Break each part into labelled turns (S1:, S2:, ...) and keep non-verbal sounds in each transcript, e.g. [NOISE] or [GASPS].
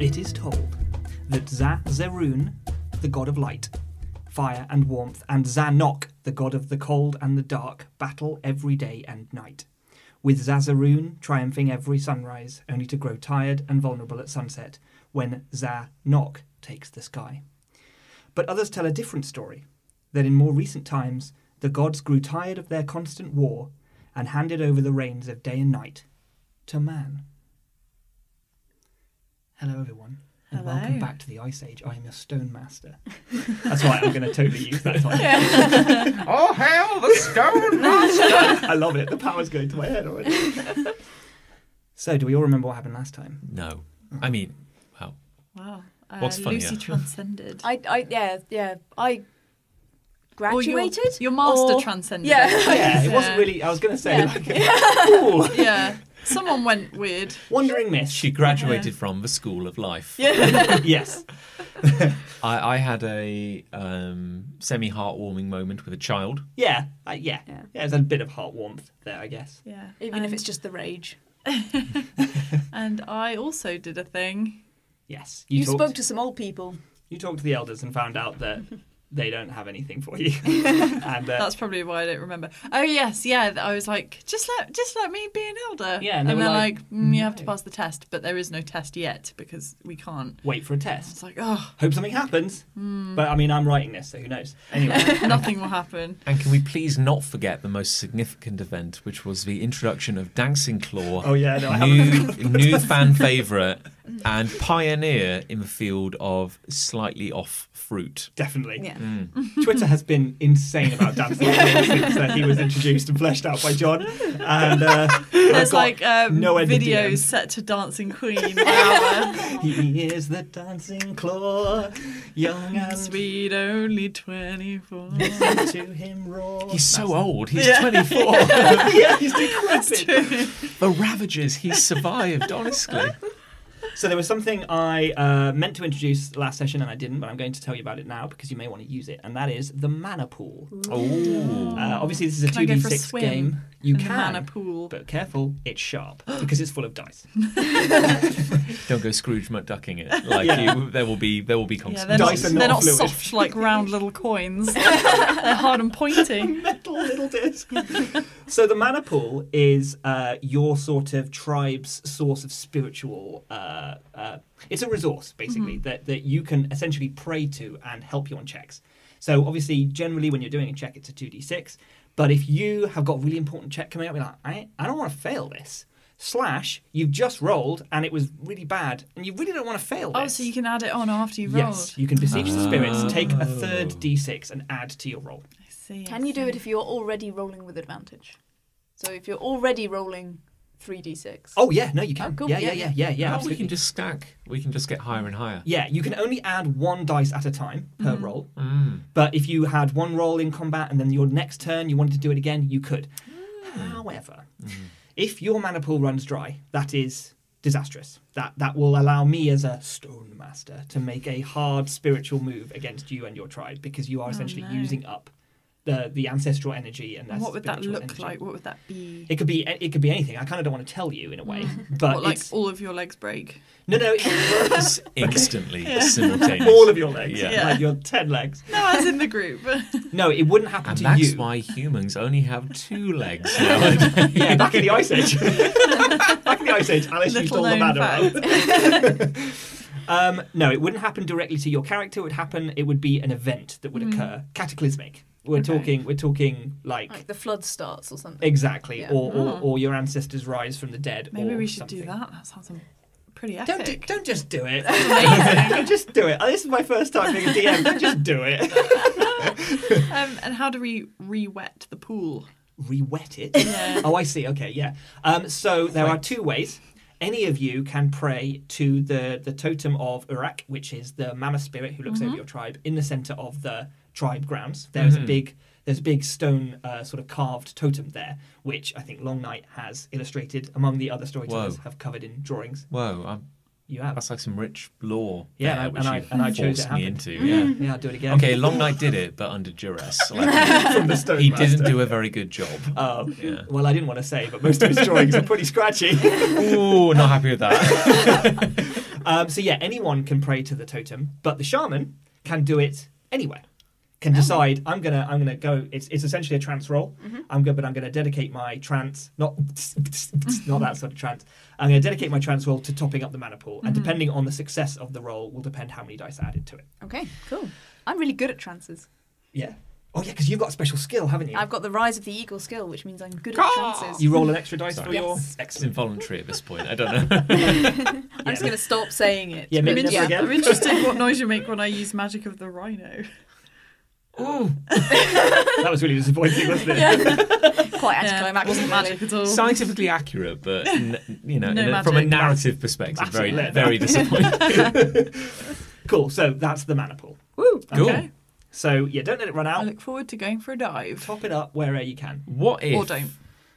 S1: It is told that Za Zerun, the god of light, fire, and warmth, and Zanok, the god of the cold and the dark, battle every day and night. With Zazaroon triumphing every sunrise, only to grow tired and vulnerable at sunset when Zanok takes the sky. But others tell a different story that in more recent times, the gods grew tired of their constant war and handed over the reins of day and night to man. Hello, everyone, and
S2: Hello.
S1: welcome back to the Ice Age. I am your stone master. That's right, I'm going to totally use that title.
S3: Oh, hell, the stone!
S1: I love it. The power's going to my head already. [LAUGHS] so, do we all remember what happened last time?
S4: No. I mean, wow.
S2: Wow. Uh,
S4: What's funnier?
S2: Lucy transcended.
S5: [LAUGHS] I, I, yeah, yeah. I
S2: Or your-
S5: graduated.
S2: Your, master
S5: or-
S2: transcended.
S5: Yeah.
S2: it.
S1: Yeah, it
S2: Yeah.
S1: wasn't really. I was going to say,
S5: Yeah.
S1: like,
S5: [LAUGHS]
S1: ooh,
S2: [LAUGHS] yeah. Someone went weird.
S1: wandering myth.
S4: She graduated from the School of Life.
S1: yes.
S4: I, I had a um, semi heartwarming moment with a child.
S1: Yeah. Uh, yeah. Yeah.
S5: Yeah.
S1: There's a bit of heart warmth there, I guess.
S2: Yeah.
S5: Even
S2: and,
S5: if it's just the rage.
S2: And I also did a thing.
S1: Yes.
S5: You,
S1: talked,
S5: spoke to some old people.
S1: You talked to the elders and found out
S5: [LAUGHS]
S1: that they don't have anything for you. and uh,
S2: That's probably why I don't remember. Oh yes, yeah. th- I was like, just let, just let me be an elder.
S1: Yeah, and
S2: and,
S1: they were
S2: they're
S1: like,
S2: like, mm, you have to
S1: "No."
S2: pass the test, but there is no test yet because we can't.
S1: wait for a test.
S2: It's like,
S5: [LAUGHS]
S2: oh,
S1: Hope something happens.
S5: Hmm.
S1: But I mean, I'm writing this, so who knows? Anyway.
S5: [LAUGHS]
S2: nothing
S1: [LAUGHS]
S2: will happen.
S4: And can we please not forget the most significant event, which was the introduction of Dancing Claw,
S1: oh yeah. No, I haven't.
S4: new, new fan favourite and pioneer in the field of slightly off fruit.
S1: Definitely.
S5: Yeah.
S1: Twitter has been insane about
S2: [LAUGHS]
S1: dancing since uh, he was introduced and fleshed out by John. And uh, I've
S2: There's
S1: got-
S2: like um,
S1: no end in
S2: videos
S1: DMs.
S2: set to Dancing
S5: [LAUGHS]
S2: Queen, hour,
S1: he is the dancing claw, young [LAUGHS] and sweet.
S2: sweet only twenty four.
S1: to him roar.
S4: He's so
S1: That's-
S4: old. He's
S1: [LAUGHS]
S2: Yeah.
S4: 24.
S1: [LAUGHS] yeah, he's decrepit.
S4: the ravages he's survived,
S1: [LAUGHS]
S4: honestly.
S1: So there was something I uh, meant to introduce last session and I didn't, but I'm going to tell you about it now because you may want to use it, and that is the mana pool.
S4: Oh.
S1: Uh, obviously, this is a
S2: Can I go for a
S1: 2d6
S2: swim
S1: game. You
S2: in the
S1: can,
S2: mana pool.
S1: but careful, it's sharp because it's full of dice.
S4: Don't go Scrooge McDucking it. Like
S1: Yeah.
S4: you, there will be there will be
S2: Yeah, they're
S4: consequences.
S2: not,
S1: Dice are not
S2: they're not
S1: fluid.
S2: soft like round little coins. [LAUGHS] they're hard and pointy.
S1: metal little disc. so the mana pool is uh, your sort of tribe's source of spiritual. Uh, uh, it's a resource basically that that you can essentially pray to and help you on checks. So obviously, generally when you're doing a check, it's a two d six. But if you have got a really important check coming up, you're like, I, I don't want to fail this. Slash, you've just rolled and it was really bad, and you really don't want to fail this.
S2: Oh, so you can add it on after you've
S1: yes,
S2: rolled.
S1: you can beseech the spirits,
S4: Oh.
S1: take a third d6 and add to your roll.
S2: I see. I
S5: Can you do
S2: see.
S5: it if you're already rolling with advantage? So if you're already rolling 3d6.
S1: Oh yeah, no, you can.
S5: cool.
S1: Yeah, yeah,
S5: Yeah,
S1: yeah, yeah, yeah.
S4: Oh, we
S1: absolutely.
S4: can just stack. We can just get higher and higher.
S1: Yeah, you can only add one dice at a time per
S2: Mm-hmm.
S1: roll. [LAUGHS]
S4: Mm.
S1: But if you had one roll in combat and then your next turn you wanted to do it again, you could. Hmm. However, if your mana pool runs dry, that is disastrous. That that will allow me as a stone master to make a hard spiritual move against you and your tribe because you are
S2: Oh,
S1: essentially
S2: no.
S1: using up the the ancestral energy and,
S2: And
S1: their
S2: what would that
S1: spiritual
S2: look
S1: energy.
S2: like? What would that be?
S1: It could be it could be anything. I kind of don't want to tell you in a way, but
S2: [LAUGHS] what, like
S1: it's,
S2: all of your legs break?
S1: no,
S2: [LAUGHS]
S1: no. It's,
S4: It's Instantly, simultaneously.
S1: all of your legs,
S4: Yeah.
S2: Yeah.
S1: like your ten legs.
S2: No, as in the group.
S1: No, it wouldn't happen
S4: And
S1: to
S4: that's
S1: you.
S4: why humans only have two legs nowadays.
S1: [LAUGHS] yeah, back in the ice age. [LAUGHS] back in the ice age, Alice used all
S2: Little
S1: the
S2: known
S1: manner
S2: fact.
S1: out. [LAUGHS] Um, no, it wouldn't happen directly to your character. It would happen. It would be an event that would occur, cataclysmic. We're
S2: Mm. Okay.
S1: talking. We're talking like.
S5: Like the flood starts or something.
S1: Exactly,
S5: Yeah.
S1: or, or
S2: Oh.
S1: or your ancestors rise from the dead.
S2: [LAUGHS] Maybe
S1: or
S2: we should do
S1: something.
S2: that. That sounds um, pretty epic.
S1: Don't do, don't just do it. Don't [LAUGHS] just do it. This is my first time being a DM. Don't just do it.
S2: Um, and how do we re-wet the pool?
S1: Re-wet it.
S2: [LAUGHS] Yeah.
S1: Oh, I see. Okay, yeah. Um, so there are two ways. Any of you can pray to the the totem of Urak, which is the mammoth spirit who looks
S4: Mm-hmm.
S1: over your tribe, in the center of the tribe grounds. There is a big there's a big stone uh, sort of carved totem there, which I think Long Night has illustrated, among the other storytellers
S4: Whoa.
S1: have covered in drawings.
S4: Whoa, um,
S1: You have.
S4: that's like some rich lore.
S1: Yeah,
S4: there,
S1: and I-
S4: which
S1: and I-
S4: you've
S1: and I chose
S4: forced
S1: it
S4: me
S1: happened. Mm-hmm.
S4: into. Yeah.
S1: [LAUGHS] Yeah, I'll do it again.
S4: Okay, Long Night did it, but under duress. Like,
S1: [LAUGHS] From the [LAUGHS] stone
S4: [LAUGHS] he didn't
S1: master.
S4: do a very good job.
S1: Oh,
S4: Yeah.
S1: well, I didn't want to say, but most of his drawings are pretty scratchy.
S4: Ooh, not happy with that.
S1: Um, so yeah, anyone can pray to the totem, but the shaman can do it anywhere. Can decide I'm gonna I'm gonna go. It's it's essentially a trance roll. I'm going but I'm gonna dedicate my trance not [LAUGHS] not that sort of trance. I'm gonna dedicate my trance roll to topping up the mana pool, and depending on the success of the roll, will depend how many dice are added to it.
S5: Okay, cool. I'm really good at trances.
S1: Yeah. Oh yeah, because you've got a special skill, haven't you?
S5: I've got the Rise of the Eagle skill, which means I'm good at
S3: Ah!
S5: trances.
S1: You roll an extra dice
S4: Sorry.
S1: for your
S5: Yes.
S4: It's
S1: excellent.
S4: involuntary at this point. I don't know.
S5: I'm just going to stop saying it.
S1: Yeah,
S5: but
S1: maybe never again.
S2: I'm interested
S1: [LAUGHS]
S2: what noise you make when I use magic of the rhino.
S1: Ooh. that was really disappointing, wasn't
S5: [LAUGHS]
S1: it? [LAUGHS]
S5: quite
S2: it
S5: anticlimactic.
S2: wasn't magic at all.
S4: Scientifically accurate, but n- you know,
S2: No
S4: in a-
S2: magic.
S4: from a narrative perspective, very,
S1: Massive letdown. [LAUGHS]
S4: very disappointing.
S1: Cool. So that's the mana pool.
S2: Woo,
S4: Cool.
S2: Okay.
S1: So yeah, don't let it run
S2: I
S1: out.
S2: look forward to going for a dive.
S1: Top it up wherever you can.
S4: What if?
S2: Or don't.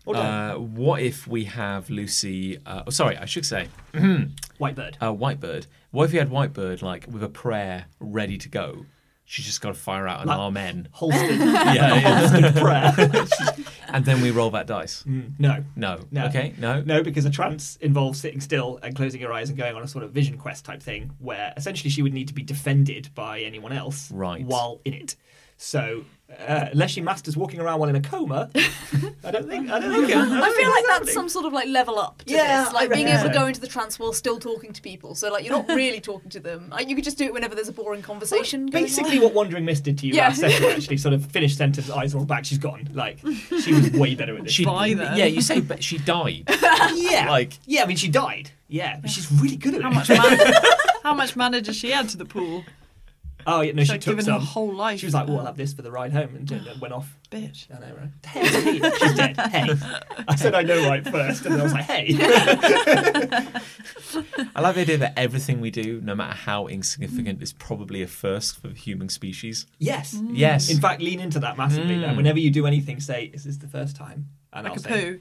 S1: Or don't.
S4: Uh, what if we have Lucy? Uh, oh, sorry, I should say [CLEARS THROAT]
S1: White bird.
S4: uh, Whitebird. What if we had Whitebird like with a prayer ready to go? She's just got to fire out an
S1: Like-
S4: amen,
S5: [LAUGHS]
S1: Holstein.
S4: yeah,
S1: Holstein
S4: [LAUGHS]
S1: prayer. [LAUGHS]
S4: and then we roll that [LAUGHS] dice.
S1: Mm, no.
S4: No.
S1: No.
S4: Okay. No.
S1: No, because a trance involves sitting still and closing your eyes and going on a sort of vision quest type thing where essentially she would need to be defended by anyone else
S4: Right.
S1: while in it. So uh, unless she masters walking around while in a
S5: [LAUGHS]
S1: coma, I don't think I don't think
S5: I feel like that's some sort of like level up to
S1: Yeah,
S5: this.
S1: I
S5: Like being
S1: reckon
S5: able to
S1: so.
S5: go into the trance while still talking to people. So like you're not really talking to them. Like you could just do it whenever there's a boring conversation going
S1: Basically, what Wandering Miss did to you
S5: Yeah.
S1: last
S5: [LAUGHS]
S1: session, actually, sort of finished sentence, eyes rolled back, she's gone. Like, she was way better at this.
S4: She.
S2: By then.
S4: Yeah. You say, but she [LAUGHS] died.
S1: yeah.
S4: like-
S1: yeah, I mean, she died. Yeah, but she's really good at
S2: How
S1: it.
S2: much mana? how much mana does she add to the pool?
S1: [LAUGHS] Oh, yeah, no,
S2: She's
S1: she
S2: like
S1: took
S2: given her
S1: some.
S2: whole life.
S1: She was like, well, I'll
S2: Oh,
S1: have this for the ride home, and it went off.
S2: bitch.
S1: I know, right? Hey, hey, she's
S2: [LAUGHS]
S1: dead. Hey. I said I know right first, and then I was like, hey.
S2: [LAUGHS]
S4: I like the idea that everything we do, no matter how insignificant, is probably a first for the human species.
S1: Yes.
S2: Mm.
S4: Yes.
S1: In fact, lean into that massively. now.
S4: Mm.
S1: Whenever you do anything, say, is this the first time? And
S2: Like
S1: I'll
S2: a
S1: say, [LAUGHS]
S2: poo.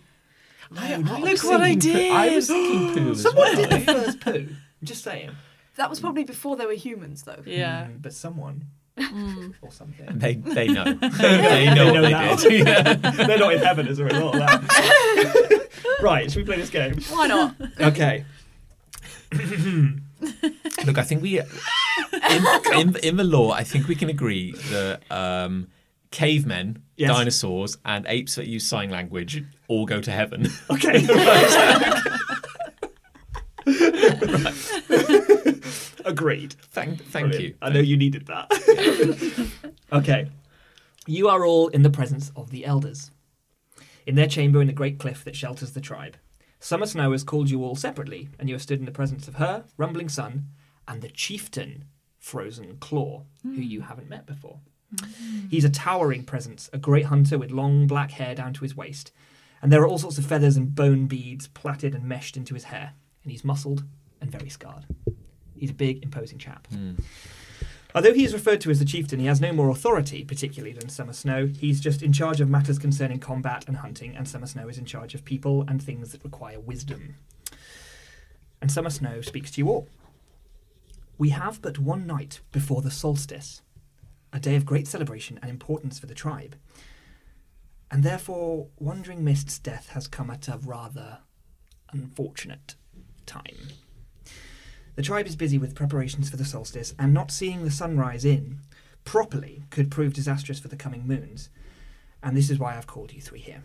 S1: No, not
S2: Look what I did.
S4: I was thinking poo.
S1: [LAUGHS]
S4: as
S1: Someone
S4: well.
S1: did the first poo. I'm just saying.
S5: That was probably before they were humans though.
S2: Yeah.
S1: Mm, but someone
S2: Mm.
S1: [LAUGHS] or something.
S4: They, they know. [LAUGHS] they know
S1: They know
S4: what
S1: now.
S4: they did. [LAUGHS]
S1: [LAUGHS]
S4: Yeah.
S1: They're not in heaven as a result of
S2: [LAUGHS]
S1: that. [LAUGHS] right, should we play this game?
S5: Why not?
S1: [CLEARS THROAT] Okay.
S4: Look, I think we in, in, in the law, I think we can agree that um, cavemen,
S1: Yes.
S4: dinosaurs, and apes that use sign language all go to heaven. [LAUGHS]
S1: Okay. Right. [LAUGHS] Agreed.
S4: thank thank
S1: Brilliant.
S4: you.
S1: I know you needed that.
S4: [LAUGHS]
S1: okay. You are all in the presence of the elders. In their chamber in the great cliff that shelters the tribe. Summer Snow has called you all separately, and you are stood in the presence of her, Rumbling Sun, and the chieftain, Frozen Claw, who you haven't met before. He's a towering presence, a great hunter with long black hair down to his waist. And there are all sorts of feathers and bone beads plaited and meshed into his hair. And he's muscled and very scarred. He's a big, imposing chap. Although he is referred to as the chieftain, he has no more authority, particularly than Summer Snow. He's just in charge of matters concerning combat and hunting, and Summer Snow is in charge of people and things that require wisdom. And Summer Snow speaks to you all. We have but one night before the solstice, a day of great celebration and importance for the tribe. And therefore, Wandering Mist's death has come at a rather unfortunate time. The tribe is busy with preparations for the solstice, and not seeing the sunrise in properly could prove disastrous for the coming moons. And this is why I've called you three here.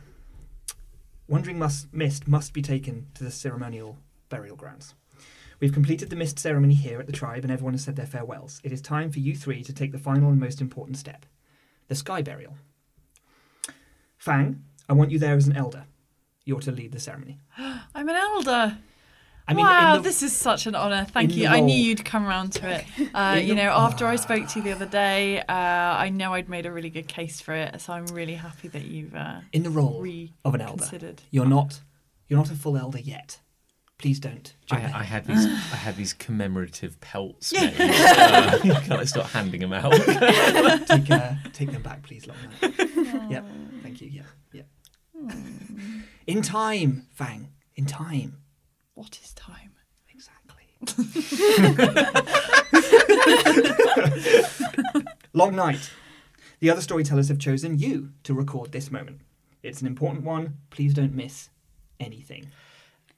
S1: Wandering must, Mist must be taken to the ceremonial burial grounds. We've completed the mist ceremony here at the tribe, and everyone has said their farewells. It is time for you three to take the final and most important step the sky burial. Fang, I want you there as an elder. You're to lead the ceremony.
S2: I'm an elder.
S1: I mean, in
S2: wow,
S1: the-
S2: this is such an honour. Thank
S1: in
S2: you.
S1: the
S2: I knew
S1: role.
S2: you'd come round to it.
S1: [LAUGHS]
S2: Uh,
S1: In
S2: you
S1: the-
S2: know, after I spoke to you the other day, uh, I know I'd made a really good case for it. So I'm really happy that you've uh,
S1: in the role of an elder.
S2: reconsidered.
S1: You're not you're not a full elder yet. Please don't.
S4: I,
S1: jump in.
S4: I had these I had these commemorative pelts. made. Uh, [LAUGHS] can I stop handing them [LAUGHS] out?
S1: take, uh, take them back, please, long night. yep. Thank you. Yeah. Yeah. in time, Fang. In time.
S2: What is time?
S1: Exactly. long night. The other storytellers have chosen you to record this moment. It's an important one. Please don't miss anything.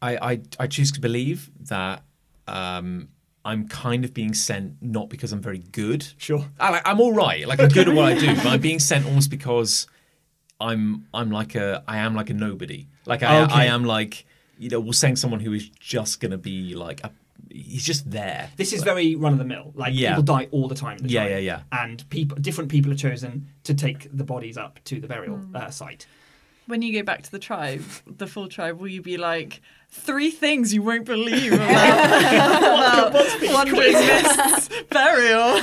S4: I, I I choose to believe that um, I'm kind of being sent not because I'm very good.
S1: Sure.
S4: I, like, I'm all right. Like I'm good at what I do, but I'm being sent almost because I'm I'm like a I am like a nobody. Like I
S1: Okay.
S4: I am like you know we'll send someone who is just gonna be like a, he's just there.
S1: This is very run of the mill. Like
S4: Yeah.
S1: people die all the time. in the
S4: Yeah,
S1: tribe.
S4: yeah, yeah.
S1: And people, different people are chosen to take the bodies up to the burial uh, site.
S2: When you go back to the tribe, the full tribe, will you be like three things you won't believe
S1: [LAUGHS]
S2: about, [LAUGHS] about wandering mists [LAUGHS] burial?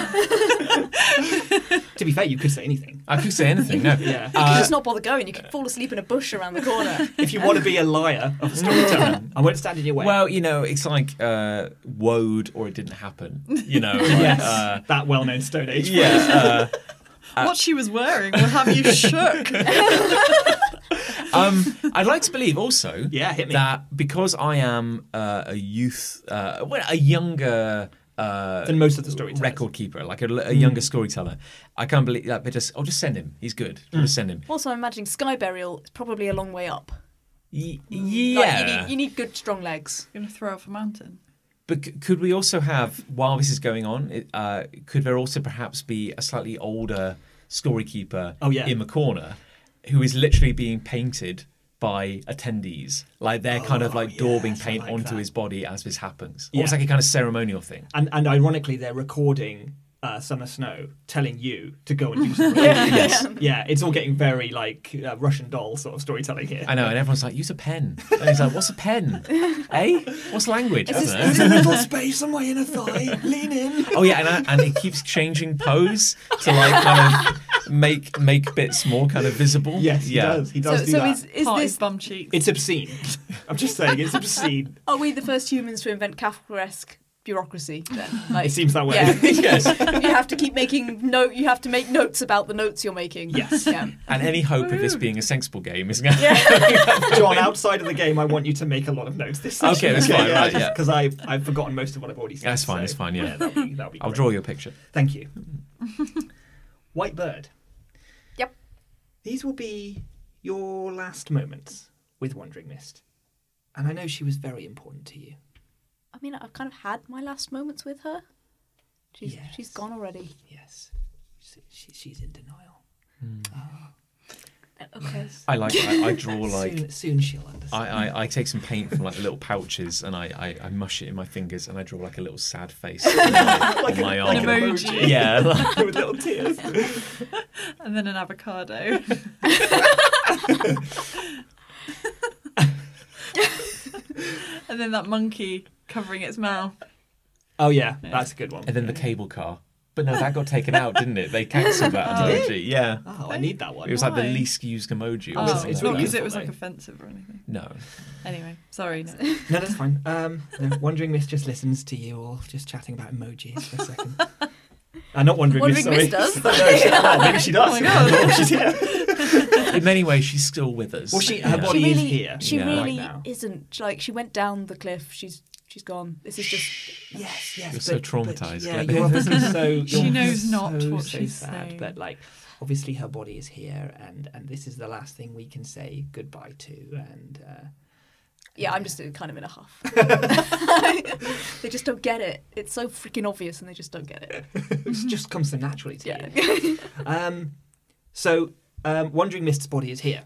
S1: To be fair, you could say
S4: [LAUGHS]
S1: anything.
S4: I could say anything. No.
S1: Yeah.
S5: You could
S4: Uh,
S5: just not bother going. You could fall asleep in a bush around the corner.
S1: [LAUGHS] If you want to be a liar of a storyteller, I won't stand in your way.
S4: well, you know, it's like uh, woed or it didn't happen. You know, like,
S1: [LAUGHS] yes,
S4: uh,
S1: that well-known Stone Age.
S4: yeah. uh,
S2: what she was wearing will have you shook.
S4: um, I'd like to believe also
S1: Yeah, hit me.
S4: that because I am uh, a youth, uh, well, a younger uh,
S1: [LAUGHS] Than most of the storytellers.
S4: record keeper, like a, a
S1: Mm.
S4: younger storyteller, I can't believe that. But just, I'll just send him. He's good.
S1: Mm.
S4: I'll just send him.
S5: also, I'm imagining sky burial is probably a long way up.
S4: Y-
S5: Like,
S4: yeah.
S5: you, need, you need good, strong legs.
S2: [LAUGHS] Gonna throw off a mountain.
S4: But c- could we also have, while this is going on, it, uh, could there also perhaps be a slightly older storykeeper
S1: Oh, yeah.
S4: in the corner who is literally being painted by attendees? Like they're kind of
S1: Oh,
S4: like daubing
S1: yes, I
S4: paint
S1: like
S4: onto
S1: that.
S4: his body as this happens.
S1: Yeah.
S4: Almost like a kind of ceremonial thing.
S1: And and ironically, they're recording uh, Summer Snow, telling you to go and do
S4: [LAUGHS]
S1: something.
S4: yes.
S1: yeah, it's all getting very like uh, Russian doll sort of storytelling here.
S4: I know, and everyone's like, use a pen. And he's like, what's
S1: [LAUGHS]
S4: a pen? eh? What's language? I
S5: Is this-
S4: don't know.
S1: There's a little space on my inner thigh. Lean in.
S4: oh yeah, and, I, and it keeps changing pose to like kind of make make bits more kind of visible.
S1: [LAUGHS] Yes, he
S4: yeah.
S1: does. He does
S5: so,
S1: do
S5: so
S1: that.
S5: is, is
S2: Part
S5: this?
S2: is bum cheeks.
S1: It's obscene. [LAUGHS] I'm just saying, it's
S5: [LAUGHS]
S1: obscene.
S5: Are we the first humans to invent Kafkaesque bureaucracy? Then, like,
S1: It seems that way.
S5: Yeah.
S4: [LAUGHS] yes.
S5: you have to keep making note. You have to make notes about the notes you're making.
S1: Yes. [LAUGHS]
S5: Yeah.
S4: And any hope of this being a sensible game is going
S1: [LAUGHS] John, outside of the game, I want you to make a lot of notes this
S4: Okay,
S1: session. [LAUGHS]
S4: that's fine, right, yeah.
S1: Because I've, I've forgotten most of what I've already said.
S4: [LAUGHS] That's fine,
S1: so,
S4: that's fine,
S1: [LAUGHS]
S4: yeah.
S1: that'll be, that'll be
S4: I'll
S1: great.
S4: draw you a picture.
S1: Thank
S5: [LAUGHS]
S1: you. White bird.
S5: Yep.
S1: These will be your last moments with Wandering Mist. And I know she was very important to you.
S5: I mean, I've kind of had my last moments with her. She's
S1: Yes.
S5: she's gone already.
S1: Yes. She, she, she's in denial.
S5: Okay.
S4: I like I, I draw like
S1: soon, soon she'll understand.
S4: I, I, I take some paint from like little pouches and I, I, I mush it in my fingers and I draw like a little sad face [LAUGHS]
S1: [LAUGHS]
S4: on my, on my arm.
S2: an emoji.
S4: [LAUGHS] Yeah. like-
S1: with little tears.
S2: [LAUGHS] And then an [LAUGHS] avocado. and then that monkey covering its mouth.
S1: Oh, yeah, that's a good one.
S4: and then the cable car. But no, that got taken out, didn't it? They cancelled that
S1: [LAUGHS]
S4: emoji. Yeah.
S1: Oh, I need that one.
S4: It was like the
S2: Why?
S4: least used emoji. or
S2: Oh,
S1: it's-
S4: something
S1: it's
S2: not
S4: like
S1: really
S4: that.
S2: because it was
S1: though.
S2: like offensive or anything.
S4: No.
S2: Anyway, sorry. No.
S1: No, that's fine. Um, no, Wandering Miss just listens to you all just chatting about emojis for a second. Uh, not Wandering, Miss, sorry.
S5: Wandering Miss
S1: [LAUGHS]
S5: does.
S1: no, she, well, maybe she does.
S2: Oh my God.
S1: Oh, [LAUGHS] she's here.
S4: In many ways, she's still with us.
S1: Well, she- her
S4: Yeah.
S1: body-
S5: she
S1: is
S5: really,
S1: here,
S5: She
S4: yeah.
S5: really
S1: right now.
S5: isn't. Like she went down the cliff. She's she's gone. This is just.
S1: Yes, yes.
S4: You're so traumatised.
S1: yeah,
S4: Get
S1: you're
S4: it?
S1: obviously
S4: [LAUGHS]
S1: so. You're
S2: She knows
S1: so,
S2: not what
S1: so
S2: she's
S1: sad,
S2: saying.
S1: But like, obviously, her body is here, and and this is the last thing we can say goodbye to. And uh,
S5: Yeah, I'm just kind of in
S1: [LAUGHS]
S5: a huff. they just don't get it. It's so freaking obvious, and they just don't get it.
S1: it just comes so naturally to
S5: Mm-hmm. Yeah.
S1: you. Um, so, um, Wandering Mist's body is here,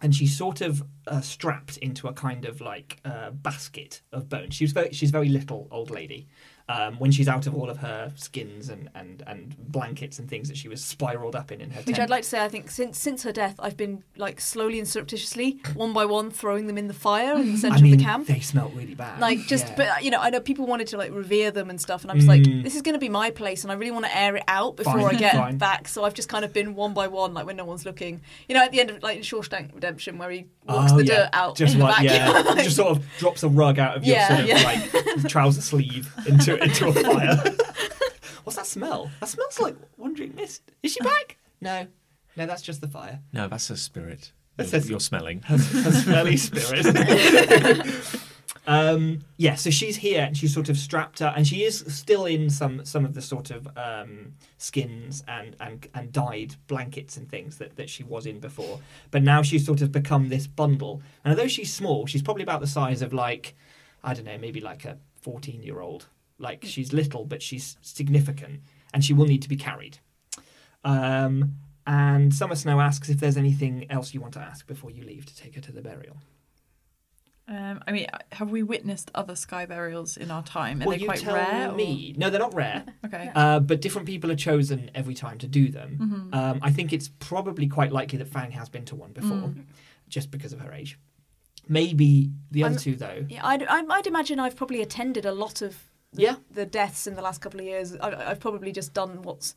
S1: and she's sort of uh, strapped into a kind of like uh, basket of bones. She's very, she's very little old lady. Um, when she's out of all of her skins and, and, and blankets and things that she was spiraled up in in her
S5: Which
S1: tent.
S5: I'd like to say, I think since since her death, I've been like slowly and surreptitiously, one by one, throwing them in the fire in the centre
S1: I mean,
S5: of the camp.
S1: they smelt really bad.
S5: Like just,
S1: Yeah.
S5: but you know, I know people wanted to like revere them and stuff, and I'm just like,
S1: Mm.
S5: this is going to be my place, and I really want to air it out before
S1: Fine,
S5: I get
S1: fine.
S5: back. So I've just kind of been one by one, like when no one's looking. You know, at the end of like in Shawshank Redemption, where he walks
S1: Oh,
S5: the
S1: yeah.
S5: dirt out
S1: just
S5: in the
S1: like
S5: back.
S1: yeah,
S5: [LAUGHS] Like,
S1: just sort of drops a rug out of your
S5: Yeah,
S1: sort of
S5: yeah.
S1: like trouser sleeve into into a fire. [LAUGHS] What's that smell? That smells like wandering mist. Is she back? No, no, that's just the fire.
S4: No, that's her spirit.
S1: That's
S4: You're,
S1: her-
S4: you're smelling.
S1: Her, her smelly spirit. um, yeah, so she's here and she's sort of strapped up, and she is still in some some of the sort of um, skins and and and dyed blankets and things that that she was in before. But now she's sort of become this bundle, and although she's small, she's probably about the size of like I don't know, maybe like a fourteen year old. Like she's little, but she's significant, and she will need to be carried. Um, and Summer Snow asks if there's anything else you want to ask before you leave to take her to the burial.
S2: Um, I mean, have we witnessed other sky burials in our time? Are
S1: well,
S2: they
S1: you
S2: quite
S1: tell
S2: rare? or-
S1: me. No, they're not
S2: [LAUGHS]
S1: rare.
S2: Okay.
S1: Uh, but different people are chosen every time to do them.
S2: Mm-hmm.
S1: Um, I think it's probably quite likely that Fang has been to one before,
S2: Mm.
S1: just because of her age. Maybe the other
S5: I'm-
S1: two, though.
S5: Yeah, I'd, I'd, I'd imagine I've probably attended a lot of
S1: Yeah.
S5: the deaths in the last couple of years. I, I've probably just done what's.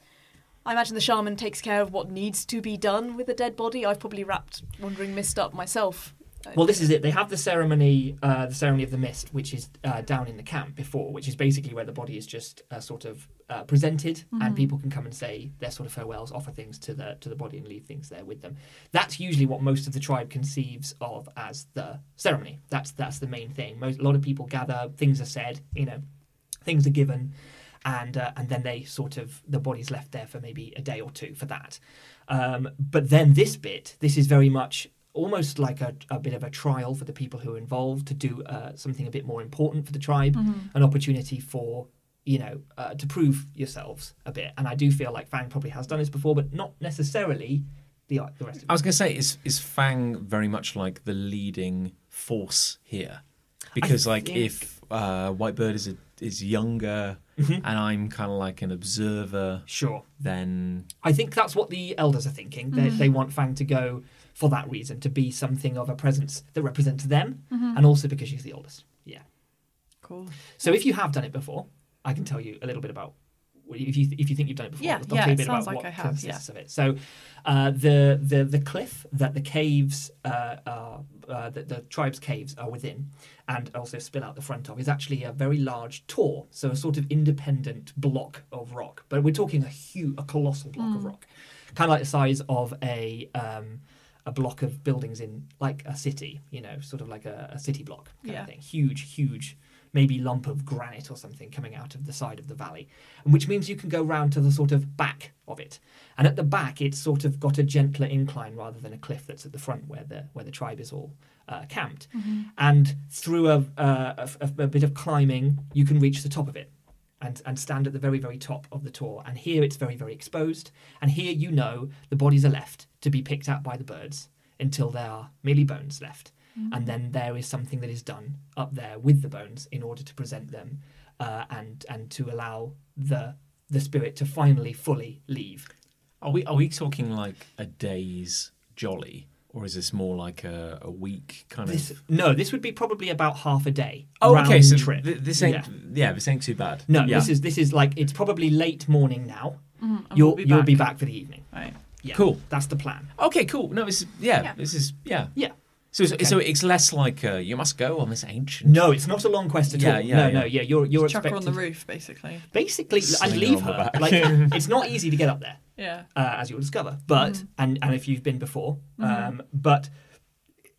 S5: I imagine the shaman takes care of what needs to be done with a dead body. I've probably wrapped Wandering Mist up myself.
S1: Well, this is it. They have the ceremony, uh, the ceremony of the mist, which is uh, down in the camp before, which is basically where the body is just uh, sort of uh, presented, and people can come and say their sort of farewells, offer things to the to the body, and leave things there with them. That's usually what most of the tribe conceives of as the ceremony. That's that's the main thing. Most, a lot of people gather, things are said, you know, things are given, and uh, and then they sort of the body's left there for maybe a day or two for that. Um, but then this bit, this is very much almost like a, a bit of a trial for the people who are involved to do uh, something a bit more important for the tribe,
S4: Mm-hmm.
S1: an opportunity for you know uh, to prove yourselves a bit. And I do feel like Fang probably has done this before, but not necessarily the the rest of.
S4: I was going to say, is is Fang very much like the leading force here? Because like
S1: think-
S4: if uh, Whitebird is a, is younger
S1: Mhm.
S4: and I'm kind of like an observer,
S1: Sure.
S4: then
S1: I think that's what the elders are thinking. They,
S2: Mm-hmm.
S1: they want Fang to go for that reason, to be something of a presence that represents them,
S2: Mm-hmm.
S1: and also because she's the oldest. Yeah.
S2: cool.
S1: So if you have done it before, I can tell you a little bit about if you if you think you've done it before.
S2: Yeah,
S1: I'll
S2: yeah,
S1: tell you a
S2: it
S1: bit
S2: sounds
S1: about
S2: like
S1: what
S2: I have,
S1: consists of it. So uh, the the the cliff that the caves uh, are uh, that the tribe's caves are within, and also spill out the front of, is actually a very large tor, so a sort of independent block of rock. But we're talking a huge, a colossal block
S2: Mm.
S1: of rock, kind of like the size of a. Um, a block of buildings in like a city, you know, sort of like a, a city block kind
S2: Yeah.
S1: of thing. Huge, huge, maybe lump of granite or something coming out of the side of the valley, and which means you can go round to the sort of back of it. And at the back, it's sort of got a gentler incline rather than a cliff that's at the front where the where the tribe is all uh, camped. And through a, uh, a, a bit of climbing, you can reach the top of it and, and stand at the very, very top of the tour. And here it's very, very exposed. And here you know the bodies are left to be picked out by the birds until there are merely bones left. And then there is something that is done up there with the bones in order to present them uh, and and to allow the the spirit to finally fully leave.
S4: are we are we talking like a day's jolly, or is this more like a, a week kind
S1: This
S4: of?
S1: no, this would be probably about half a day.
S4: Oh,
S1: round
S4: okay. So
S1: trip.
S4: th- this ain't yeah.
S1: Yeah.
S4: this ain't too bad.
S1: No,
S4: yeah.
S1: this is this is like it's probably late morning now.
S2: Mm, and
S1: You'll
S2: we'll
S1: you'll be back for the evening.
S2: Right.
S1: Yeah,
S4: Cool.
S1: That's the plan.
S4: okay. Cool. No, it's yeah,
S2: Yeah.
S4: This is yeah.
S1: Yeah.
S4: So so-
S1: Okay.
S4: so it's less like uh, you must go on this ancient.
S1: No, it's not a long quest at
S4: Yeah,
S1: all.
S4: yeah,
S1: no,
S4: yeah.
S1: no, yeah. You're you're
S2: Chuck her on
S1: expected
S2: the roof, basically.
S1: basically and
S4: Sling her
S1: leave
S4: on the
S1: her.
S4: back. [LAUGHS]
S1: Like it's not easy to get up there.
S2: Yeah.
S1: uh, as you'll discover. But
S2: Mm.
S1: and and if you've been before,
S2: Mm-hmm.
S1: um, but.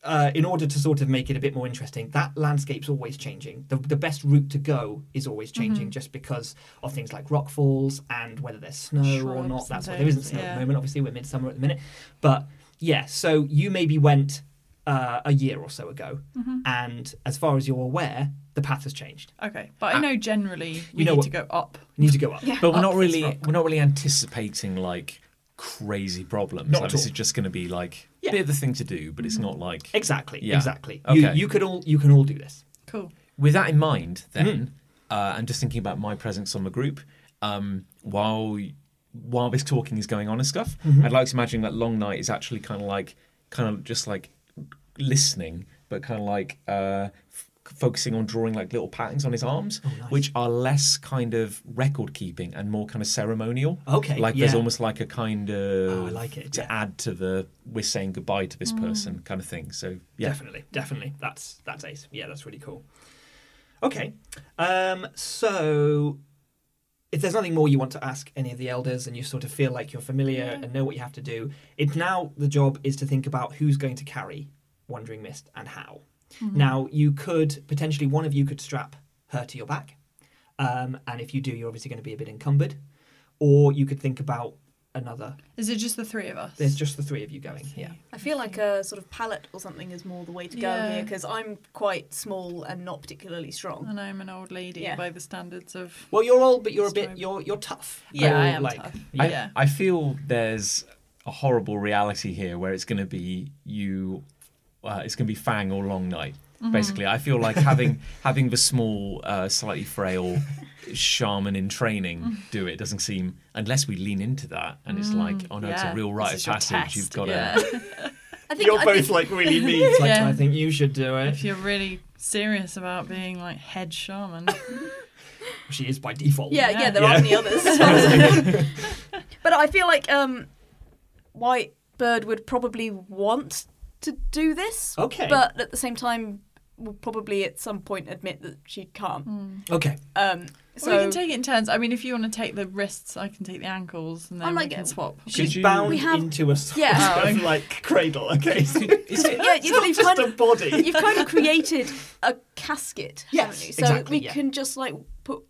S1: Uh, in order to sort of make it a bit more interesting, that landscape's always changing. The, the best route to go is always
S2: Mm-hmm.
S1: changing just because of things like rockfalls and whether there's snow or
S2: Shrubs
S1: not.
S2: and
S1: That's why there isn't
S2: things,
S1: snow at
S2: yeah.
S1: the moment. Obviously, we're midsummer at the minute. But yeah, so you maybe went uh, a year or so ago.
S2: Mm-hmm.
S1: And as far as you're aware, the path has changed.
S2: Okay.
S4: Ah.
S2: But I know generally we
S1: know
S2: need
S1: what-
S2: to go up.
S1: You need to go up.
S5: Yeah.
S4: [LAUGHS] but we're not
S2: up this
S4: really
S2: rock.
S4: we're not really anticipating like crazy problems.
S1: Not
S4: like,
S1: at
S4: this
S1: all.
S4: is just going to be like
S1: Yeah. Mm-hmm.
S4: a bit of the thing to do, but it's not like.
S1: Exactly.
S4: Yeah.
S1: Exactly. You,
S4: Okay.
S1: you could all you can all do this.
S2: Cool.
S4: With that in mind,
S1: Mm-hmm.
S4: then uh, I'm just thinking about my presence on the group um, while while this talking is going on and stuff.
S1: Mm-hmm.
S4: I'd like to imagine that Long Night is actually kind of like kind of just like listening, but kind of like. Uh, f- Focusing on drawing like little patterns on his arms,
S1: nice.
S4: which are less kind of record keeping and more kind of ceremonial.
S1: Okay,
S4: like there's
S1: yeah.
S4: almost like a kind of
S1: Oh, I like it,
S4: to
S1: yeah. Mm.
S4: add to the we're saying goodbye to this person kind of thing. So yeah,
S1: Definitely, definitely. That's that's ace. Yeah, that's really cool. Okay. Um, so if there's nothing more you want to ask any of the elders and you sort of feel like you're familiar and know what you have to do, it's now the job is to think about who's going to carry Wandering Mist and how. Now you could potentially one of you could strap her to your back. Um, and if you do, you're obviously going to be a bit encumbered. Or you could think about another.
S2: Is it just the three of us?
S1: There's just the three of you going. Yeah.
S5: I feel like a sort of palette or something is more the way to go here
S2: Yeah.
S5: here because I'm quite small and not particularly strong.
S2: And I'm an old lady
S5: Yeah.
S2: by the standards of.
S1: Well, you're old, but you're a
S2: Sorry.
S1: bit you're you're tough.
S2: Yeah, I
S1: You're,
S2: am
S1: like-
S2: tough.
S1: I-
S2: yeah.
S4: I feel there's a horrible reality here where it's going to be you. Uh, it's going to be Fang or Long Night.
S2: Mm-hmm.
S4: Basically, I feel like having [LAUGHS] having the small, uh, slightly frail shaman in
S2: Mm.
S4: training do it doesn't seem unless we lean into that and it's like oh no it's a
S2: Yeah.
S4: real rite
S2: This is
S4: of
S2: your
S4: passage
S2: test.
S4: you've got to
S2: Yeah. [LAUGHS]
S5: I think
S1: You're
S5: I
S1: both
S5: think,
S1: like really mean. It's like,
S2: Yeah.
S1: I think you should do it.
S2: if you're really serious about being like head shaman,
S1: She is by default.
S5: [LAUGHS] yeah, yeah,
S2: Yeah.
S5: there
S1: Yeah.
S5: aren't any others.
S1: [LAUGHS]
S5: [LAUGHS] but I feel like um, White Bird would probably want to do this,
S1: Okay.
S5: but at the same time, will probably at some point admit that she can't.
S1: okay.
S5: Um, so
S2: Hmm. we can take it in turns. I mean, if you want to take the wrists, I can take the ankles, and then
S5: I'm
S2: we
S5: like-
S2: can swap.
S1: She's
S4: you-
S1: bound
S5: We have-
S1: into a sort [LAUGHS]
S5: Yeah.
S1: of like cradle. Okay. So
S5: [LAUGHS] yeah, you've, you've
S1: just
S5: kind
S1: a
S5: of,
S1: body.
S5: [LAUGHS] you've kind of created a casket,
S1: Yes,
S5: haven't you? So
S1: exactly,
S5: we
S1: yeah.
S5: can just like put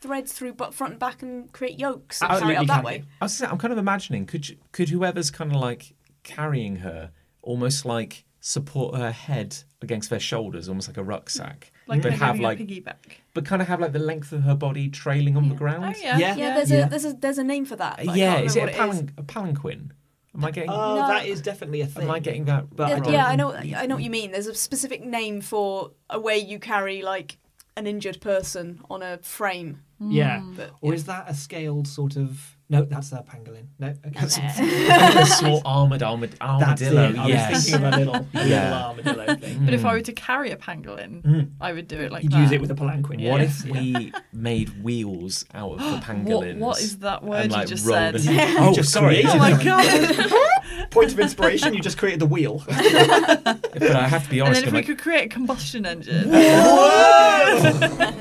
S5: threads through but front and back and create yokes and
S1: Absolutely
S5: carry it out that
S1: can
S5: way.
S1: do.
S4: I was saying, I'm kind of imagining could you- could whoever's kind of like carrying her almost like support her head against their shoulders, almost like a rucksack,
S2: Like
S4: but
S2: they're
S4: have
S2: giving
S4: like
S2: a piggyback.
S4: but kind of have like the length of her body trailing on the
S2: Oh
S4: ground.
S2: yeah,
S1: Yeah.
S5: Yeah, there's
S1: Yeah.
S5: a there's a there's a name for that. but I
S4: yeah.
S5: can't
S4: Is it a,
S5: remember what
S4: palan- a palanquin? Am I getting?
S1: Oh,
S5: No.
S1: that is definitely a thing.
S4: am I getting that?
S1: But I
S5: Yeah,
S4: wrong?
S1: don't-
S5: yeah, I know I
S4: [LAUGHS]
S5: know what you mean. There's a specific name for a way you carry like an injured person on a frame.
S1: Yeah.
S5: But
S1: Or is that a scaled sort of? No, that's a pangolin. No, [LAUGHS] okay.
S4: A small armored armored
S1: that's it.
S4: armadillo.
S1: I was
S4: yes.
S1: thinking of a little, a little
S4: Yeah.
S1: armadillo thing.
S2: But
S4: Hmm.
S2: if I were to carry a pangolin, I would do it like
S1: You'd
S2: that.
S1: use it with a palanquin.
S4: [LAUGHS] What
S1: yeah.
S4: if we made wheels out of the
S2: What,
S4: pangolins?
S2: what is that word
S4: and like
S2: you just
S4: rolled
S2: said? [LAUGHS]
S4: them-
S1: You
S4: Oh,
S1: just
S4: sorry.
S1: created
S4: Oh my [LAUGHS]
S1: something.
S2: God.
S1: Point of inspiration, you just created the wheel. [LAUGHS]
S4: But I have to be
S2: and
S4: honest.
S2: then if
S4: I'm
S2: we
S4: like-
S2: could create a combustion [LAUGHS] engine.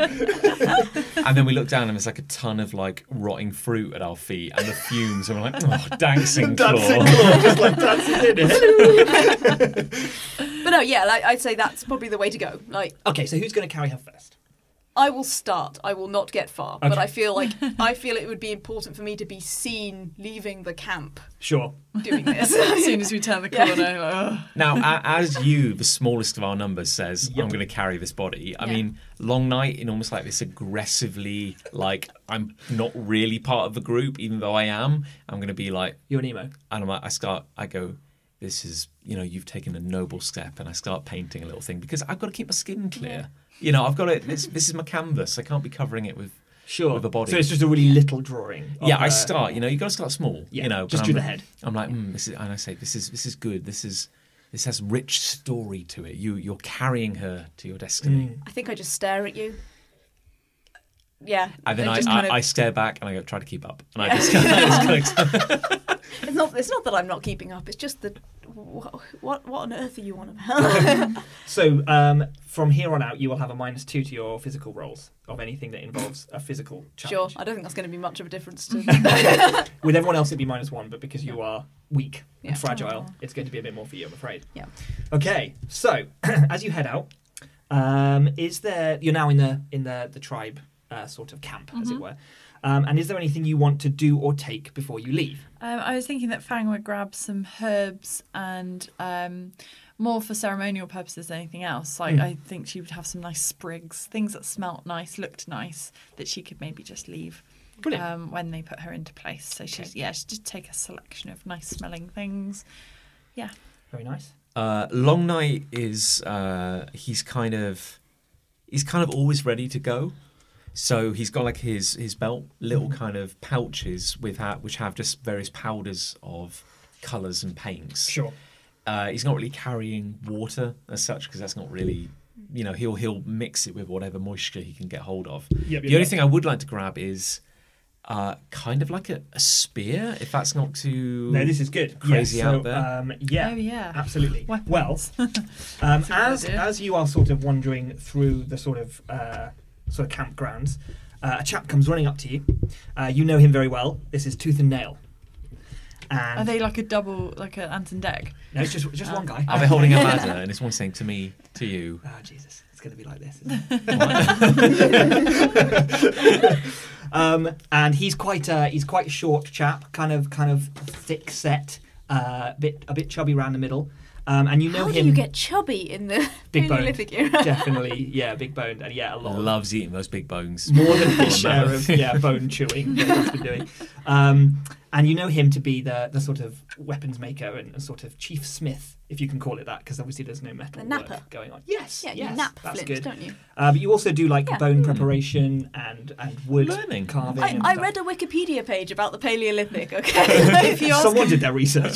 S4: And then we look down and there's like a ton of like rotting fruit at our feet and the fumes and we're like, oh, dancing
S1: [LAUGHS]
S4: claw.
S1: Dancing claw, just like dancing in it.
S5: but no, yeah, like, I'd say that's probably the way to go. Like
S1: Okay, so who's going to carry her first?
S5: I will start. I will not get far, but
S1: Okay.
S5: I feel like I feel it would be important for me to be seen leaving the camp
S1: Sure.
S5: doing
S1: [LAUGHS]
S5: this. [LAUGHS]
S2: as soon as we turn the
S5: Yeah.
S2: corner, like, ugh.
S4: Now, a- as you, the smallest of our numbers, says,
S1: Yep.
S4: I'm going to carry this body. I
S5: Yeah.
S4: mean, Long Night in almost like this aggressively, like, I'm not really part of the group, even though I am. I'm going to be like,
S1: You're an emo.
S4: and I'm like, I start, I go, this is, you know, you've taken a noble step, and I start painting a little thing because I've got to keep my skin clear. You know, I've got to, this, this is my canvas. I can't be covering it with.
S1: Sure.
S4: With a body.
S1: So it's just a really little drawing. of
S4: yeah, I
S1: her.
S4: start. You know, you got to start small.
S1: Yeah,
S4: you know, but
S1: just
S4: I'm,
S1: do the head.
S4: I'm like, mm, this is, and I say, this is this is good. This is this has rich story to it. You you're carrying her to your destiny.
S5: I think I just stare at you. Yeah,
S4: And then I,
S5: just
S4: I,
S5: kind of-
S4: I stare back and I go try to keep up. And I just, [LAUGHS]
S5: [LAUGHS]
S4: I just go,
S5: It's not. It's not that I'm not keeping up. It's just that. What, what what on earth are you on about?
S1: So um, from here on out, you will have a minus two to your physical rolls of anything that involves a physical
S5: sure, [LAUGHS]
S1: challenge.
S5: I don't think that's going to be much of a difference. To...
S1: With everyone else, it'd be minus one, but because you are weak
S5: Yeah.
S1: and fragile, it's going to be a bit more for you, I'm afraid.
S5: Yeah.
S1: Okay. So [CLEARS THROAT] as you head out, um, is there? You're now in the in the the tribe uh, sort of camp, as it were. Um, and is there anything you want to do or take before you leave?
S2: Um, I was thinking that Fang would grab some herbs and um, more for ceremonial purposes than anything else. Like
S1: Mm.
S2: I think she would have some nice sprigs, things that smelt nice, looked nice, that she could maybe just leave
S1: Brilliant.
S2: um, when they put her into place. So she's yeah, she did take a selection of nice smelling things.
S1: Very nice.
S4: Uh, Long Night is uh, he's kind of he's kind of always ready to go. So he's got like his his belt, little
S5: Mm-hmm.
S4: kind of pouches with ha- which have just various powders of colours and paints.
S1: Sure.
S4: Uh, he's not really carrying water as such because that's not really, you know, he'll he'll mix it with whatever moisture he can get hold of.
S1: Yep,
S4: the only thing I would like to grab is uh, kind of like a, a spear, if that's not too.
S1: No, this is good.
S4: Crazy
S1: yeah, so,
S4: out there.
S1: Um, yeah.
S2: Oh yeah.
S1: Absolutely.
S2: Weapons.
S1: Well, um,
S2: That's a good
S1: as
S2: idea.
S1: as you are sort of wandering through the sort of uh, sort of campgrounds, uh, a chap comes running up to you. Uh, you know him very well. This is Tooth and Nail. And
S2: Are they like a double, like an Anton deck?
S1: no, it's just just
S2: Oh.
S1: one guy. Oh,
S4: I'll be holding
S1: [LAUGHS]
S4: a ladder, and it's one saying to me, to you.
S1: Ah, Jesus, it's going to be like this. isn't it? [LAUGHS] Um, and he's quite a he's quite a short chap, kind of kind of thick set, uh, bit a bit chubby round the middle. Um, and [LAUGHS] you know
S5: How
S1: him
S5: do you get chubby in the
S1: [LAUGHS] Big boned.
S5: Paleolithic era?
S1: definitely, yeah, big boned, and yeah, a lot. of-
S4: Loves eating those big bones.
S1: more than his
S4: [LAUGHS] Full of
S1: share of yeah bone chewing that he's been doing. Um, and you know him to be the the sort of weapons maker and, and sort of chief smith, if you can call it that, because obviously there's no metal
S5: The
S1: work
S5: napper.
S1: going on. Yes,
S5: Yeah,
S1: yes,
S5: you nap
S1: that's
S5: flint,
S1: good.
S5: don't you?
S1: Uh, but you also do like
S5: Yeah. Hmm.
S1: bone preparation and and wood
S4: Learning.
S1: carving.
S5: I,
S1: and
S5: I
S1: stuff. [LAUGHS]
S5: read a Wikipedia page about the Paleolithic, okay? [LAUGHS] if you ask
S1: Someone did their research.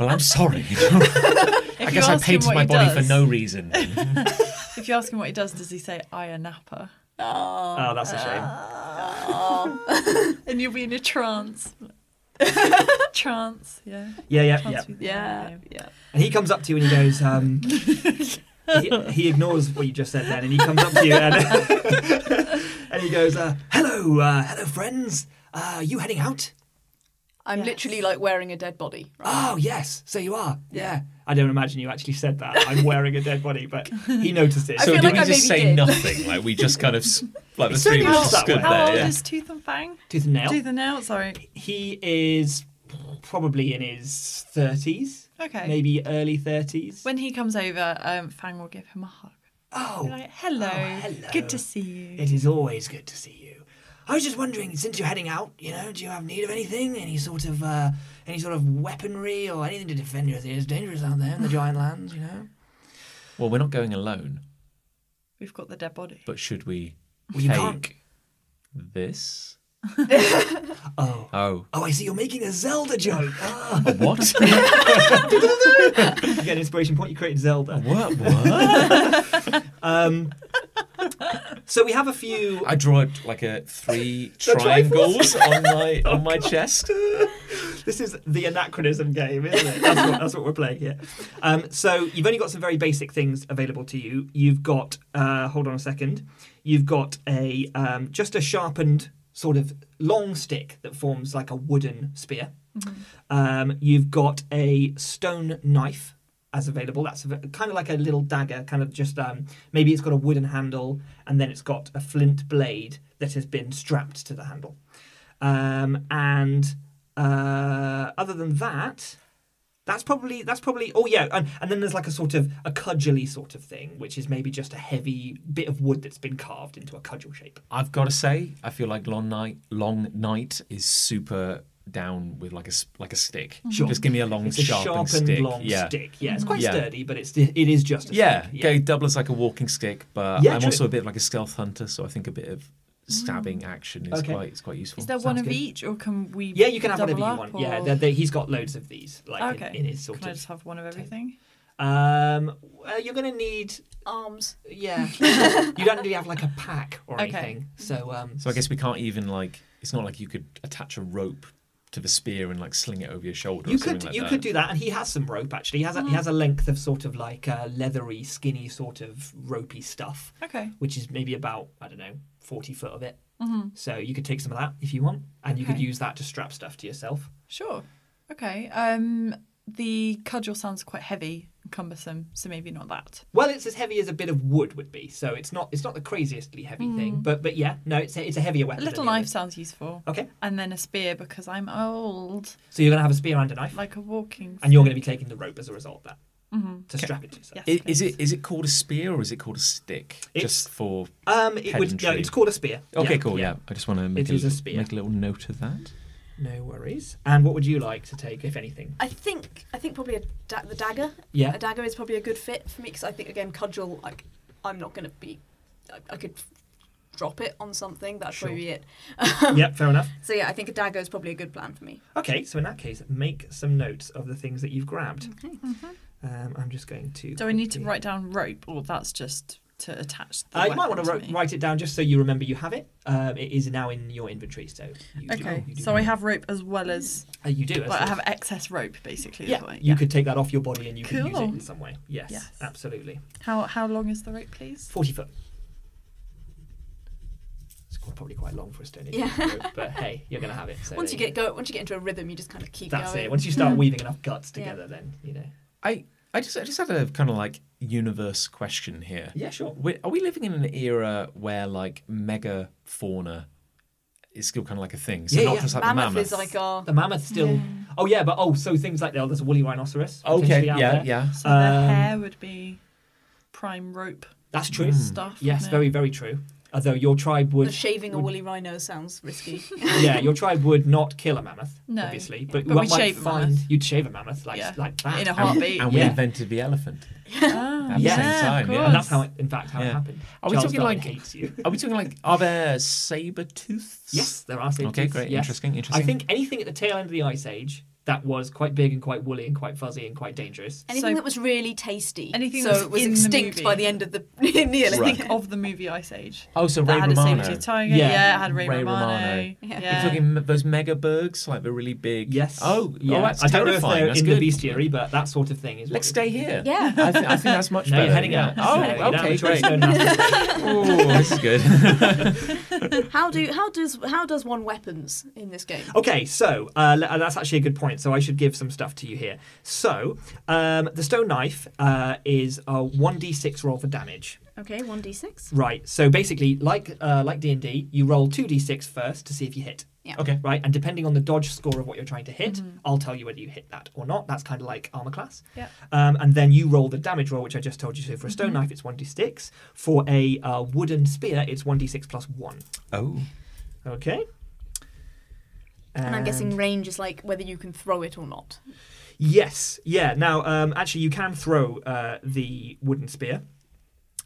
S4: Well, I'm sorry.
S2: If
S4: I
S2: you
S4: guess I
S2: ask him
S4: painted
S2: what
S4: my
S2: he
S4: body for
S2: does-
S4: no reason.
S2: If you ask him what he does, does he say I a napper?
S5: Oh,
S1: Oh, that's a shame. [LAUGHS]
S5: oh.
S2: And you'll be in a trance. trance, yeah.
S1: Yeah, yeah,
S2: Trance
S1: yeah.
S2: with-
S5: yeah, yeah.
S1: And he comes up to you and he goes, um, he, he ignores what you just said then, and he comes up to you and, [LAUGHS] and he goes, uh, hello, uh, hello friends. Uh, are you heading out?
S5: I'm
S2: Yes.
S5: literally like wearing a dead body.
S1: Oh, yes, so you are. Yeah. I don't imagine you actually said that. I'm wearing a dead body, but he noticed it.
S5: I
S4: so
S5: feel
S4: did
S5: like
S4: we
S5: I
S4: just
S5: maybe
S4: say
S5: did.
S4: nothing? Like we just kind of s- like the three
S1: certainly
S4: of us
S1: looks that
S4: stood
S1: way.
S2: How
S4: there.
S2: old
S4: Yeah.
S2: is Tooth and Fang?
S1: Tooth and nail.
S2: Tooth and nail, sorry.
S1: He is probably in his 30s,
S2: Okay.
S1: maybe early 30s.
S2: When he comes over, um, Fang will give him a hug.
S1: oh,
S2: Be like, hello.
S1: Oh, hello.
S2: Good to see you.
S1: It is always good to see you. I was just wondering, since you're heading out, you know, do you have need of anything? Any sort of uh, any sort of weaponry or anything to defend you? It's dangerous out there in the giant lands, you know.
S4: Well, we're not going alone,
S2: We've got the dead body.
S4: but should we
S1: Well, you can't-
S4: take this?
S1: Oh,
S4: Oh,
S1: oh, I see. You're making a Zelda joke. Ah.
S4: a
S1: [LAUGHS]
S4: what? [LAUGHS]
S1: you get an inspiration point. You created Zelda.
S4: what? What?
S1: Um, so we have a few.
S4: I draw like a three
S1: trifles.
S4: triangles on my
S1: [LAUGHS]
S4: on
S1: Oh,
S4: my chest.
S1: This is the anachronism game, isn't it? That's what, that's what we're playing here. Um, so you've only got some very basic things available to you. You've got, uh, hold on a second, you've got a um, just a sharpened sort of long stick that forms like a wooden spear.
S2: Mm-hmm.
S1: Um, you've got a stone knife as available. That's av- kind of like a little dagger, kind of just um, maybe it's got a wooden handle and then it's got a flint blade that has been strapped to the handle. Um, and uh, other than that, that's probably that's probably oh yeah, and, and then there's like a sort of a cudgelly sort of thing, which is maybe just a heavy bit of wood that's been carved into a cudgel shape.
S4: I've got to say, I feel like long night. Long night is super down with like a s- like a stick.
S1: Sure.
S4: Just give me a long
S1: Mm-hmm. It's a
S4: sharpened,
S1: sharpened
S4: stick.
S1: long
S4: yeah.
S1: stick. Yeah, it's quite
S4: Yeah.
S1: sturdy, but it's it is just a
S4: Yeah,
S1: stick.
S4: go double as like a walking stick, but
S1: Yeah,
S4: I'm
S1: true. Mm.
S4: also a bit like a stealth hunter, so I think a bit of stabbing action is
S1: Okay.
S4: quite is quite useful.
S2: Is there
S1: Sounds
S2: one of
S1: good.
S2: each, or can we?
S1: Yeah, you can have whatever
S2: double
S1: you
S2: up,
S1: want. Yeah,
S2: or-
S1: they're, they're- he's got loads of these, like in-
S2: okay.
S1: in, his sort
S2: can I
S1: of.
S2: just have one of everything?
S1: Um, uh, you're gonna need,
S5: Arms.
S2: [LAUGHS]
S1: yeah. you don't really have like a pack or
S2: Okay.
S1: anything, so um,
S4: So I guess we can't even like. It's not like you could attach a rope to the spear and like sling it over your shoulder.
S1: You
S4: or something
S1: could
S4: like
S1: you
S4: that.
S1: could do that, and he has some rope actually. He has a,
S2: Mm.
S1: he has a length of sort of like uh, leathery, skinny, sort of ropey stuff,
S2: Okay.
S1: which is maybe about I don't know forty foot of it.
S2: hmm
S1: So you could take some of that if you want, and you could
S2: Okay.
S1: use that to strap stuff to yourself.
S2: Sure. Okay. Um, the cudgel sounds quite heavy, and cumbersome, so maybe not that.
S1: Well, it's as heavy as a bit of wood would be, so it's not it's not the craziestly heavy thing, but but yeah, no, it's a, it's a heavier
S2: Mm. A
S1: weapon. than
S2: little
S1: the
S2: knife
S1: others.
S2: sounds useful,
S1: Okay,
S2: and then a spear because I'm old,
S1: so you're gonna have a spear and a knife,
S2: like a walking.
S1: and you're gonna be taking the rope as a result of that
S2: hmm
S1: to strap it to yourself.
S2: Yes.
S4: I- Is,
S2: please.
S4: it is it called a spear or is it called a stick?
S1: It's-
S4: Just for
S1: Um, it would, no,
S4: Pedantry.
S1: it's called a spear.
S4: okay, cool. Yeah, I just want to make
S1: It is a
S4: little-
S1: spear.
S4: make a little note of that.
S1: No worries. And what would you like to take, if anything?
S5: I think I think probably a da- the dagger.
S1: Yeah.
S5: [LAUGHS] A dagger is probably a good fit for me because I think again cudgel like I'm not gonna be I, I could drop it on something that's
S1: Sure.
S5: probably be it.
S1: yep, fair enough.
S5: So yeah, I think a dagger is probably a good plan for me.
S1: Okay, so in that case, make some notes of the things that you've grabbed.
S5: Okay.
S1: Um, I'm just going to.
S2: Mm-hmm. Do I need to
S1: quickly-
S2: write down rope, or that's just to attach? The
S1: Uh, you might
S2: weapon
S1: want to
S2: me?
S1: write it down just so you remember you have it. Um, it is now in your inventory, so you
S2: Okay,
S1: do. You do.
S2: so I have rope as well as
S1: Uh, you do. that's
S2: like I
S1: it.
S2: have excess rope basically. is
S1: Yeah,
S2: what I-
S1: you could take that off your body and you could use it
S2: Cool.
S1: in some way. Yes,
S2: Yes.
S1: absolutely.
S2: How how long is the rope, please?
S1: Forty foot. It's quite, probably quite long for a stone age,
S5: Yeah.
S1: rope, but hey, you're gonna have it. So
S5: Once you
S1: there
S5: get go once you get into a rhythm you just kind of
S1: go.
S5: keep
S1: that's
S5: going.
S1: it. Once you start
S2: Mm.
S1: weaving enough guts
S5: Yeah.
S1: together, then you know.
S4: I I just I just had a kind of like universe question here.
S1: Yeah, sure.
S4: we are we living in an era where like mega fauna is still kind of like a thing. So
S1: Yeah,
S4: not
S1: yeah.
S4: just like
S5: mammoth,
S4: the mammoth.
S5: is like our
S1: The mammoth still. Oh yeah, but oh, so things like oh, there's a woolly rhinoceros.
S4: okay,
S1: potentially
S4: yeah,
S1: out there.
S4: yeah.
S2: So
S1: Um,
S2: the hair would be prime rope
S1: That's true.
S4: Hmm.
S2: stuff.
S1: hmm, Yes,
S2: wouldn't
S1: [LAUGHS]
S2: it?
S1: very very true. Although your tribe [LAUGHS]
S5: the
S1: would,
S5: shaving a
S1: would-
S5: woolly rhino sounds
S1: [LAUGHS]
S5: risky.
S1: yeah, your tribe would not kill a mammoth,
S2: No.
S1: obviously, but,
S2: But
S1: one
S2: we'd
S1: might
S2: shave a
S1: find
S2: mammoth.
S1: you'd shave a mammoth like
S2: Yeah.
S1: like that.
S2: in a
S4: And,
S2: heartbeat.
S4: and we
S1: Yeah.
S4: invented the elephant.
S2: Ah,
S4: At the
S1: Yeah.
S4: same time,
S2: of
S4: yeah.
S1: and
S2: course.
S1: that's how, it, in fact, how it
S4: Yeah.
S1: happened.
S4: Are we
S1: Charles
S4: talking
S1: Darwin
S4: like-
S1: hates
S4: [LAUGHS]
S1: you?
S4: Are we talking like are there saber tooths?
S1: Yes, there are saber
S4: Okay, great.
S1: Yes.
S4: Interesting.
S1: I
S4: Interesting.
S1: think anything at the tail end of the Ice Age that was quite big and quite woolly and quite fuzzy and quite dangerous.
S5: Anything
S2: So-
S5: that was really tasty.
S2: Anything
S5: so
S2: that's
S5: it was
S2: in the
S5: extinct by
S2: movie.
S5: the end of the [LAUGHS] Neolithic.
S1: [LAUGHS]
S4: Right.
S2: Think of the movie Ice Age.
S4: Oh, so
S2: that
S4: Ray
S2: had a
S4: Romano.
S2: saber-tooth tiger.
S1: Yeah.
S2: Yeah. it had Ray,
S4: Ray
S2: Romano.
S4: Romano.
S5: Yeah.
S2: Yeah.
S4: You're talking m- those mega bergs, like the really big.
S1: Yes.
S4: Oh,
S1: yeah.
S4: oh that's
S1: I don't know if
S4: terrifying.
S1: they're
S4: that's
S1: in
S4: good.
S1: the bestiary, but that sort of thing is.
S4: Let's
S1: what
S4: stay here.
S5: Yeah.
S4: I, th- I think that's
S1: [LAUGHS]
S4: much
S1: Now
S4: better.
S1: you're heading
S4: yeah.
S1: out.
S4: Oh,
S1: Now you're down
S4: okay,
S1: the choice
S4: great. [LAUGHS]
S1: zone now.
S4: Oh, this is good.
S5: [LAUGHS]
S4: [LAUGHS]
S5: How do how does how does one weapons in this game?
S1: Okay, so uh, le- uh, that's actually a good point. So I should give some stuff to you here. So um, the stone knife uh, is a one d six roll for damage.
S5: Okay, one d six.
S1: Right. So basically, like uh, like D and D, you roll two d six first to see if you hit.
S4: okay.
S1: Right, and depending on the dodge score of what you're trying to hit,
S5: Mm-hmm.
S1: I'll tell you whether you hit that or not. That's kind of like armor class.
S2: Yeah.
S1: Um, and then you roll the damage roll, which I just told you. So for a
S5: Mm-hmm.
S1: stone knife, it's 1d6. For a uh, wooden spear, it's 1d6 plus 1.
S4: Oh.
S1: Okay. Um,
S5: And I'm guessing range is like whether you can throw it or not.
S1: Yes, yeah. Now, um, actually, you can throw uh, the wooden spear,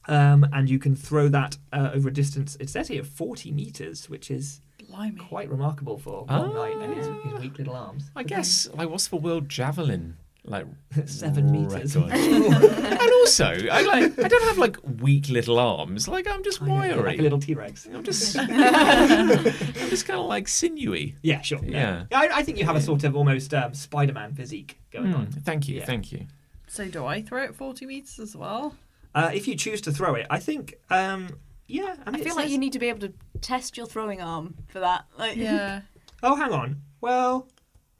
S1: um, and you can throw that uh, over a distance. It says here 40 meters, which is
S2: Blimey.
S1: quite remarkable for one
S4: Ah.
S1: knight and his, his weak little arms.
S4: I guess, like, what's the world javelin? Like,
S1: [LAUGHS] Seven meters. [LAUGHS]
S4: record? and also, I like, I don't have like weak little arms. Like, I'm just
S1: I know,
S4: wiry.
S1: like a little T Rex.
S4: I'm just, [LAUGHS] I'm just kind of like sinewy.
S1: Yeah, sure. no.
S4: Yeah.
S1: I, I think you have a sort of almost um, Spider Man physique going
S4: Hmm,
S1: on.
S4: Thank you,
S1: Yeah.
S4: thank you.
S2: So do I throw it 40 meters
S1: [LAUGHS]
S2: as well?
S1: Uh, if you choose to throw it, I think, um, yeah. I,
S5: I
S1: mean, it
S5: feel like
S1: says-
S5: you need to be able to test your throwing arm for that. Like, [LAUGHS]
S2: Yeah.
S1: Oh, hang on. Well,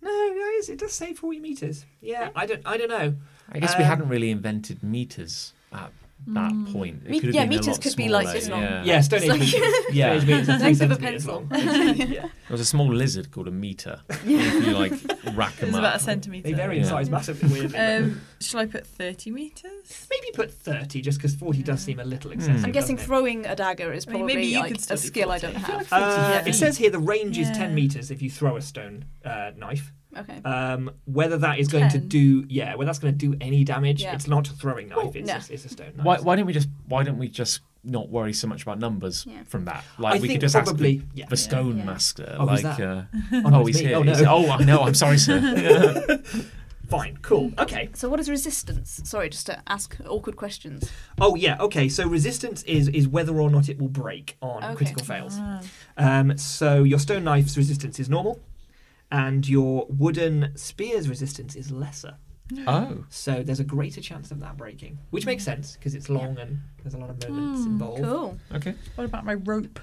S1: no, no, it is- it does say 40 meters. Yeah, I don't, I don't know.
S4: I guess we
S1: Um,
S4: hadn't really invented meters at that point. It
S5: Mm. Me-
S4: could have
S5: yeah,
S4: been a
S5: meters
S4: lot
S5: could be, like,
S4: smaller,
S5: this long.
S4: Yeah.
S1: Yeah, Stone Age
S5: It's like-
S1: meters.
S4: Yeah.
S1: Stone Age
S4: [LAUGHS]
S1: meters are three
S5: Length of a
S1: centimeters
S5: pencil.
S1: long. yeah.
S4: There was a small lizard called a meter.
S5: [LAUGHS]
S4: If you like rack
S2: It
S4: them
S2: was about a
S4: up.
S2: centimeter.
S1: They vary in
S4: Yeah.
S1: size massively, weirdly.
S2: Um, shall I put 30 meters?
S1: Maybe put 30 just because 40 does seem a
S4: Hmm.
S1: little excessive.
S5: I'm guessing
S1: doesn't it?
S5: throwing a dagger is
S2: I mean,
S5: probably
S2: maybe you
S5: like
S2: could
S5: a
S2: still do
S5: skill I
S2: 40.
S5: don't have.
S1: Uh,
S2: Yeah.
S1: it says here the range is 10
S2: Yeah.
S1: meters if you throw a stone uh, knife.
S5: Okay.
S1: Um, whether that is going to
S2: 10.
S1: do, yeah, whether that's going to do any damage,
S5: Yeah.
S1: it's not a throwing knife, it's,
S5: no.
S1: it's, it's a stone knife.
S4: Why, why don't we just why don't we just not worry so much about numbers
S5: Yeah.
S4: from that? Like
S1: I
S4: we
S1: think
S4: could just
S1: probably,
S4: ask the,
S1: yeah.
S4: the stone
S5: Yeah.
S4: master.
S1: Oh,
S4: like
S1: who's that?
S4: Uh,
S1: Oh, no,
S4: oh,
S1: it's
S4: he's
S1: me.
S4: here.
S1: Oh,
S4: Oh,
S1: no.
S4: he's here. oh I know. I'm sorry, sir.
S1: [LAUGHS]
S5: [LAUGHS]
S4: [LAUGHS]
S1: Fine, cool, okay.
S5: So what is resistance? Sorry, just to ask awkward questions.
S1: Oh yeah, okay. So resistance is is whether or not it will break on
S5: Okay.
S1: critical fails.
S2: Ah.
S1: Um, so your stone knife's resistance is normal, and your wooden spear's resistance is lesser.
S4: oh,
S1: So there's a greater chance of that breaking, which makes sense because it's long and there's a lot of moments
S2: Hmm,
S1: involved.
S5: Cool.
S4: okay.
S2: What about my rope?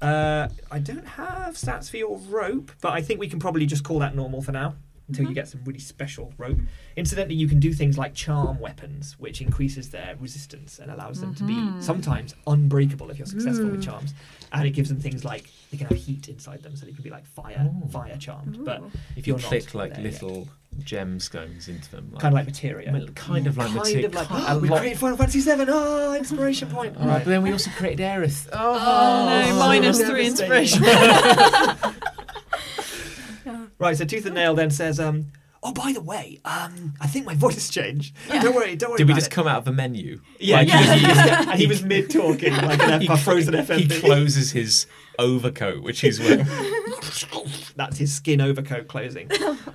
S1: Uh, I don't have stats for your rope, but I think we can probably just call that normal for now until you get some really special rope. Incidentally, you can do things like charm weapons, which increases their resistance and allows them to be sometimes unbreakable if you're successful with
S2: Ooh.
S1: charms. And it gives them things like they can have heat inside them, so they can be like fire,
S4: Ooh.
S1: fire charmed, but
S5: Ooh.
S4: If you
S1: You're not
S4: click like
S1: there yet.
S4: little gemstones into them, like,
S1: kind of like materia.
S4: Well, kind of like
S1: kind
S4: materia.
S1: of like [GASPS]
S4: a
S1: we
S4: lot-
S1: create Final Fantasy VII. Oh, inspiration point.
S4: [LAUGHS] All right, but then we also created Aerith. Oh,
S2: Oh, no, minus three
S1: devastating.
S2: inspiration. [LAUGHS]
S1: [LAUGHS] Right, so Tooth and Nail then says, um, "Oh, by the way, um, I think my voice has changed. Don't worry, don't worry."
S4: Did we
S1: about
S4: just
S1: it."
S4: come out of the menu?
S1: Yeah,
S4: Like,
S1: yeah. and
S4: he-
S1: he was mid
S4: [LAUGHS]
S1: talking like an F-
S4: he-
S1: a frozen
S4: He
S1: FMV.
S4: closes his overcoat, which he's wearing.
S1: That's his skin overcoat
S2: [LAUGHS]
S1: closing.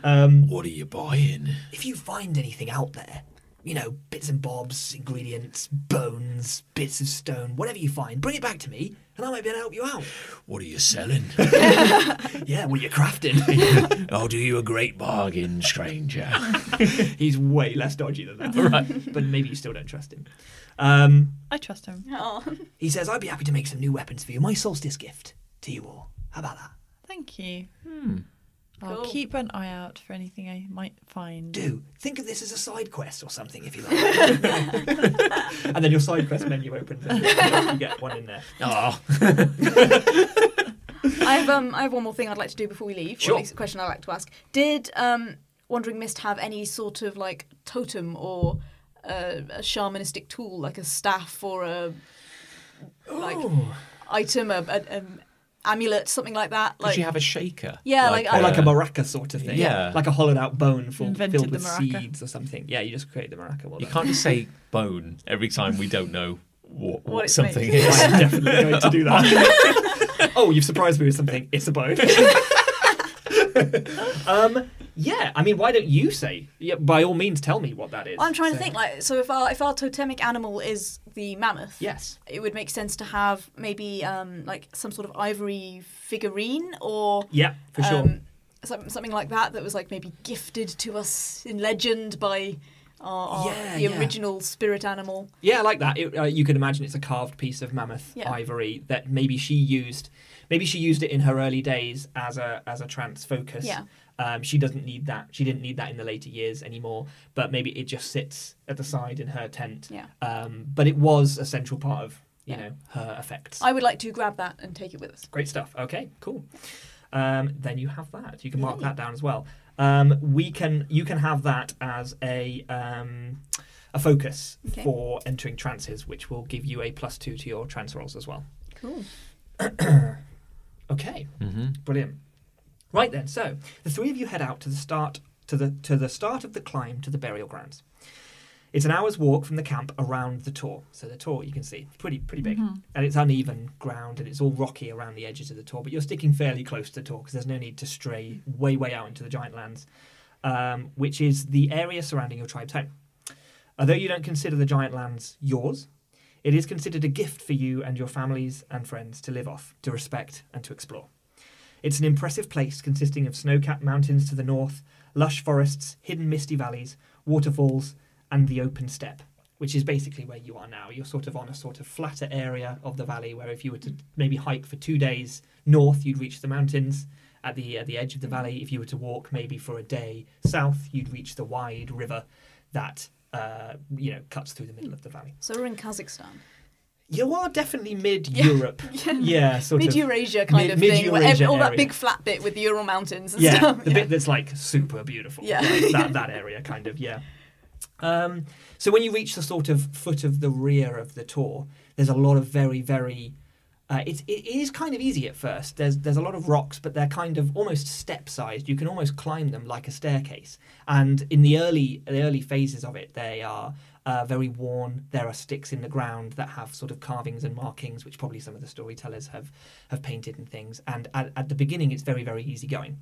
S1: Um,
S4: [LAUGHS] what are you buying?
S1: if you find anything out there, you know, bits and bobs, ingredients, bones, bits of stone, whatever you find, bring it back to me, and I might be able to help you
S4: [LAUGHS]
S1: out.
S4: What are
S1: [LAUGHS]
S4: you selling?
S1: Yeah, well, you're crafting.
S4: I'll Oh, do you a great
S1: [LAUGHS]
S4: bargain, stranger.
S1: He's way less dodgy than that, right? But maybe you still don't trust him. Um,
S2: I trust him.
S5: Oh.
S1: he says, "I'd be happy to make some new weapons for you. My solstice gift to you all. How about that?"
S2: Thank you.
S4: Hmm.
S5: Cool.
S2: I'll keep an eye out for anything I might find.
S1: do. Think of this as a side quest or something, if you like. [LAUGHS] and then your side quest menu opens, and you get one in there.
S4: Oh,
S5: I have um, I have one more thing I'd like to do before we leave.
S1: Sure.
S5: Or at least a question I'd like to ask. Did um, Wandering Mist have any sort of like totem or uh, a shamanistic tool, like a staff or a like
S1: Oh.
S5: item, a, a, an amulet, something like that?
S4: Did
S5: Like
S4: she have a shaker?
S5: Yeah, like-
S1: Or like a
S4: uh,
S1: maraca sort of thing.
S4: Yeah.
S1: Like a hollowed out bone full,
S2: Invented
S1: filled
S2: the
S1: with
S2: maraca.
S1: seeds or something. Yeah, you just create the maraca. Well
S4: You
S1: done.
S4: can't just say bone every time we don't know what, what,
S5: it
S4: something
S5: means. [LAUGHS]
S4: is.
S1: I'm definitely going to do that. [LAUGHS] oh, you've surprised me with something. It's a [LAUGHS] bone. um, yeah, I mean, why don't you say? Yeah, by all means, tell me what that is.
S5: I'm trying to
S1: So-
S5: think. Like, so if our if our totemic animal is the mammoth,
S1: Yes.
S5: it would make sense to have maybe um, like some sort of ivory figurine or
S1: Yeah, for sure.
S5: um, some- something like that that was like maybe gifted to us in legend by our, our-
S1: Yeah,
S5: the
S1: yeah.
S5: original spirit animal.
S1: Yeah, I like that. It, uh, you can imagine it's a carved piece of mammoth
S5: Yeah.
S1: ivory that maybe she used. Maybe she used it in her early days as a as a trance focus.
S5: Yeah.
S1: Um, she doesn't need that. She didn't need that in the later years anymore. But maybe it just sits at the side in her tent.
S5: Yeah.
S1: Um, but it was a central part of you
S5: Yeah.
S1: know her effects.
S5: I would like to grab that and take it with us.
S1: Great stuff. Okay, cool. Um, then you have that. You can mark that down as well. Um, we can. You can have that as a um, a focus
S5: Okay.
S1: for entering trances, which will give you a plus two to your trance rolls as well.
S5: Cool.
S1: Okay,
S4: Mm-hmm.
S1: brilliant. Right then. So the three of you head out to the start to the to the start of the climb to the burial grounds. It's an hour's walk from the camp around the Tor. So the Tor, you can see, it's pretty pretty big,
S2: Mm-hmm.
S1: and it's uneven ground and it's all rocky around the edges of the Tor. But you're sticking fairly close to the Tor because there's no need to stray way way out into the giant lands, um, which is the area surrounding your tribe's home. Although you don't consider the giant lands yours, it is considered a gift for you and your families and friends to live off, to respect, and to explore. It's an impressive place consisting of snow capped mountains to the north, lush forests, hidden misty valleys, waterfalls, and the open steppe, which is basically where you are now. You're sort of on a sort of flatter area of the valley where if you were to maybe hike for two days north, you'd reach the mountains. At the, at the edge of the valley, if you were to walk maybe for a day south, you'd reach the wide river that uh, you know cuts through the middle of the valley.
S5: So we're in Kazakhstan,
S1: You are definitely mid Europe,
S5: [LAUGHS]
S1: yeah, sort
S5: mid
S1: of
S5: Eurasia kind
S1: Mid-
S5: of thing, where ev-
S1: mid-Eurasia
S5: all that
S1: area.
S5: big flat bit with the Ural Mountains and
S1: yeah,
S5: stuff.
S1: the bit that's like super beautiful.
S5: Yeah.
S1: like
S5: [LAUGHS]
S1: that that area kind of yeah. Um, so when you reach the sort of foot of the rear of the tour, there's a lot of very very. Uh, it, it is kind of easy at first. There's there's a lot of rocks, but they're kind of almost step sized. You can almost climb them like a staircase. And in the early the early phases of it, they are uh, very worn. There are sticks in the ground that have sort of carvings and markings, which probably some of the storytellers have have painted and things. And at, at the beginning, it's very very easy going.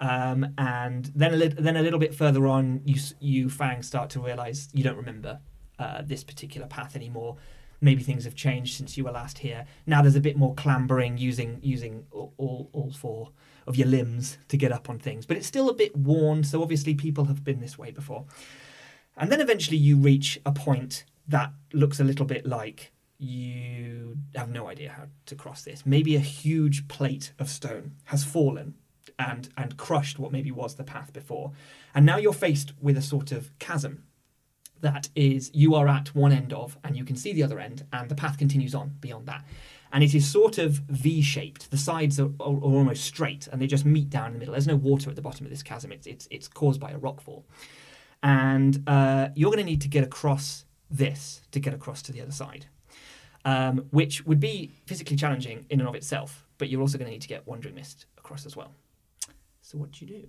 S1: Um, and then a lit then a little bit further on, you s- you Fang start to realise you don't remember uh, this particular path anymore. Maybe things have changed since you were last here. Now there's a bit more clambering, using using all all, all four of your limbs to get up on things, but it's still a bit worn. So obviously people have been this way before. And then eventually you reach a point that looks a little bit like you have no idea how to cross this. Maybe a huge plate of stone has fallen and and crushed what maybe was the path before. And now you're faced with a sort of chasm that is you are at one end of and you can see the other end and the path continues on beyond that. And it is sort of V-shaped. The sides are, are, are almost straight and they just meet down in the middle. There's no water at the bottom of this chasm. It's it's it's caused by a rockfall and uh, you're going to need to get across this to get across to the other side, um, which would be physically challenging in and of itself. But you're also going to need to get Wandering Mist across as well. So what do you do?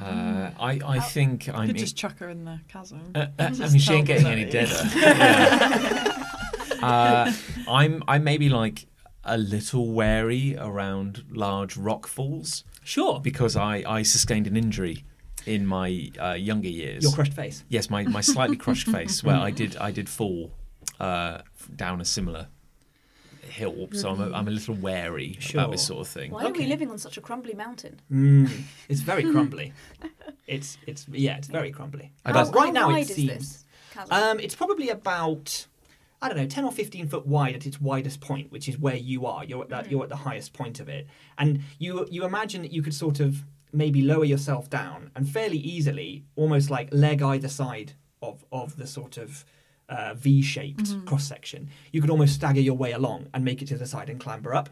S4: Uh, I I think I
S2: could
S4: mean.
S2: just chuck her in the chasm.
S4: Uh, uh, I
S2: just
S4: mean, she ain't
S2: tell
S4: getting
S2: them
S4: any
S2: that
S4: deader.
S1: [LAUGHS]
S4: Yeah. uh, I'm I maybe like a little wary around large rock falls
S1: Sure,
S4: because I I sustained an injury in my uh, younger years.
S1: your crushed face.
S4: Yes, my, my slightly
S1: [LAUGHS]
S4: crushed face where I did I did fall uh, down a similar hill, so I'm a, I'm a little wary
S1: Sure.
S4: about this sort of thing.
S5: Why are we
S1: Okay.
S5: living on such a crumbly mountain?
S1: Mm, it's very
S4: [LAUGHS]
S1: crumbly. It's it's yeah, it's very crumbly.
S4: I
S5: how,
S4: don't-
S1: right now
S5: how wide
S1: it
S5: is
S1: seems.
S5: this? chasm?
S1: Um, it's probably about I don't know, ten or fifteen foot wide at its widest point, which is where you are. You're at that. You're at the highest point of it, and you you imagine that you could sort of maybe lower yourself down and fairly easily, almost like leg either side of of the sort of. Uh, V-shaped cross section. You could almost stagger your way along and make it to the side and clamber up.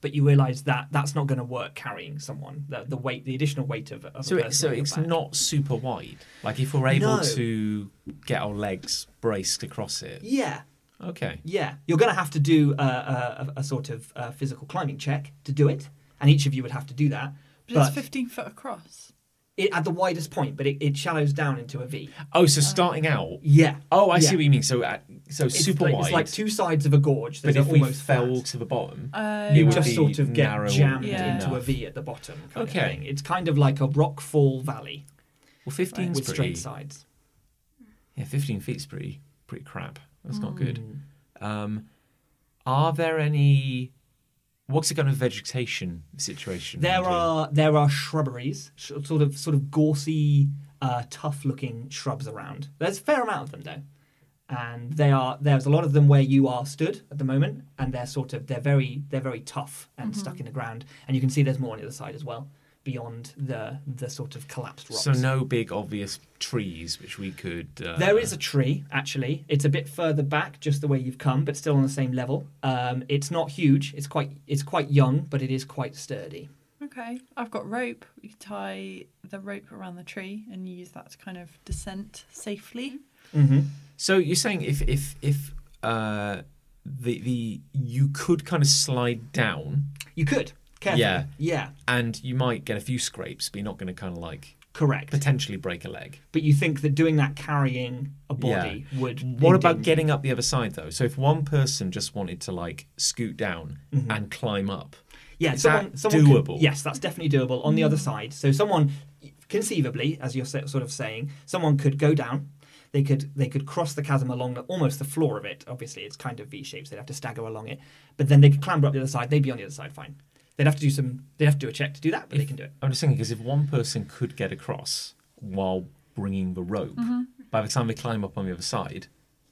S1: but you realize that that's not going to work carrying someone the, the weight the additional weight of, of
S4: So,
S1: a
S4: it,
S1: person
S4: so
S1: on your
S4: it's
S1: back.
S4: not super wide. Like if we're able
S1: No.
S4: to get our legs braced across it.
S1: yeah
S4: Okay.
S1: yeah you're going to have to do a, a, a sort of uh physical climbing check to do it and each of you would have to do that
S2: But,
S1: but
S2: it's 15 foot across.
S1: it, at the widest point but it, it shallows down into a v
S4: Oh, so starting out.
S1: yeah
S4: Oh, I
S1: Yeah.
S4: see what you mean. So uh, so
S1: it's
S4: super
S1: like,
S4: wide.
S1: it's like two sides of a gorge
S4: but
S1: that
S4: if
S1: are
S4: we
S1: almost
S4: fell
S1: flat.
S4: to the bottom.
S2: Uh,
S4: it
S1: you
S4: would
S1: just
S4: be
S1: sort of get
S4: narrow
S1: jammed
S2: Yeah.
S1: into a
S4: enough.
S1: V at the bottom. Kind
S4: Okay.
S1: Of thing. It's kind of like a rock fall valley
S4: Well, 15
S1: with
S4: is
S1: straight
S4: pretty.
S1: sides.
S4: Yeah, 15 feet's pretty pretty crap. That's not good.
S1: Mm.
S4: Um, are there any? What's the kind of vegetation situation?
S1: There
S4: around here?
S1: are there are shrubberies, sh- sort of sort of gorsy, uh, tough-looking shrubs around. There's a fair amount of them though, and they are there's a lot of them where you are stood at the moment, and they're sort of they're very they're very tough and stuck in the ground, and you can see there's more on the other side as well beyond the the sort of collapsed rocks.
S4: So no big obvious trees which we could. Uh,
S1: There is a tree, actually. It's a bit further back, just the way you've come, but still on the same level. Um, it's not huge. It's quite it's quite young, but it is quite sturdy.
S2: Okay, I've got rope. We tie the rope around the tree and use that to kind of descent safely.
S1: Mm-hmm.
S4: So you're saying if if if uh, the the you could kind of slide down
S1: You could carefully.
S4: Yeah.
S1: yeah,
S4: and you might get a few scrapes, but you're not going to kind of like
S1: correct.
S4: potentially break a leg.
S1: But you think that doing that carrying a body would.
S4: What about
S1: endanger-
S4: getting up the other side though? So if one person just wanted to like scoot down and climb up,
S1: Yeah,
S4: Is
S1: someone,
S4: that
S1: someone could-
S4: doable?
S1: yes, that's definitely doable on the other side. So someone, conceivably, as you're so- sort of saying, someone could go down. They could they could cross the chasm along the, almost the floor of it. Obviously, it's kind of V shaped, so they'd have to stagger along it. But then they could clamber up the other side. They'd be on the other side, fine. They'd have to do some. They'd have to do a check to do that, but they can do it.
S4: I'm just thinking because if one person could get across while bringing the rope, by the time they climb up on the other side,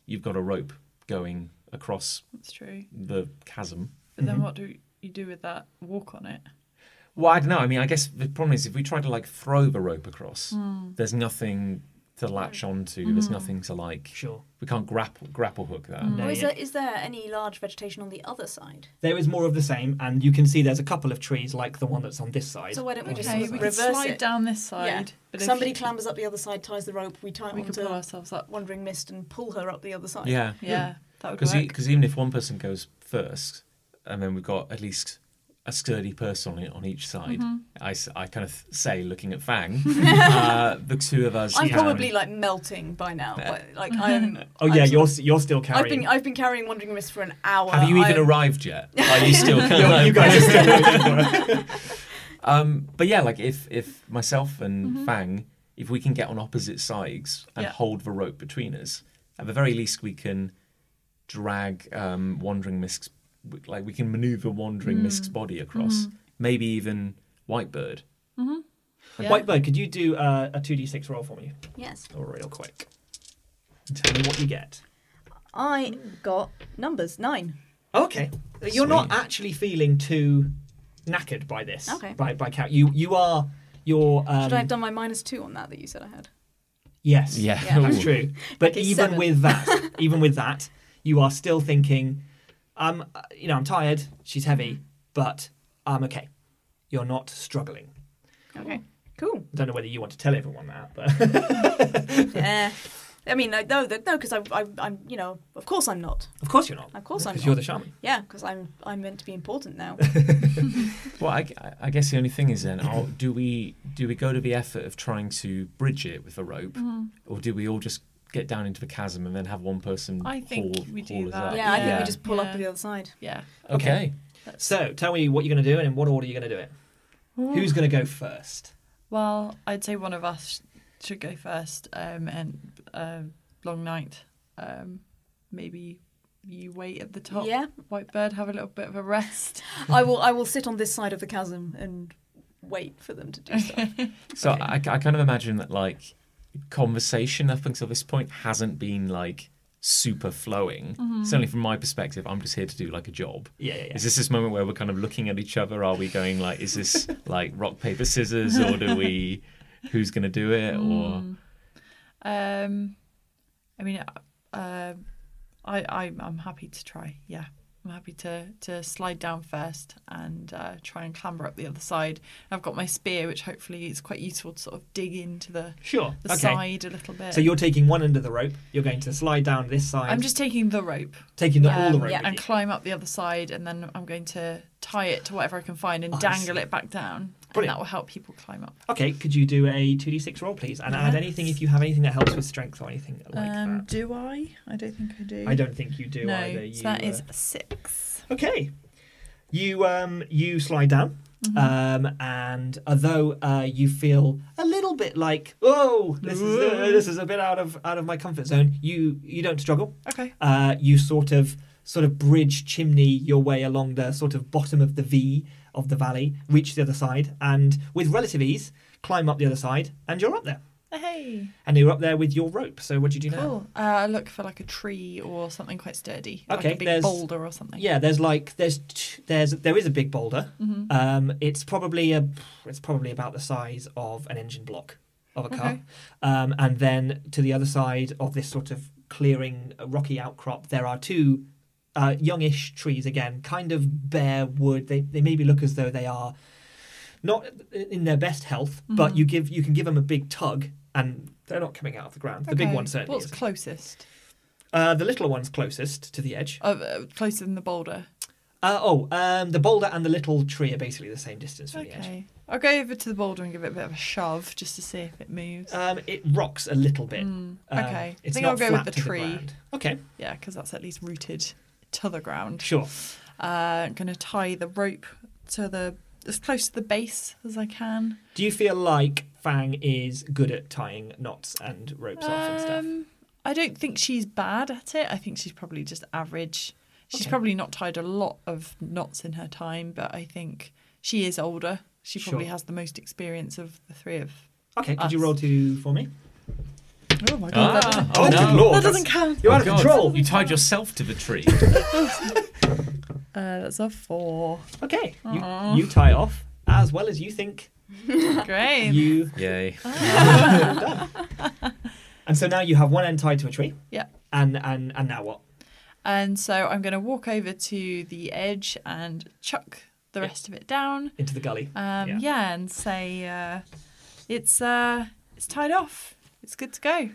S4: you've got a rope going across
S2: That's true.
S4: the chasm.
S2: But
S1: Mm-hmm.
S2: then what do you do with that? Walk on it.
S4: Well, I don't know. I mean, I guess the problem is if we try to like throw the rope across, there's nothing to latch onto. There's nothing to like.
S1: Sure.
S4: We can't grapple grapple hook that.
S1: No,
S5: Or is
S1: yeah.
S5: there, is there any large vegetation on the other side?
S1: There is more of the same, and you can see there's a couple of trees like the one that's on this side.
S5: So why
S4: Oh,
S5: don't we just
S2: Okay, we could
S5: reverse
S2: slide
S5: it?
S2: down this side.
S5: Yeah.
S2: But if
S5: Somebody
S2: you-
S5: clambers up the other side, ties the rope. We tie it
S2: We could pull
S5: onto
S2: ourselves up.
S5: Wandering Mist and pull her up the other side.
S4: Yeah,
S2: Yeah,
S1: Mm-hmm.
S2: that would
S4: because
S2: work.
S4: because even if one person goes first, and then we've got at least a sturdy person on, on each side.
S5: Mm-hmm.
S2: Mm-hmm.
S4: I, s- I kind of say, looking at
S5: [LAUGHS]
S4: Fang, uh, the two of us.
S5: I'm
S4: can-
S5: probably like melting by now. but, Like I'm.
S1: [LAUGHS] oh yeah,
S5: I'm
S1: you're s- you're still carrying.
S5: I've been I've been carrying Wandering Mist for an hour.
S4: Have you even
S5: I'm-
S4: arrived
S1: [LAUGHS]
S4: yet? Are you still kind of
S1: you guys are still
S4: [LAUGHS] Um, but yeah, like if if myself and Fang, if we can get on opposite sides and
S2: Yeah.
S4: hold the rope between us, at the very least we can drag um, Wandering Misk's like we can maneuver Wandering Misk's body across, maybe even Whitebird.
S2: Mm-hmm. Yeah.
S1: Whitebird, could you do uh, a two d six roll for me,
S5: Yes,
S1: real quick? Tell me what you get.
S5: I got numbers nine.
S1: Okay. You're not actually feeling too knackered by this.
S5: Okay.
S1: By by cat. You you are you're um,
S5: Should I have done my minus two on that that you said I had?
S1: Yes.
S4: Yeah,
S5: Yeah.
S1: That's
S5: [LAUGHS]
S1: true. But
S5: Okay,
S1: even
S5: seven.
S1: with
S5: [LAUGHS]
S1: that even with that, you are still thinking, um uh, you know, I'm tired, she's heavy, but I'm okay. You're not struggling.
S5: Okay, cool. [LAUGHS]
S1: I don't know whether you want to tell everyone that, but [LAUGHS]
S5: yeah. I mean, like, no, th- no, because I, I, I'm, you know, of course I'm not.
S1: of course you're not.
S5: Of course I'm
S1: Because
S5: not.
S1: you're the shaman.
S5: yeah, because I'm, I'm meant to be important now.
S4: Well, I, I guess the only thing is then, oh, do we do we go to the effort of trying to bridge it with a rope,
S2: Mm-hmm.
S4: or do we all just get down into the chasm and then have one person?
S2: I think
S4: haul,
S2: we do
S4: haul us
S2: that.
S4: up?
S5: yeah, I think we
S2: Yeah.
S5: just pull up
S2: Yeah.
S5: to the other side.
S2: Yeah.
S4: okay.
S1: So tell me what you're gonna do and in what order you're gonna do it. Who's gonna go first?
S2: Well, I'd say one of us should go first, um, and uh, long night. Um, maybe you wait at the top.
S5: Yeah.
S2: White bird, have a little bit of a rest.
S1: [LAUGHS]
S5: I will, I will sit on this side of the chasm and wait for them to
S2: [LAUGHS]
S5: do stuff.
S4: So
S1: Okay.
S4: I, I kind of imagine that like conversation up until this point hasn't been like super flowing. Certainly from my perspective, I'm just here to do like a job.
S1: Yeah, Mm-hmm. yeah, yeah.
S4: Is this this moment where we're kind of looking at each other? Are we going like, is
S1: [LAUGHS]
S4: this like rock paper scissors, or do we? Who's gonna do it? Or
S1: Mm.
S2: Um, I mean, uh, um, I, I I'm happy to try. Yeah. I'm happy to to slide down first and uh, try and clamber up the other side. I've got my spear, which hopefully is quite useful to sort of dig into the,
S1: Sure.
S2: the
S1: okay.
S2: side a little bit.
S1: So you're taking one end of the rope. You're going to slide down this side.
S2: I'm just taking the rope
S1: taking the, all the
S2: um,
S1: rope.
S5: yeah,
S1: with
S2: and
S1: you.
S2: climb up the other side, and then I'm going to tie it to whatever I can find and
S1: Oh, I
S2: dangle
S1: see.
S2: it back down. And
S1: Brilliant.
S2: that will help people climb up.
S1: okay. Could you do a two d six roll, please, and add
S2: Yeah.
S1: anything if you have anything that helps with strength or anything like
S2: um, do I? I don't think I do.
S1: that? I don't think you do
S2: no,
S1: either. You,
S2: so that
S1: uh,
S2: is six.
S1: Okay. You um you slide down.
S2: Mm-hmm.
S1: Um, and although uh, you feel a little bit like oh this is uh,
S2: Ooh.
S1: this is a bit out of out of my comfort zone, you you don't struggle.
S2: Mm-hmm. Okay.
S1: Uh, you sort of sort of bridge chimney your way along the sort of bottom of the V of the valley, reach the other side, and with relative ease climb up the other side, and you're up there.
S2: Hey.
S1: And you're up there with your rope. So what do you do now?
S2: Cool. Uh, I look for like a tree or something quite sturdy,
S1: Okay,
S2: like a big
S1: there's-
S2: boulder or something.
S1: Yeah, there's like there's t- there's there is a big boulder.
S2: Mhm.
S1: Um, it's probably a it's probably about the size of an engine block of a car.
S2: Okay.
S1: Um, and then to the other side of this sort of clearing uh, rocky outcrop, there are two uh, youngish trees again, kind of bare wood. They they maybe look as though they are not in their best health,
S2: Mm-hmm.
S1: but you give you can give them a big tug and they're not coming out of the ground. The big
S2: Okay.
S1: one certainly
S2: What's
S1: is.
S2: closest?
S1: uh, the little one's closest to the edge.
S2: Uh, uh, closer than the boulder.
S1: Uh, oh, um, the boulder and the little tree are basically the same distance from the edge.
S2: Okay. I'll go over to the boulder and give it a bit of a shove just to see if it moves.
S1: Um, it rocks a little bit.
S2: Mm,
S1: Um,
S2: okay. I
S1: it's
S2: think
S1: not
S2: I'll go
S1: flat
S2: with the
S1: to
S2: tree.
S1: ground. okay,
S2: Yeah, because that's at least rooted to the ground.
S1: sure.
S2: Uh, I'm going to tie the rope to the as close to the base as I can.
S1: Do you feel like Fang is good at tying knots and ropes off and stuff?
S2: Um, I don't think she's bad at it. I think she's probably just average. She's
S1: Okay.
S2: probably not tied a lot of knots in her time, but I think she is older. She probably
S1: Sure.
S2: has the most experience of the three of.
S1: Okay, could you
S2: us.
S1: roll two for me?
S2: Oh my god! that
S4: Ah,
S2: doesn't,
S4: Oh,
S1: Oh, good lord.
S2: that
S1: that's-
S2: doesn't count.
S1: You're out of
S4: God,
S1: control.
S4: You tied yourself to
S1: [LAUGHS]
S4: the tree.
S2: Uh, that's a four.
S1: Okay,
S2: Aw.
S1: you, you tie off as well as you think
S2: Great. [LAUGHS]
S1: you
S4: Yay.
S1: have done. And so now you have one end tied to a tree.
S2: Yeah.
S1: And and and now what?
S2: And so I'm going to walk over to the edge and chuck the
S1: Yeah.
S2: rest of it down.
S1: Into the gully.
S2: Um,
S1: Yeah.
S2: yeah. and say uh, it's uh, it's tied off. It's good to go.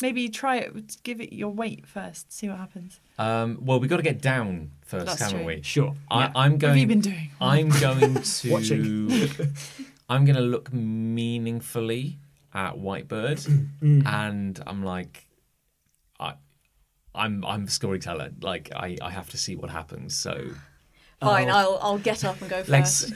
S2: Maybe try it. Give it your weight first. See what happens.
S4: Um, well, we got to get down first,
S2: That's
S4: haven't
S2: true.
S4: we?
S1: Sure.
S4: I,
S2: Yeah.
S4: I'm
S2: What have you
S4: going.
S2: been doing?
S4: [LAUGHS] I'm going to.
S1: Watching.
S4: [LAUGHS] I'm going to look meaningfully at Whitebird, and I'm like, I, I'm I'm a storyteller. Like I, I have to see what happens. So
S5: Fine,
S1: Oh.
S5: I'll I'll get up
S1: [LAUGHS]
S5: and go 1st
S4: let's.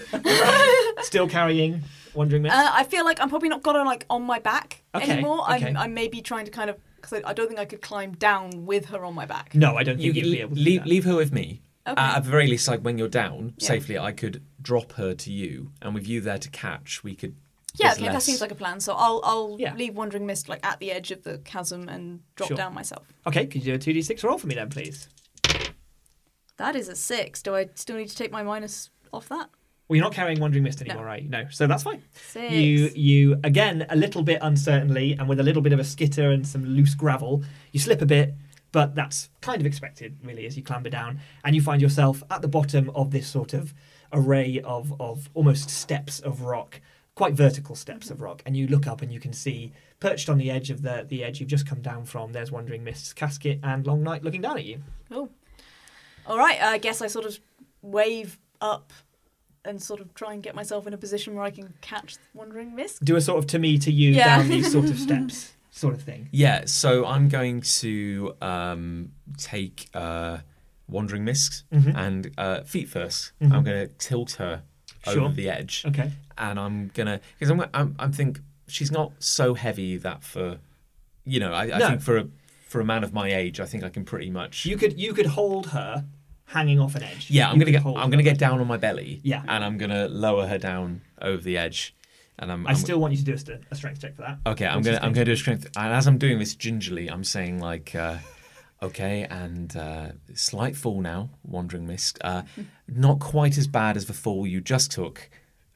S1: Still carrying wandering mist.
S5: Uh, I feel like I'm probably not got on like on my back
S1: Okay,
S5: anymore.
S1: okay.
S5: I'm, I'm maybe trying to kind of because I, I don't think I could climb down with her on my back.
S1: no, I don't
S4: You
S1: think you, would be
S4: leave,
S1: able to. do
S4: leave,
S1: that.
S4: leave her with me.
S1: Uh,
S5: Okay.
S4: At the very least, like when you're down
S5: Yeah.
S4: safely, I could drop her to you, and with you there to catch, we could.
S5: yeah,
S4: there's
S5: okay, that
S4: less-
S5: seems like a plan. So I'll I'll
S1: Yeah.
S5: leave Wandering Mist like at the edge of the chasm and drop
S1: Sure.
S5: down myself.
S1: Okay, could you do a 2d6 roll for me then, please?
S5: That is a six. Do I still need to take my minus off that?
S1: Well, you're not carrying Wandering Mist
S5: No.
S1: anymore, right? No, so that's fine.
S5: Six.
S1: You, you again, a little bit uncertainly, and with a little bit of a skitter and some loose gravel, you slip a bit, but that's kind of expected, really, as you clamber down, and you find yourself at the bottom of this sort of array of of almost steps of rock, quite vertical steps of rock, and you look up and you can see perched on the edge of the the edge you've just come down from. There's Wandering Mist's casket and Long Night looking down at you.
S5: Cool. All right. I guess I sort of wave up and sort of try and get myself in a position where I can catch Wandering Mist.
S1: Do a sort of to me to you
S5: Yeah.
S1: down these
S5: [LAUGHS]
S1: sort of steps, sort of thing.
S4: Yeah, so I'm going to um, take uh, Wandering Misk
S1: Mhm.
S4: and uh, feet 1st i
S1: Mhm.
S4: I'm going to tilt her
S1: Sure.
S4: over the edge,
S1: Okay.
S4: and I'm gonna because I'm, I'm I'm think she's not so heavy that for you know I, I
S1: No.
S4: think for a for a man of my age I think I can pretty much
S1: You could you could hold her hanging off an edge.
S4: yeah I'm
S1: You
S4: gonna
S1: could
S4: get
S1: hold
S4: I'm
S1: her.
S4: gonna get down on my belly
S1: Yeah.
S4: and I'm gonna lower her down over the edge and I'm,
S1: I
S4: I'm
S1: still want you to do a, st- a strength check for that.
S4: Okay, I'm
S1: Which
S4: gonna
S1: is
S4: I'm gonna do a strength, and as I'm doing this gingerly, I'm saying like, uh, okay, and uh, slight fall now, wandering mist, uh, not quite as bad as the fall you just took,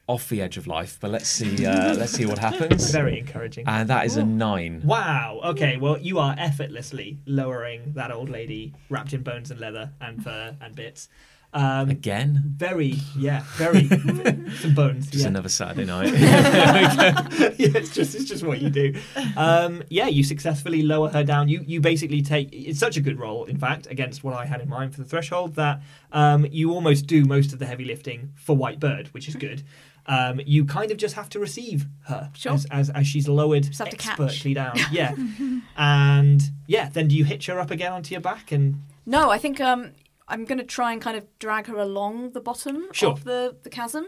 S4: off the edge of life, but let's see. Uh, let's see what happens.
S1: [LAUGHS] Very Oh. encouraging.
S4: And that is a nine.
S1: Wow. Okay. Well, you are effortlessly lowering that old lady wrapped in bones and leather and fur and bits. Um,
S4: Again,
S1: very, yeah, very [LAUGHS] some bones.
S4: just
S1: yeah. [LAUGHS]
S4: another Saturday [LAUGHS] night.
S1: yeah, it's just it's just what you do. Um, yeah, you successfully lower her down. You you basically take it's such a good roll, in fact, against what I had in mind for the threshold that um, you almost do most of the heavy lifting for White Bird, which is good. Um, you kind of just have to receive her
S5: Sure.
S1: as, as as she's lowered
S5: Just have to catch.
S1: expertly
S5: [LAUGHS]
S1: down. Yeah, and yeah, then do you hitch her up again onto your back and
S5: No, I think um, I'm going to try and kind of drag her along the bottom
S1: Sure.
S5: of the, the chasm,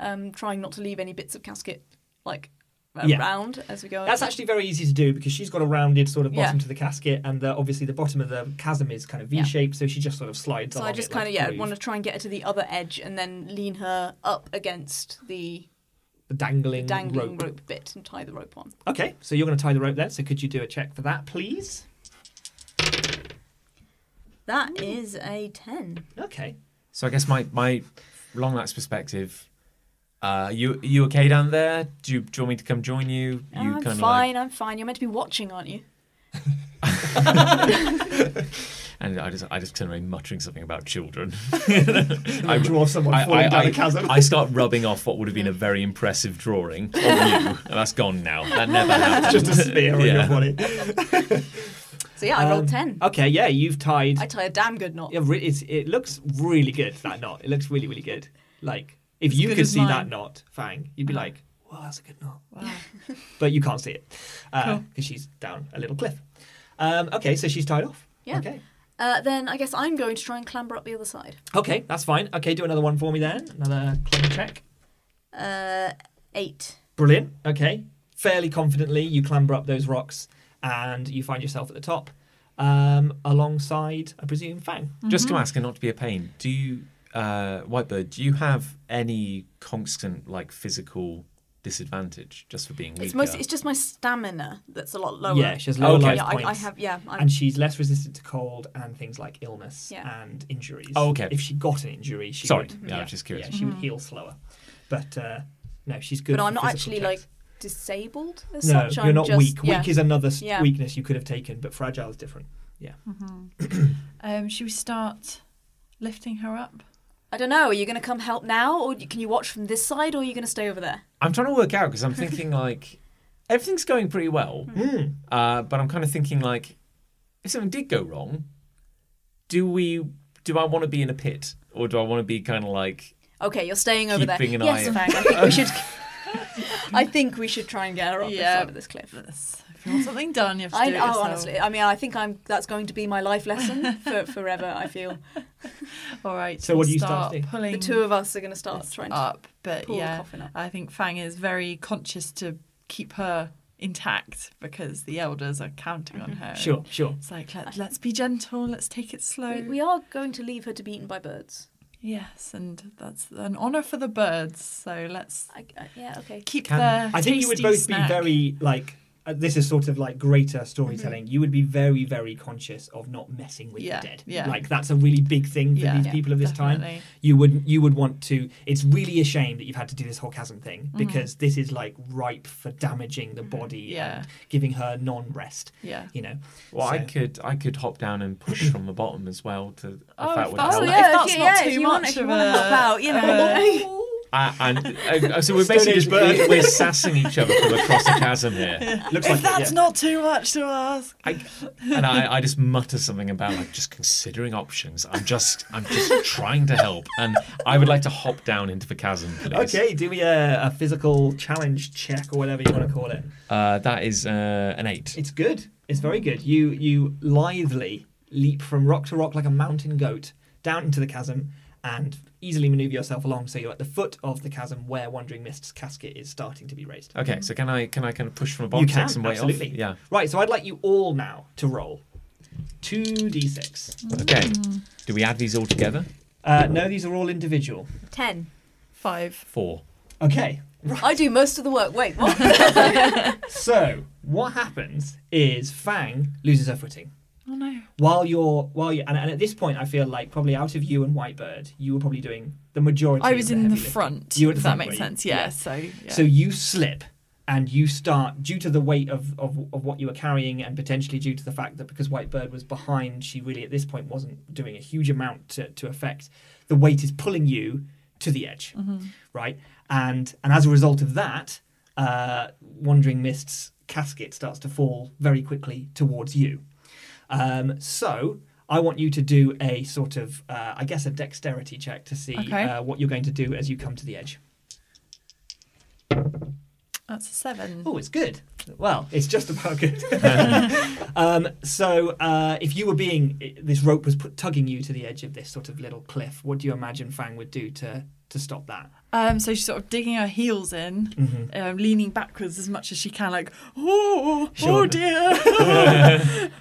S5: um, trying not to leave any bits of casket like
S1: Yeah.
S5: around as we go.
S1: That's actually very easy to do because she's got a rounded sort of bottom
S5: Yeah.
S1: to the casket, and the, obviously the bottom of the chasm is kind of
S5: Yeah.
S1: V-shaped, so she just sort of slides.
S5: so I
S1: along
S5: just
S1: it
S5: kind
S1: like
S5: of
S1: a
S5: yeah
S1: groove.
S5: want to try and get her to the other edge and then lean her up against the
S1: the dangling,
S5: dangling
S1: rope.
S5: rope, bit and tie the rope on.
S1: Okay, so you're going to tie the rope then. So could you do a check for that, please?
S5: That is a ten.
S4: [LAUGHS]
S1: Okay.
S4: so I guess my my long lax perspective. Uh, you you okay down there? Do you, do you want me to come join you? You
S5: I'm
S4: kinda
S5: fine. I'm fine. You're meant to be watching, aren't you?
S4: and I just I just turn around muttering something
S1: [LAUGHS]
S4: about children. [LAUGHS]
S1: I [LAUGHS] draw someone falling down the chasm.
S4: I start rubbing off what would have been a very impressive drawing
S1: [LAUGHS]
S4: of you, and that's gone now. That never happened.
S1: just a spear on your
S4: Yeah.
S1: body.
S5: So yeah, I
S1: Um,
S5: rolled ten.
S1: Okay, yeah, you've tied.
S5: I tie a damn good knot.
S1: Yeah, re- it's, it looks really good. That knot. It looks really, really good. Like if you
S2: good
S1: could
S2: as
S1: see that
S2: mine.
S1: knot, Fang, you'd be like, "Well, that's a good knot," [COUGHS]
S2: Wow.
S1: but you can't see it because
S2: Cool.
S1: she's down a little cliff. Um, okay, so she's tied off.
S5: Yeah.
S1: Okay.
S5: Uh, then I guess I'm going to try and clamber up the other side.
S1: Okay, that's fine. Okay, do another one for me then. Another climb check.
S5: Uh, eight.
S1: Brilliant. Okay. Fairly confidently, you clamber up those rocks and you find yourself at the top um, alongside, I presume, Fang.
S5: Mm-hmm.
S4: Just to ask, and not to be a pain, do you, uh, Whitebird, do you have any constant like physical disadvantage just for being weaker?
S5: It's mostly it's just my stamina that's a lot lower.
S1: Yeah, she has lower
S4: Okay.
S1: life
S5: yeah,
S1: points.
S5: I, I have. Yeah, I'm,
S1: and she's less resistant to cold and things like illness
S5: Yeah.
S1: and injuries.
S4: Oh, okay.
S1: If she got an injury, she
S4: Sorry.
S1: would.
S4: Yeah, I was just curious.
S1: Yeah, she would heal slower. But uh, no, she's good.
S5: Mm-hmm. but I'm
S1: for
S5: not
S1: physical
S5: actually
S1: checks.
S5: like disabled as
S1: No,
S5: such.
S1: you're
S5: I'm
S1: not
S5: just,
S1: weak.
S5: Yeah.
S1: Weak is another s-
S5: Yeah.
S1: weakness you could have taken, but fragile is different.
S2: Um, should we start lifting her up?
S5: I don't know. Are you going to come help now, or you- can you watch from this side, or are you going to stay over there?
S4: I'm trying to work out
S5: [LAUGHS]
S4: because I'm thinking like everything's going pretty well,
S2: Hmm.
S1: Mm.
S4: uh, but I'm kind of thinking like if something did go wrong, do we? Do I want to be in a pit or do I want to be kind of like?
S5: Okay, you're staying over
S4: Keeping
S5: there.
S4: an
S5: yes,
S4: eye-
S5: Fang. I think we
S1: [LAUGHS]
S5: should. I think we should try and get her up this
S2: Yeah.
S5: side of this cliff.
S2: That's, if you want something done, you have to do
S5: I,
S2: it yourself.
S5: oh, honestly, I mean, I think I'm. That's going to be my life lesson for forever.
S1: [LAUGHS]
S5: I feel
S2: All right.
S1: So what do you start to do?
S2: pulling
S5: the two of us are going to start
S2: this
S5: trying to
S2: up, but
S5: pull the
S2: yeah,
S5: coffin up.
S2: I think Fang is very conscious to keep her intact because the elders are counting
S5: Mm-hmm.
S2: on her.
S1: Oh. Sure, sure.
S2: It's like let, let's be gentle, let's take it slow.
S5: We, we are going to leave her to be eaten by birds.
S2: Yes, and that's an honour for the birds. So let's
S5: I, I, yeah. Okay.
S2: keep
S4: Can-
S2: their.
S1: I think you would
S2: tasty
S1: both
S2: snack.
S1: be very like. Uh, this is sort of like greater storytelling. You would be very, very conscious of not messing with
S2: Mm-hmm. Yeah,
S1: the dead.
S2: yeah.
S1: Like that's a really big thing for
S2: Yeah.
S1: these
S5: Yeah,
S1: people of this time.
S2: Definitely.
S1: You would you would want to. It's really a shame that you've had to do this whole chasm
S2: Mm-hmm.
S1: thing because this is like ripe for damaging the body
S2: Yeah.
S1: and giving her non-rest.
S2: Yeah.
S1: You
S2: [LAUGHS]
S1: know.
S4: Well, I
S1: So-
S4: could I could hop down and push from the bottom as well to if
S2: Oh,
S4: that
S2: if
S4: would
S2: that's-
S4: help.
S2: yeah, if that's not too much
S5: want- if you
S2: of
S5: want to
S2: a-
S5: help out, you know.
S4: Uh, and uh, so we're
S1: Stone
S4: basically
S1: Age
S4: just
S1: bird.
S4: we're, we're sassing each other from across the chasm
S2: [LAUGHS]
S4: here,
S1: Looks
S2: If
S1: like it,
S2: that's
S1: yeah.
S2: not too much to ask.
S4: I, and I, I just mutter something about like just considering options. I'm just I'm just trying to help, and I would like to hop down into the chasm, please.
S1: Okay, do me a, a physical challenge check or whatever you want to call it.
S4: uh, that is uh, an eight.
S1: It's good. It's very good. You you lithely leap from rock to rock like a mountain goat down into the chasm and easily maneuver yourself along so you're at the foot of the chasm where Wandering Mist's casket is starting to be raised.
S4: Okay, so can I can I kind of push from the bottom,
S1: can,
S4: take some weight
S1: absolutely.
S4: off? Yeah.
S1: Right, so I'd like you all now to roll 2d6.
S4: Okay. Do we add these all together?
S1: Uh, no, these are all individual.
S5: [LAUGHS] Ten.
S2: Five.
S4: Four.
S1: Okay,
S5: I do most of the work. Wait, what?
S1: so what happens is Fang loses her footing.
S2: Oh no.
S1: While you're while you and, and at this point, I feel like probably out of you and Whitebird, you were probably doing the majority.
S2: I
S1: of
S2: was in the
S1: heavy lifting.
S2: front.
S1: You were at the
S2: if
S1: front,
S2: that makes
S1: were you?
S2: sense. Yeah. So yeah.
S1: So you slip and you start, due to the weight of, of, of what you were carrying, and potentially due to the fact that because Whitebird was behind, she really at this point wasn't doing a huge amount to, to affect, the weight is pulling you to the edge,
S2: Mm-hmm.
S1: right? And, and as a result of that, uh, Wandering Mist's casket starts to fall very quickly towards you. Um, so I want you to do a sort of, uh, I guess, a dexterity check to see
S2: Okay.
S1: uh, what you're going to do as you come to the edge.
S2: that's a seven.
S1: Oh, it's good. Well, it's just about good. um, so, uh, if you were being, this rope was put, tugging you to the edge of this sort of little cliff, what do you imagine Fang would do to, to stop that?
S2: Um, so she's sort of digging her heels in,
S1: Mm-hmm.
S2: um, leaning backwards as much as she can, like, oh,
S1: Sure.
S2: oh dear.
S1: [LAUGHS]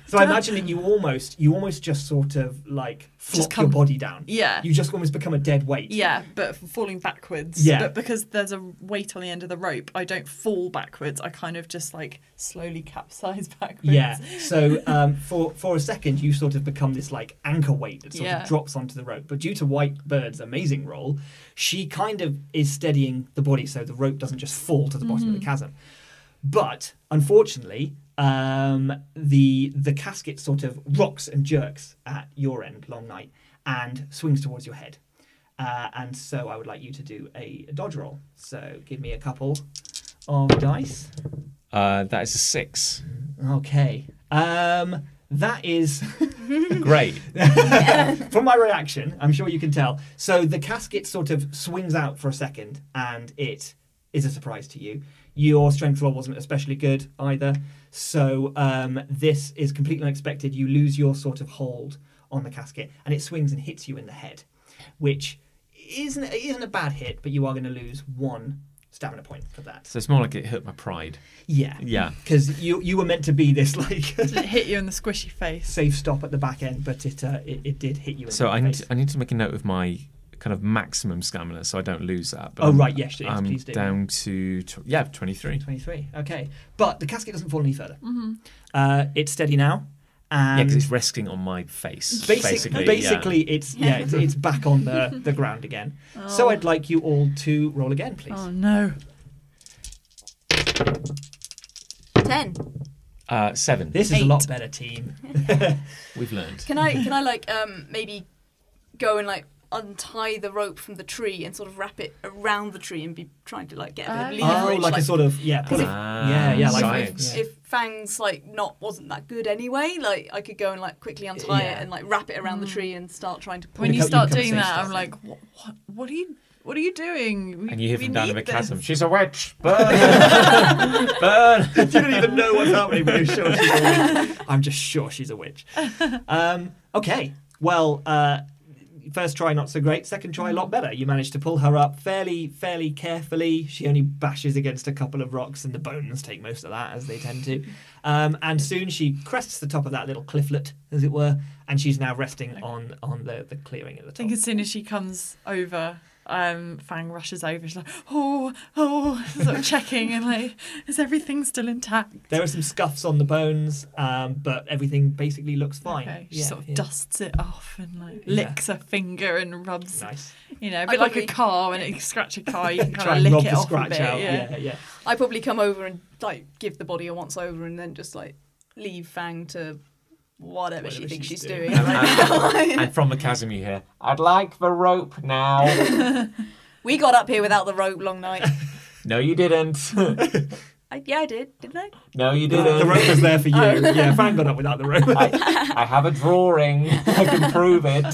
S1: So, I imagine that you almost, you almost just sort of like flop your
S2: come-
S1: body down.
S2: yeah.
S1: You just almost become a dead weight.
S2: Yeah, but f- falling backwards.
S1: Yeah.
S2: But because there's a weight on the end of the rope, I don't fall backwards. I kind of just like slowly capsize [LAUGHS] backwards.
S1: Yeah. So um, for for a second, you sort of become this like anchor weight that sort
S2: Yeah.
S1: of drops onto the rope. But due to White Bird's amazing role, she kind of is steadying the body so the rope doesn't just fall to the bottom of the chasm. But unfortunately, um, the the casket sort of rocks and jerks at your end, Long Night, and swings towards your head. Uh, and so I would like you to do a dodge roll. So give me a couple of dice.
S4: Uh, that is
S1: [LAUGHS]
S4: a six.
S1: Okay. Um, that is
S4: Great.
S1: from my reaction. I'm sure you can tell. So the casket sort of swings out for a second, and it is a surprise to you. Your strength roll wasn't especially good either, so um, this is completely unexpected. You lose your sort of hold on the casket, and it swings and hits you in the head, which isn't isn't a bad hit, but you are going to lose one stamina point for that.
S4: So it's more like it hurt my pride.
S1: Yeah,
S4: Yeah.
S1: because you you were meant to be this [LAUGHS] like
S2: Did it hit you in the squishy face?
S1: safe stop at the back end, but it uh, it, it did hit you. In
S4: So
S1: the
S4: I need
S1: face.
S4: to, I need to make a note of my kind of maximum stamina so I don't lose that.
S1: Oh,
S4: I'm-
S1: right, yes, yes,
S4: I'm
S1: please do.
S4: down to tw- yeah, twenty three.
S1: twenty-three. Okay, but the casket doesn't fall any further. Uh, it's steady now,
S4: Yeah,
S1: and
S4: because it's resting on my face.
S1: basic-
S4: basically,
S1: basically,
S4: yeah.
S1: it's yeah, it's, it's back on the, the ground again. So I'd like you all to roll again, please.
S2: Oh no.
S5: [LAUGHS] Ten.
S4: Uh, seven.
S1: This is a lot
S2: Eight.
S1: better, team.
S4: We've learned.
S5: Can I can I like um maybe go and like untie the rope from the tree and sort of wrap it around the tree and be trying to like get a bit of
S2: Oh.
S1: Oh,
S5: leverage.
S1: like a sort of yeah, pull it. yeah, yeah, like
S4: Ah, science.
S1: yeah.
S5: if Fang's like not wasn't that good anyway, like I could go and like quickly untie
S1: Yeah.
S5: it and like wrap it around the tree and start trying to pull.
S2: When
S1: You
S2: you
S1: become-
S2: start
S1: become
S2: doing
S1: safe
S2: that, I'm
S1: stuff.
S2: like, what, what, what are you? What are you doing? We-
S4: And you hear
S2: we
S4: from down of
S2: need
S4: a chasm.
S2: this.
S4: She's a
S3: witch. Burn.
S4: [LAUGHS]
S1: [LAUGHS]
S4: burn.
S1: you don't even know what's happening, but you're sure she's a
S2: [LAUGHS]
S1: witch. I'm just sure she's a witch. Um, okay, well, uh, first try not so great, second try a lot better. You manage to pull her up fairly, fairly carefully. She only bashes against a couple of rocks, and the bones take most of that, as they tend to. Um, and soon she crests the top of that little clifflet, as it were, and she's now resting on on the, the clearing at the
S2: I
S1: top.
S2: think as soon as she comes over, um, Fang rushes over. She's like, oh, oh, [LAUGHS] sort of checking and like, is everything still intact?
S1: There are some scuffs on the bones, um, but everything basically looks fine.
S2: Okay. She
S1: Yeah,
S2: sort of
S1: yeah.
S2: dusts it off and like
S1: Yeah.
S2: licks her finger and rubs,
S1: Nice.
S2: you know, a
S5: I
S2: bit like
S5: probably-
S2: a car when you scratch a
S1: [LAUGHS]
S2: car, you can
S1: Try
S2: kind
S1: and
S2: of
S1: rob
S2: lick it
S1: the
S2: off a
S1: scratch
S2: bit.
S1: out.
S2: yeah.
S1: yeah, yeah.
S5: I probably come over and like give the body a once over and then just like leave Fang to whatever, she
S1: Whatever
S5: thinks
S1: she's
S5: she's,
S1: doing.
S5: doing.
S4: [LAUGHS]
S5: right now.
S4: and from the chasm you hear.
S3: I'd like the rope now.
S2: [LAUGHS]
S5: we got up here without the rope, long night.
S4: No, you didn't. [LAUGHS]
S5: I, yeah, I did, didn't I?
S4: No, you
S1: The, the
S4: didn't.
S1: rope was there for you.
S5: Oh.
S1: yeah, Fang got up without the
S5: [LAUGHS]
S1: rope. [LAUGHS]
S3: I, I have a drawing. I can prove
S1: [LAUGHS]
S3: it.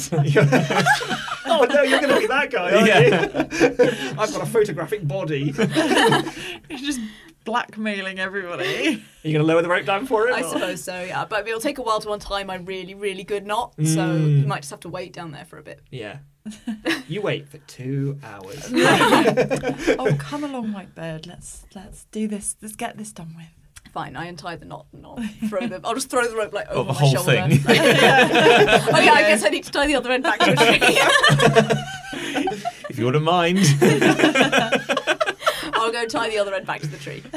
S1: oh no, you're going to be that guy, aren't
S4: Yeah.
S1: you? [LAUGHS] I've got a photographic body. Are
S2: She's just
S1: [LAUGHS]
S2: blackmailing everybody.
S1: you going to lower the rope down for it?
S5: I
S1: or-
S5: suppose so, yeah. But it'll take a while to untie my really, really good knot, so
S1: Mm.
S5: you might just have to wait down there for a bit.
S1: Yeah. You wait for two
S5: [LAUGHS]
S1: hours.
S2: oh, come along, white bird. Let's let's do this. Let's get this done with.
S5: Fine, I untie the knot and I'll throw the. I'll just throw the rope like over
S4: the
S5: my
S4: whole
S5: shoulder.
S4: thing.
S5: oh
S4: [LAUGHS]
S5: yeah, I guess I need to tie the other end back to a tree.
S4: if you wouldn't mind.
S5: I'll go tie the other end back to the tree. Should,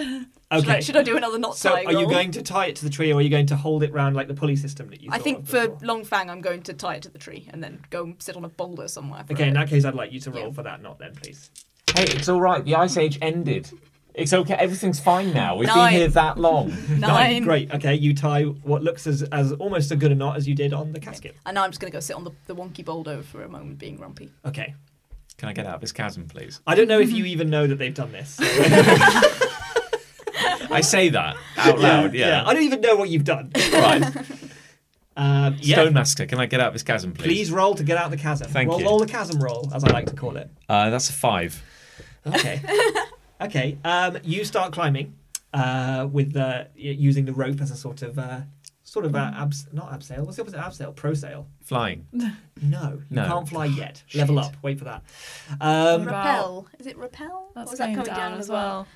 S5: I,
S1: Okay.
S5: should I do another knot
S1: So
S5: tie
S1: are you
S5: roll?
S1: going to tie it to the tree or are you going to hold it round like the pulley system that you
S5: I
S1: thought
S5: think
S1: of
S5: for
S1: before?
S5: Long Fang, I'm going to tie it to the tree and then go and sit on a boulder somewhere. for
S1: Okay,
S5: a
S1: in
S5: [LAUGHS] bit.
S1: that case I'd like you to roll
S5: Yeah.
S1: for that knot then, please.
S3: Hey, it's all right. The ice age ended. It's okay. Everything's fine now. We've
S5: Nine.
S3: been here that long.
S5: nine.
S1: Great. Okay, you tie what looks as, as almost a good a knot as you did on the casket.
S5: And now I'm just going to go sit on the, the wonky boulder for a moment, being grumpy.
S1: Okay.
S4: Can I get out of this chasm, please?
S1: I don't know if you even know that they've done this. so-
S4: I say that [LAUGHS] out loud. Yeah.
S1: I don't even know what you've done.
S3: [LAUGHS]
S4: Right.
S1: Um, yeah.
S4: Stone Master, can I get out of this chasm, please?
S1: Please roll to get out the chasm.
S4: Thank
S1: roll,
S4: you.
S1: roll the chasm roll, as I like to call it.
S4: Uh, that's a five.
S1: Okay. okay. Um, you start climbing uh, with uh, y- using the rope as a sort of uh, sort of uh, abs- not abseil. What's the opposite of abseil? Prosail.
S4: Flying.
S1: No, you
S4: No.
S1: can't fly yet. Level
S4: Shit.
S1: up. Wait for that. Um,
S5: Repel. Is it repel?
S2: That's
S5: or is that
S2: going
S5: coming
S2: down, as well.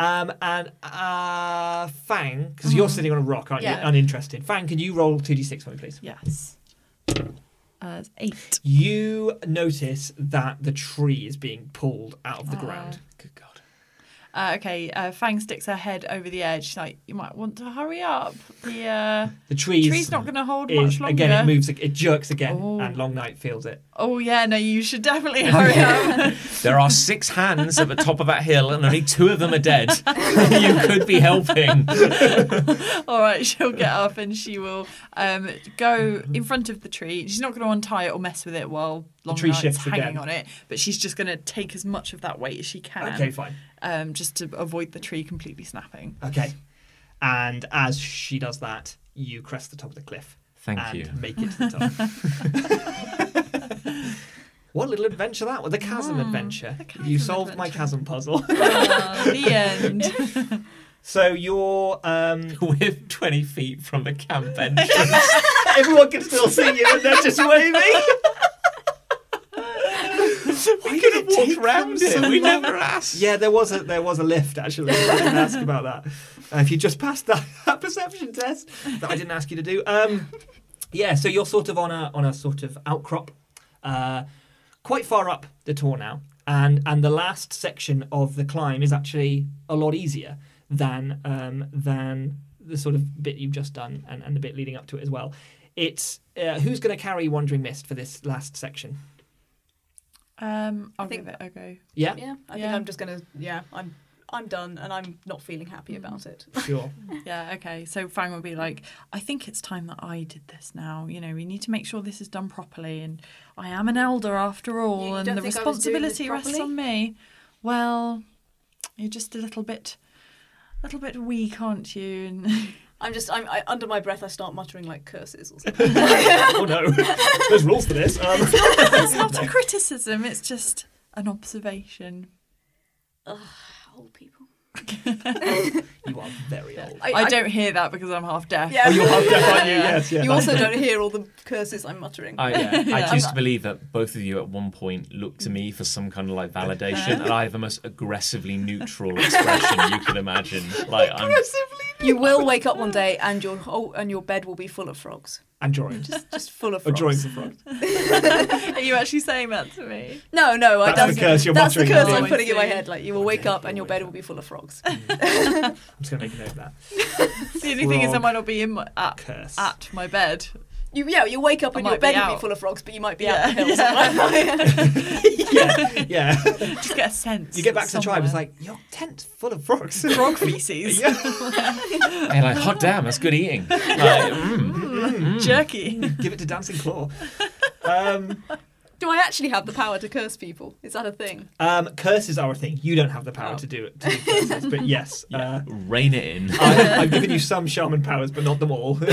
S1: um, and uh, Fang, because you're sitting on a rock, aren't you?
S5: Yeah.
S1: Uninterested. Fang, could you roll two d six for me, please?
S2: Yes. Uh, it's eight.
S1: You notice that the tree is being pulled out of the
S2: Ah.
S1: ground.
S4: Good God.
S2: Uh, okay, uh, Fang sticks her head over the edge. She's like, you might want to hurry up. The uh,
S1: The tree is-
S2: tree's not going to hold
S1: is
S2: much longer.
S1: again. It moves. It jerks again,
S2: Oh.
S1: and Long Night feels it.
S2: Oh, yeah, no, you
S1: [LAUGHS]
S2: should definitely hurry up.
S4: There are six hands at the top of that hill, and only two of them are dead. you could be helping.
S2: [LAUGHS] All right, she'll get up and she will um, go in front of the tree. She's not going to untie it or mess with it while Long
S1: tree
S2: Knight's
S1: shifts
S2: hanging
S1: again.
S2: on it, but she's just going to take as much of that weight as she can
S1: Okay, fine.
S2: um, just to avoid the tree completely snapping.
S1: Okay. And as she does that, you crest the top of the cliff
S4: Thank
S1: and
S4: you.
S1: make it to the top.
S4: [LAUGHS]
S1: what little adventure that was! The chasm
S2: Mm,
S1: adventure.
S2: the chasm
S1: you solved my
S2: adventure.
S1: chasm puzzle. [LAUGHS]
S2: Ah, the end.
S1: so you're. Um,
S4: We're 20 feet from the camp bench.
S3: [LAUGHS]
S1: everyone can still see you, and they're just waving. Why
S4: we
S1: did
S4: could have
S1: it
S4: walked
S1: take them
S4: round
S1: so
S4: it. We
S1: long?
S4: never asked.
S1: Yeah, there was a there was a lift actually. I didn't ask about that. Uh, if you just passed that, [LAUGHS] that perception test that I didn't ask you to do, um, yeah. So you're sort of on a on a sort of outcrop, uh, quite far up the tour now, and and the last section of the climb is actually a lot easier than um, than the sort of bit you've just done and, and the bit leading up to it as well. It's uh, who's going to carry Wandering Mist for this last section?
S2: Um, I'll
S5: think-
S2: give it a go.
S1: Yeah,
S5: Yeah, I think
S2: Yeah.
S5: I'm just going to. Yeah, I'm. I'm done, and I'm not feeling happy
S2: Mm-hmm.
S5: about it.
S1: sure.
S2: Yeah, okay. So Fang will be like, I think it's time that I did this now. You know, we need to make sure this is done properly. And I am an elder after all,
S5: You
S2: and
S5: don't
S2: the
S5: think I was doing this
S2: responsibility rests
S5: properly?
S2: on me. Well, you're just a little bit, little bit weak, aren't you? And [LAUGHS]
S5: I'm just. I'm I, under my breath. I start muttering like curses or something.
S1: [LAUGHS] oh no, there's rules for this. Um,
S2: it's not a criticism. It's just an
S5: [LAUGHS]
S2: observation.
S5: Old people.
S1: [LAUGHS] you are
S5: [LAUGHS]
S1: very old.
S5: I,
S2: I, don't hear that because I'm half deaf.
S5: Yeah.
S1: Oh, you're half deaf, aren't you?
S2: [LAUGHS]
S5: [LAUGHS]
S1: Yes, yeah.
S5: you
S1: that's
S5: also
S1: it.
S5: don't hear all the curses I'm muttering. [LAUGHS]
S4: I, yeah, I choose to believe that both of you at one point looked to me for some kind of like validation, and I have the most aggressively neutral expression you could imagine. Like I'm
S5: you will wake up one day, and your whole and your bed will be full of frogs.
S1: And drawing.
S5: [LAUGHS] Just, just full of
S1: Or
S5: frogs. [LAUGHS]
S1: drawings of frogs.
S2: Are you actually saying that to me?
S5: No, no, I,
S1: That's the curse you're
S5: that's the
S1: muttering
S5: curse
S1: now.
S5: I'm putting in my
S2: I see.
S5: head. Like you will wake up and your bed will be full of frogs.
S1: I'm just going to make a note of that.
S2: The only thing is, I
S1: Frog
S2: might not be in my, at,
S1: Curse.
S2: at my bed.
S5: You yeah, you wake up
S2: I
S5: and your
S2: might be
S5: bed will be
S2: out.
S5: full of frogs, but you might be
S2: Yeah,
S5: out the hill
S2: yeah.
S5: [LAUGHS] somewhere.
S2: [LAUGHS]
S1: yeah, yeah.
S2: Just get a sense.
S1: You get back to the tribe, it's
S2: somewhere.
S1: like, your tent's full of
S2: [LAUGHS]
S1: frogs.
S2: frog feces.
S1: [LAUGHS] yeah.
S4: and like hot damn, that's good eating.
S2: [LAUGHS]
S4: Like, mm.
S1: Hmm.
S2: jerky.
S1: Give it to Dancing Claw. Um,
S5: Do I actually have the power to curse people? Is that a thing?
S1: um, curses are a thing. You don't have the power
S5: Oh.
S1: to do it. To do curses,
S2: [LAUGHS]
S1: but yes, uh,
S4: Rein it in.
S1: I, I've given you some shaman powers, but not them all. [LAUGHS]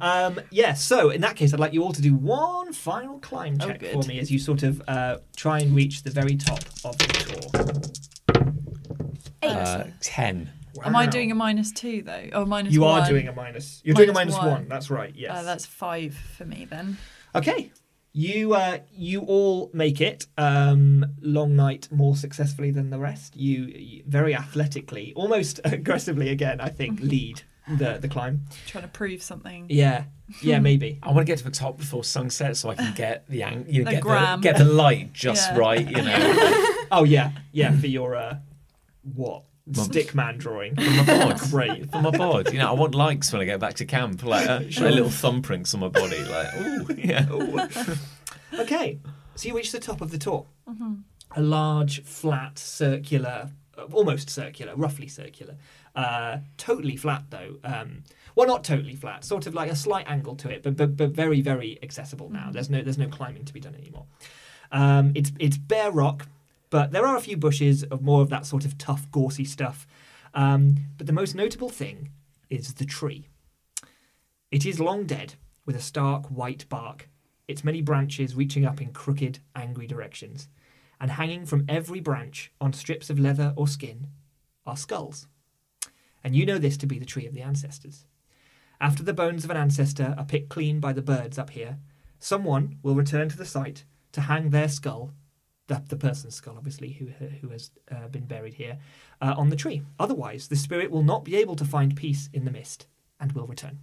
S1: um, yeah, so in that case, I'd like you all to do one final climb
S2: Oh,
S1: check
S2: good.
S1: for me as you sort of uh, try and reach the very top of the tour.
S4: Uh, ten.
S2: Am I
S1: Wow.
S2: doing a minus two though? Or minus
S1: You
S2: one?
S1: are doing a minus. You're doing a
S2: Minus
S1: minus one.
S2: one.
S1: That's right. Yes.
S2: Uh, that's five for me then.
S1: Okay. You uh, you all make it. Um, long night more [LAUGHS]
S2: [LAUGHS]
S1: successfully than the rest. You, you very athletically, almost aggressively again. I think lead the the climb.
S2: Trying to prove something.
S1: Yeah, yeah,
S2: [LAUGHS]
S1: maybe.
S4: I want to get to the top before sunset so I can get the ang- you know,
S2: The
S4: get, the,
S2: gram.
S4: get the light just
S2: Yeah.
S4: right. You know,
S1: Oh yeah, yeah, for your uh, what
S4: Mum.
S1: stick man drawing.
S2: [LAUGHS]
S4: for my bod,
S1: Great.
S4: for my bod. You know, I want likes when I get back to camp. Like uh, my little thumbprints on my body. Like, ooh, [LAUGHS] yeah.
S1: Okay, so you reach the top of the tour.
S2: Mm-hmm,
S1: A large, flat, circular, uh, almost circular, roughly circular, uh, totally flat though. Um, well, not totally flat, sort of like a slight angle to it, but but, but very very accessible now. There's no there's no climbing to be done anymore. Um, it's it's bare rock, but there are a few bushes of more of that sort of tough, gorsy stuff. Um, but the most notable thing is the tree. It is long dead, with a stark white bark, its many branches reaching up in crooked, angry directions. And hanging from every branch on strips of leather or skin are skulls. And you know this to be the tree of the ancestors. After the bones of an ancestor are picked clean by the birds up here, someone will return to the site to hang their skull, the, the person's skull, obviously, who, who has uh, been buried here, uh, on the tree. Otherwise, the spirit will not be able to find peace in the mist and will return.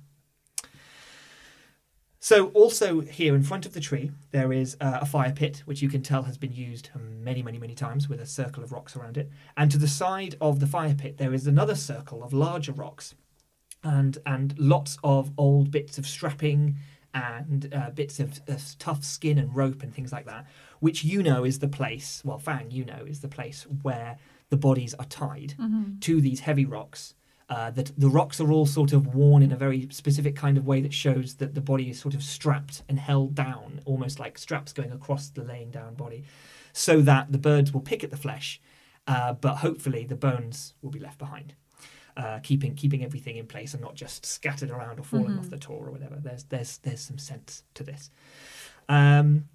S1: So, also here in front of the tree, there is uh, a fire pit, which you can tell has been used um, many, many, many times with a circle of rocks around it. And to the side of the fire pit, there is another circle of larger rocks and, and lots of old bits of strapping and uh, bits of, of tough skin and rope and things like that, which you know is the place, well, Fang, you know, is the place where the bodies are tied to these heavy rocks. Uh, that the rocks are all sort of worn in a very specific kind of way that shows that the body is sort of strapped and held down, almost like straps going across the laying down body, so that the birds will pick at the flesh, uh, but hopefully the bones will be left behind, uh, keeping keeping everything in place and not just scattered around or falling off the tour or whatever. There's there's there's some sense to this. Um,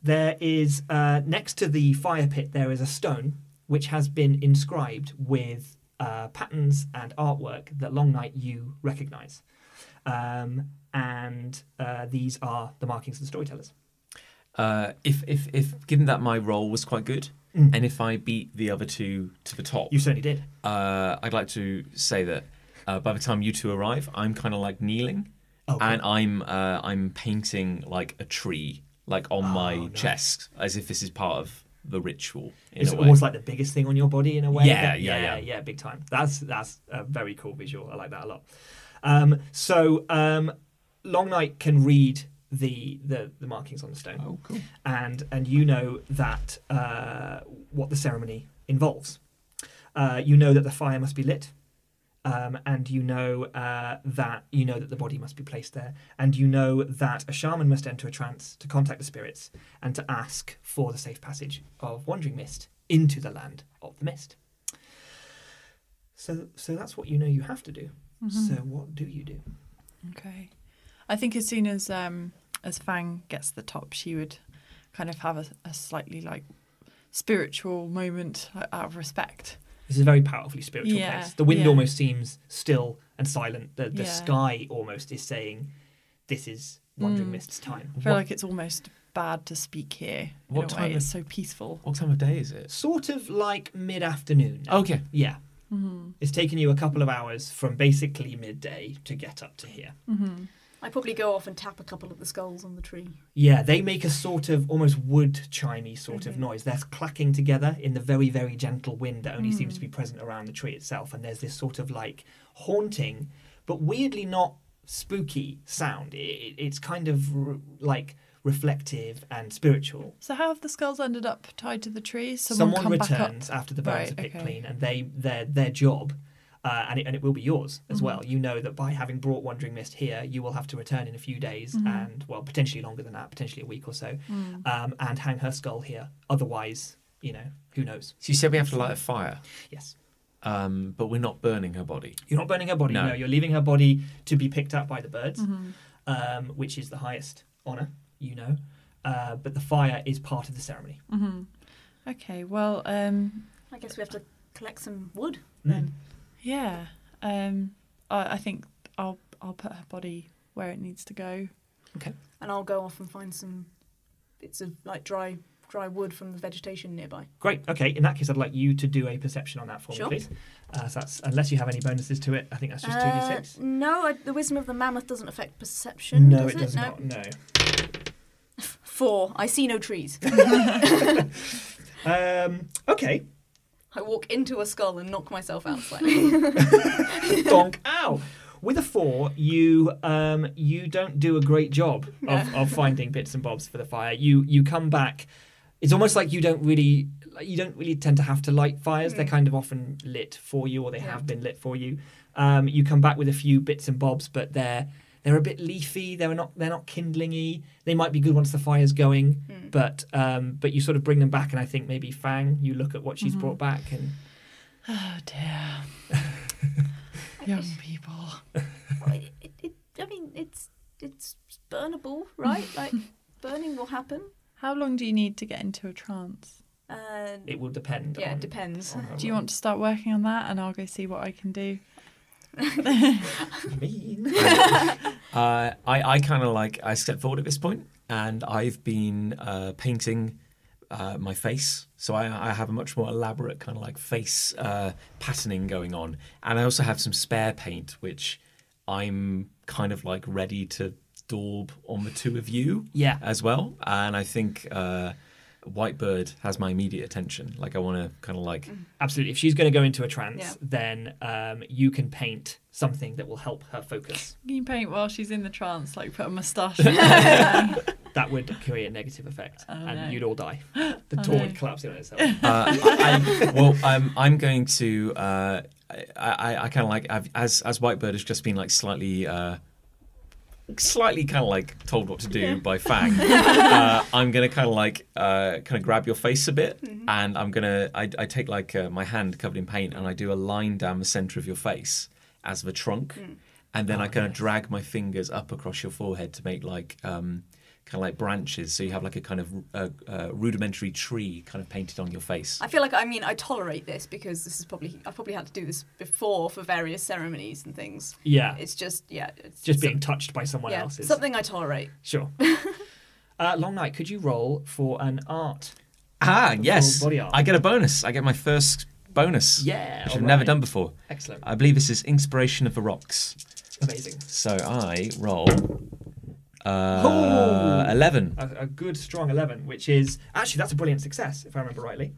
S1: there is uh, next to the fire pit there is a stone which has been inscribed with uh, patterns and artwork that Long Night you recognise, um, and uh, these are the markings of the storytellers.
S4: Uh, if if if given that my role was quite good,
S1: Mm.
S4: and if I beat the other two to the top,
S1: You certainly did.
S4: uh, I'd like to say that uh, by the time you two arrive, I'm kind of like kneeling,
S1: Oh, cool.
S4: and I'm uh, I'm painting like a tree, like on my
S1: Oh, nice.
S4: chest, as if this is part of the ritual in
S1: It's
S4: a way.
S1: almost like the biggest thing on your body in a way.
S4: Yeah, yeah,
S1: yeah,
S4: yeah.
S1: big time. That's that's a very cool visual. I like that a lot. Um, so um, Long Night can read the, the the markings on the stone,
S4: oh, cool.
S1: and and you know that uh, what the ceremony involves. Uh, you know that the fire must be lit, um, and you know uh, that you know that the body must be placed there, and you know that a shaman must enter a trance to contact the spirits and to ask for the safe passage of wandering mist into the land of the mist. So, so that's what you know you have to do.
S2: Mm-hmm.
S1: So, what do you do?
S2: Okay. I think as soon as um as Fang gets the top, she would kind of have a, a slightly like spiritual moment like, out of respect.
S1: This is a very powerfully spiritual
S2: Yeah,
S1: place. The wind
S2: yeah.
S1: almost seems still and silent. The, the
S2: Yeah.
S1: sky almost is saying, "This is wandering
S2: Mm.
S1: mist's time."
S2: I feel
S4: What-
S2: like it's almost bad to speak here. in
S4: What
S2: a
S4: time
S2: way.
S4: is-
S2: It's so peaceful.
S4: What time of day is it?
S1: Sort of like mid-afternoon. now.
S4: Okay.
S1: Yeah.
S2: Mm-hmm,
S1: It's taken you a couple of hours from basically midday to get up to here.
S2: mm-hmm.
S5: I probably go off and tap a couple of the skulls on the tree.
S1: Yeah, they make a sort of almost wood chimey sort
S2: Mm-hmm.
S1: of noise. They're clacking together in the very, very gentle wind that only seems to be
S2: Mm.
S1: present around the tree itself. And there's this sort of like haunting, but weirdly not spooky sound. I- I it's kind of r like reflective and spiritual.
S2: So how have the skulls ended up tied to the tree? Someone,
S1: Someone,
S2: come
S1: returns after the bones
S2: Right,
S1: are picked
S2: okay.
S1: clean, and they their their job, uh, and it, and it will be yours
S2: Mm-hmm.
S1: as well. You know that by having brought Wandering Mist here, you will have to return in a few days,
S2: Mm-hmm.
S1: and well, potentially longer than that, potentially a week or so,
S2: Mm.
S1: um, and hang her skull here. Otherwise, you know, who knows?
S4: So you said we have to light a fire,
S1: Yes,
S4: um, but we're not burning her body.
S1: you're not burning her body. No,
S4: No.
S1: you're leaving her body to be picked up by the birds,
S2: Mm-hmm.
S1: um, which is the highest honor, you know. Uh, but the fire is part of the ceremony.
S2: up. hmm Okay. Well, um,
S5: I guess we have to collect some wood.
S1: Mm.
S2: yeah. Um, I, I think I'll I'll put her body where it needs to go.
S5: and I'll go off and find some bits of like dry dry wood from the vegetation nearby.
S1: Great. Okay. In that case, I'd like you to do a perception on that for
S5: Sure.
S1: me, please. Uh, so that's unless you have any bonuses to it. I think that's just two d six.
S5: Uh, no, I, the wisdom of the mammoth doesn't affect perception.
S1: No,
S5: does
S1: it does
S5: no.
S1: not. No.
S5: Four. I see no trees.
S1: [LAUGHS] Um, okay.
S5: I walk into a skull and knock myself
S1: [LAUGHS]
S5: out slightly.
S1: Donk. [LAUGHS] Ow. With a four, you um, you don't do a great job
S5: [LAUGHS]
S1: of, of finding bits and bobs for the fire. You you come back. It's almost like you don't really like, you don't really tend to have to light fires. They're kind of often lit for you, or they
S5: Hmm. Yeah.
S1: have been lit for you. Um, you come back with a few bits and bobs, but they're they're a bit leafy. They're not they're not kindlingy. They might be good once the fire's going,
S5: Hmm.
S1: but um, but you sort of bring them back, and I think maybe Fang, you look at what she's
S5: Mm-hmm.
S1: brought back, and
S2: Oh dear. Young people.
S5: it, it, it, I mean, it's it's burnable,
S1: [LAUGHS]
S5: right? Like burning will happen.
S2: How long do you need to get into a trance?
S5: Uh,
S1: it will depend.
S5: yeah,
S1: on-
S5: it depends.
S1: on how
S2: Do you
S1: well-
S2: want to start working on that and I'll go see what I can do?
S1: mean. [LAUGHS]
S4: Uh, I, I kind of like I step forward at this point, and I've been uh, painting uh, my face, so I, I have a much more elaborate kind of like face uh, patterning going on, and I also have some spare paint, which I'm kind of like ready to daub on the two of you
S1: Yeah.
S4: as well, and I think. Uh, Whitebird has my immediate attention. Like I want to kind of like
S1: Absolutely. If she's going to go into a trance,
S5: Yeah.
S1: then um, you can paint something that will help her focus.
S2: Can you paint while she's in the trance, like put a moustache
S1: That would create a negative effect,
S2: Oh,
S1: and
S2: no.
S1: youuld all die. The
S2: Oh,
S1: door
S2: no.
S1: would collapse in on itself.
S4: [LAUGHS] uh, I, well, I'm, I'm going to. Uh, I, I, I kind of like I've, as as Whitebird has just been like slightly, uh, slightly kind of like told what to do by Fang. uh, I'm gonna kind of like uh, kind of grab your face a bit, and I'm gonna I, I take like uh, my hand covered in paint, and I do a line down the center of your face as the trunk, and then I kind of drag my fingers up across your forehead to make like. Um, Kind of like branches, so you have like a kind of uh, uh, rudimentary tree kind of painted on your face. Ah,
S5: I feel like I mean I tolerate this because this is probably I've probably had to do this before for various ceremonies and things.
S1: Yeah.
S5: It's just yeah, it's
S1: Just being touched by someone
S5: yeah,
S1: else's.
S5: something I tolerate.
S1: Sure. uh, Long Night, could you roll for an art?
S4: Ah,
S1: the
S4: yes.
S1: full body art.
S4: I get a bonus. I get my first bonus,
S1: Yeah.
S4: which
S1: all
S4: I've never
S1: right.
S4: done before.
S1: Excellent.
S4: I believe this is Inspiration of the Rocks.
S1: Amazing.
S4: So I roll
S1: Oh.
S4: uh, 11.
S1: a, a good strong 11 which is actually that's a brilliant success if i remember rightly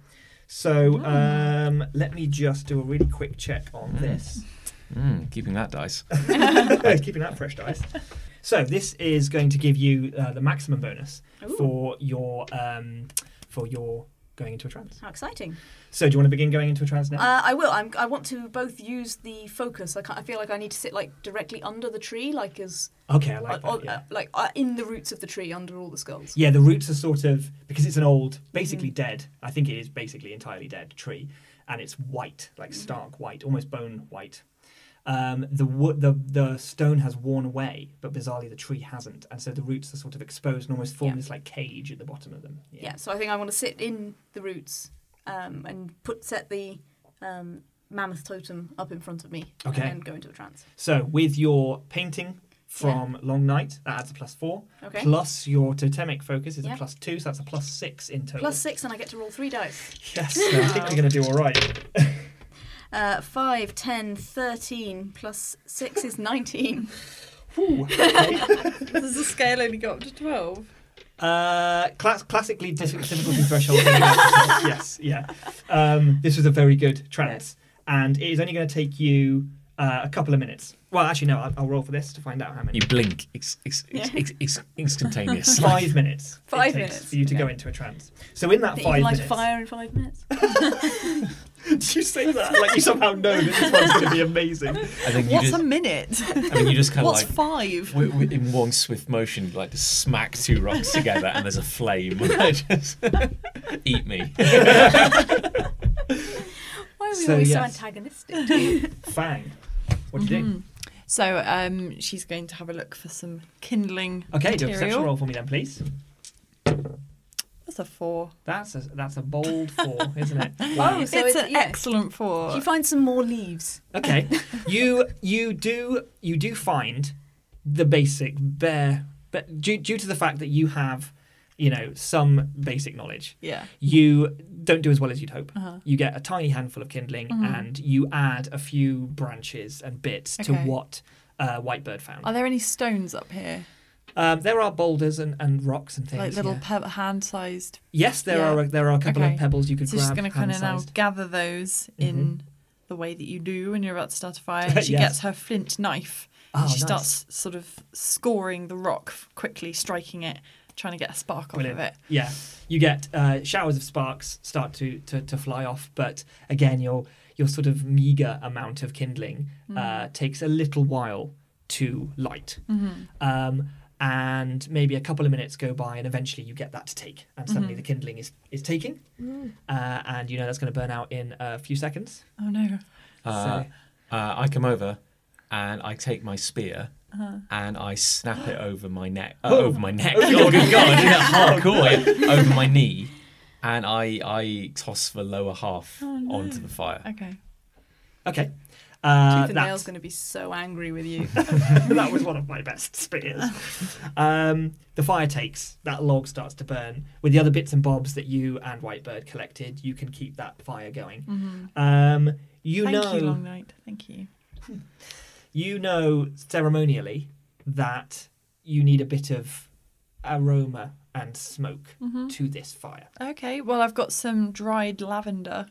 S1: so um, let me just do a really quick check on this
S4: Mm, keeping that dice.
S1: keeping that fresh dice so this is going to give you uh, the maximum bonus
S5: Ooh.
S1: for your um, for your going into a trance
S5: How exciting!
S1: so do you want to begin going into a trance now
S5: Uh, I will. I'm, I want to both use the focus. I, can't, I feel like I need to sit like directly under the tree, like as
S1: okay i like
S5: uh,
S1: that yeah.
S5: uh, like uh, in the roots of the tree, under all the skulls.
S1: Yeah, the roots are sort of because it's an old, basically
S5: Mm-hmm.
S1: dead. I think it is basically entirely dead tree, and it's white,
S5: Mm-hmm.
S1: like stark white, almost bone white. Um, the wood, the the stone has worn away, but bizarrely the tree hasn't, and so the roots are sort of exposed and almost form
S5: Yeah.
S1: this like cage at the bottom of them.
S5: Yeah. so I think I want to sit in the roots um, and put set the um, mammoth totem up in front of me,
S1: Okay.
S5: and then go into a trance.
S1: So with your painting from Long Night, that adds a plus four.
S5: Okay.
S1: Plus your totemic focus is
S5: Yeah.
S1: a plus two, so that's a plus six in total.
S5: Plus six, and I get to roll three dice.
S1: [LAUGHS] Yes, so I think you're going to do all right.
S5: Uh, five, ten, thirteen. Plus six
S1: [LAUGHS]
S5: is nineteen.
S1: Whew, okay.
S5: [LAUGHS]
S2: Does the scale only go up to 12?
S1: Uh, class- classically dis- difficulty threshold. [LAUGHS] yes, yeah. Um, this was a very good trance, and it is only going to take you uh, a couple of minutes. Well, actually, no. I'll, I'll roll for this to find out how many.
S4: You blink. It's, it's, it's,
S5: Yeah.
S4: it's, it's
S1: [LAUGHS]
S4: instantaneous.
S1: Five minutes. it
S5: Five
S1: takes
S5: minutes.
S1: for you to go
S5: Okay.
S1: into a trance. So in that
S5: That you
S1: five
S5: can light
S1: minutes,
S5: a fire in five minutes.
S1: [LAUGHS] Did you say that like you somehow know that this one's going to be amazing.
S4: I think you
S2: What's
S4: just,
S2: a minute?
S4: I mean, you just kind of
S2: What's
S4: like.
S2: five?
S4: wi- wi- in one swift motion, you like just smack two rocks together, and there's a flame. [LAUGHS] just eat [LAUGHS] me.
S5: Why are we
S1: So,
S5: always so
S1: yes.
S5: antagonistic?
S1: Fang, what do you do?
S2: Mm-hmm. So um, she's going to have a look for some kindling
S1: Okay, do a perception
S2: Mm-hmm. material.
S1: roll for me then, please.
S2: That's a four.
S1: That's a that's a bold
S2: [LAUGHS]
S1: four, isn't it?
S5: Oh, So
S2: it's,
S5: it's-
S2: an
S5: yeah.
S2: excellent
S1: [LAUGHS]
S2: four.
S5: you find some more leaves.
S2: [LAUGHS]
S1: Okay. you you do you do find the basic bare, but due, due to the fact that you have you know, some basic knowledge.
S2: Yeah.
S1: You don't do as well as you'd hope.
S2: Uh-huh.
S1: You get a tiny handful of kindling
S2: Mm-hmm.
S1: and you add a few branches and bits to
S2: Okay.
S1: what uh, Whitebird found.
S2: Are there any stones up here?
S1: Um, there are boulders and, and rocks and things.
S2: like little
S1: yeah.
S2: pe- hand-sized.
S1: yes, there
S2: yeah.
S1: are there are a couple
S2: Okay.
S1: of pebbles you could
S2: So
S1: grab.
S2: she's going to kind of now
S1: hand-sized. Mm-hmm.
S2: gather those in the way that you do when you're about to start
S1: [LAUGHS]
S2: a fire. And she
S1: Yes.
S2: gets her flint knife.
S1: Oh,
S2: and she
S1: nice.
S2: starts sort of scoring the rock f- quickly, striking it, trying to get a spark off of
S1: Brilliant.
S2: it.
S1: Yeah, you get uh, showers of sparks start to, to, to fly off, but again, your your sort of meager amount of kindling uh,
S2: Mm-hmm.
S1: takes a little while to light, um, and maybe a couple of minutes go by, and eventually you get that to take, and
S2: Mm-hmm.
S1: suddenly the kindling is is taking,
S2: Mm.
S1: uh, and you know that's going to burn out in a few seconds.
S2: Oh no!
S4: Uh,
S1: So-
S4: uh, I come over and I take my spear and I snap it over my neck. Uh, over my neck. Uh-huh. Oh, good God. Isn't [LAUGHS] that hardcore? Yeah, over my knee. And I, I toss the lower half onto the fire.
S2: Okay.
S1: Okay, uh,
S5: Tooth and Nail's
S1: that's,
S5: going to be so angry with you.
S1: [LAUGHS] that was one of my best spears. Um, the fire takes, that log starts to burn. With the other bits and bobs that you and Whitebird collected, you can keep that fire going. Um, you
S2: Thank
S1: know,
S2: you, Long Night. Thank you.
S1: you know ceremonially that you need a bit of aroma and smoke to this fire.
S2: Okay. Well, I've got some dried lavender,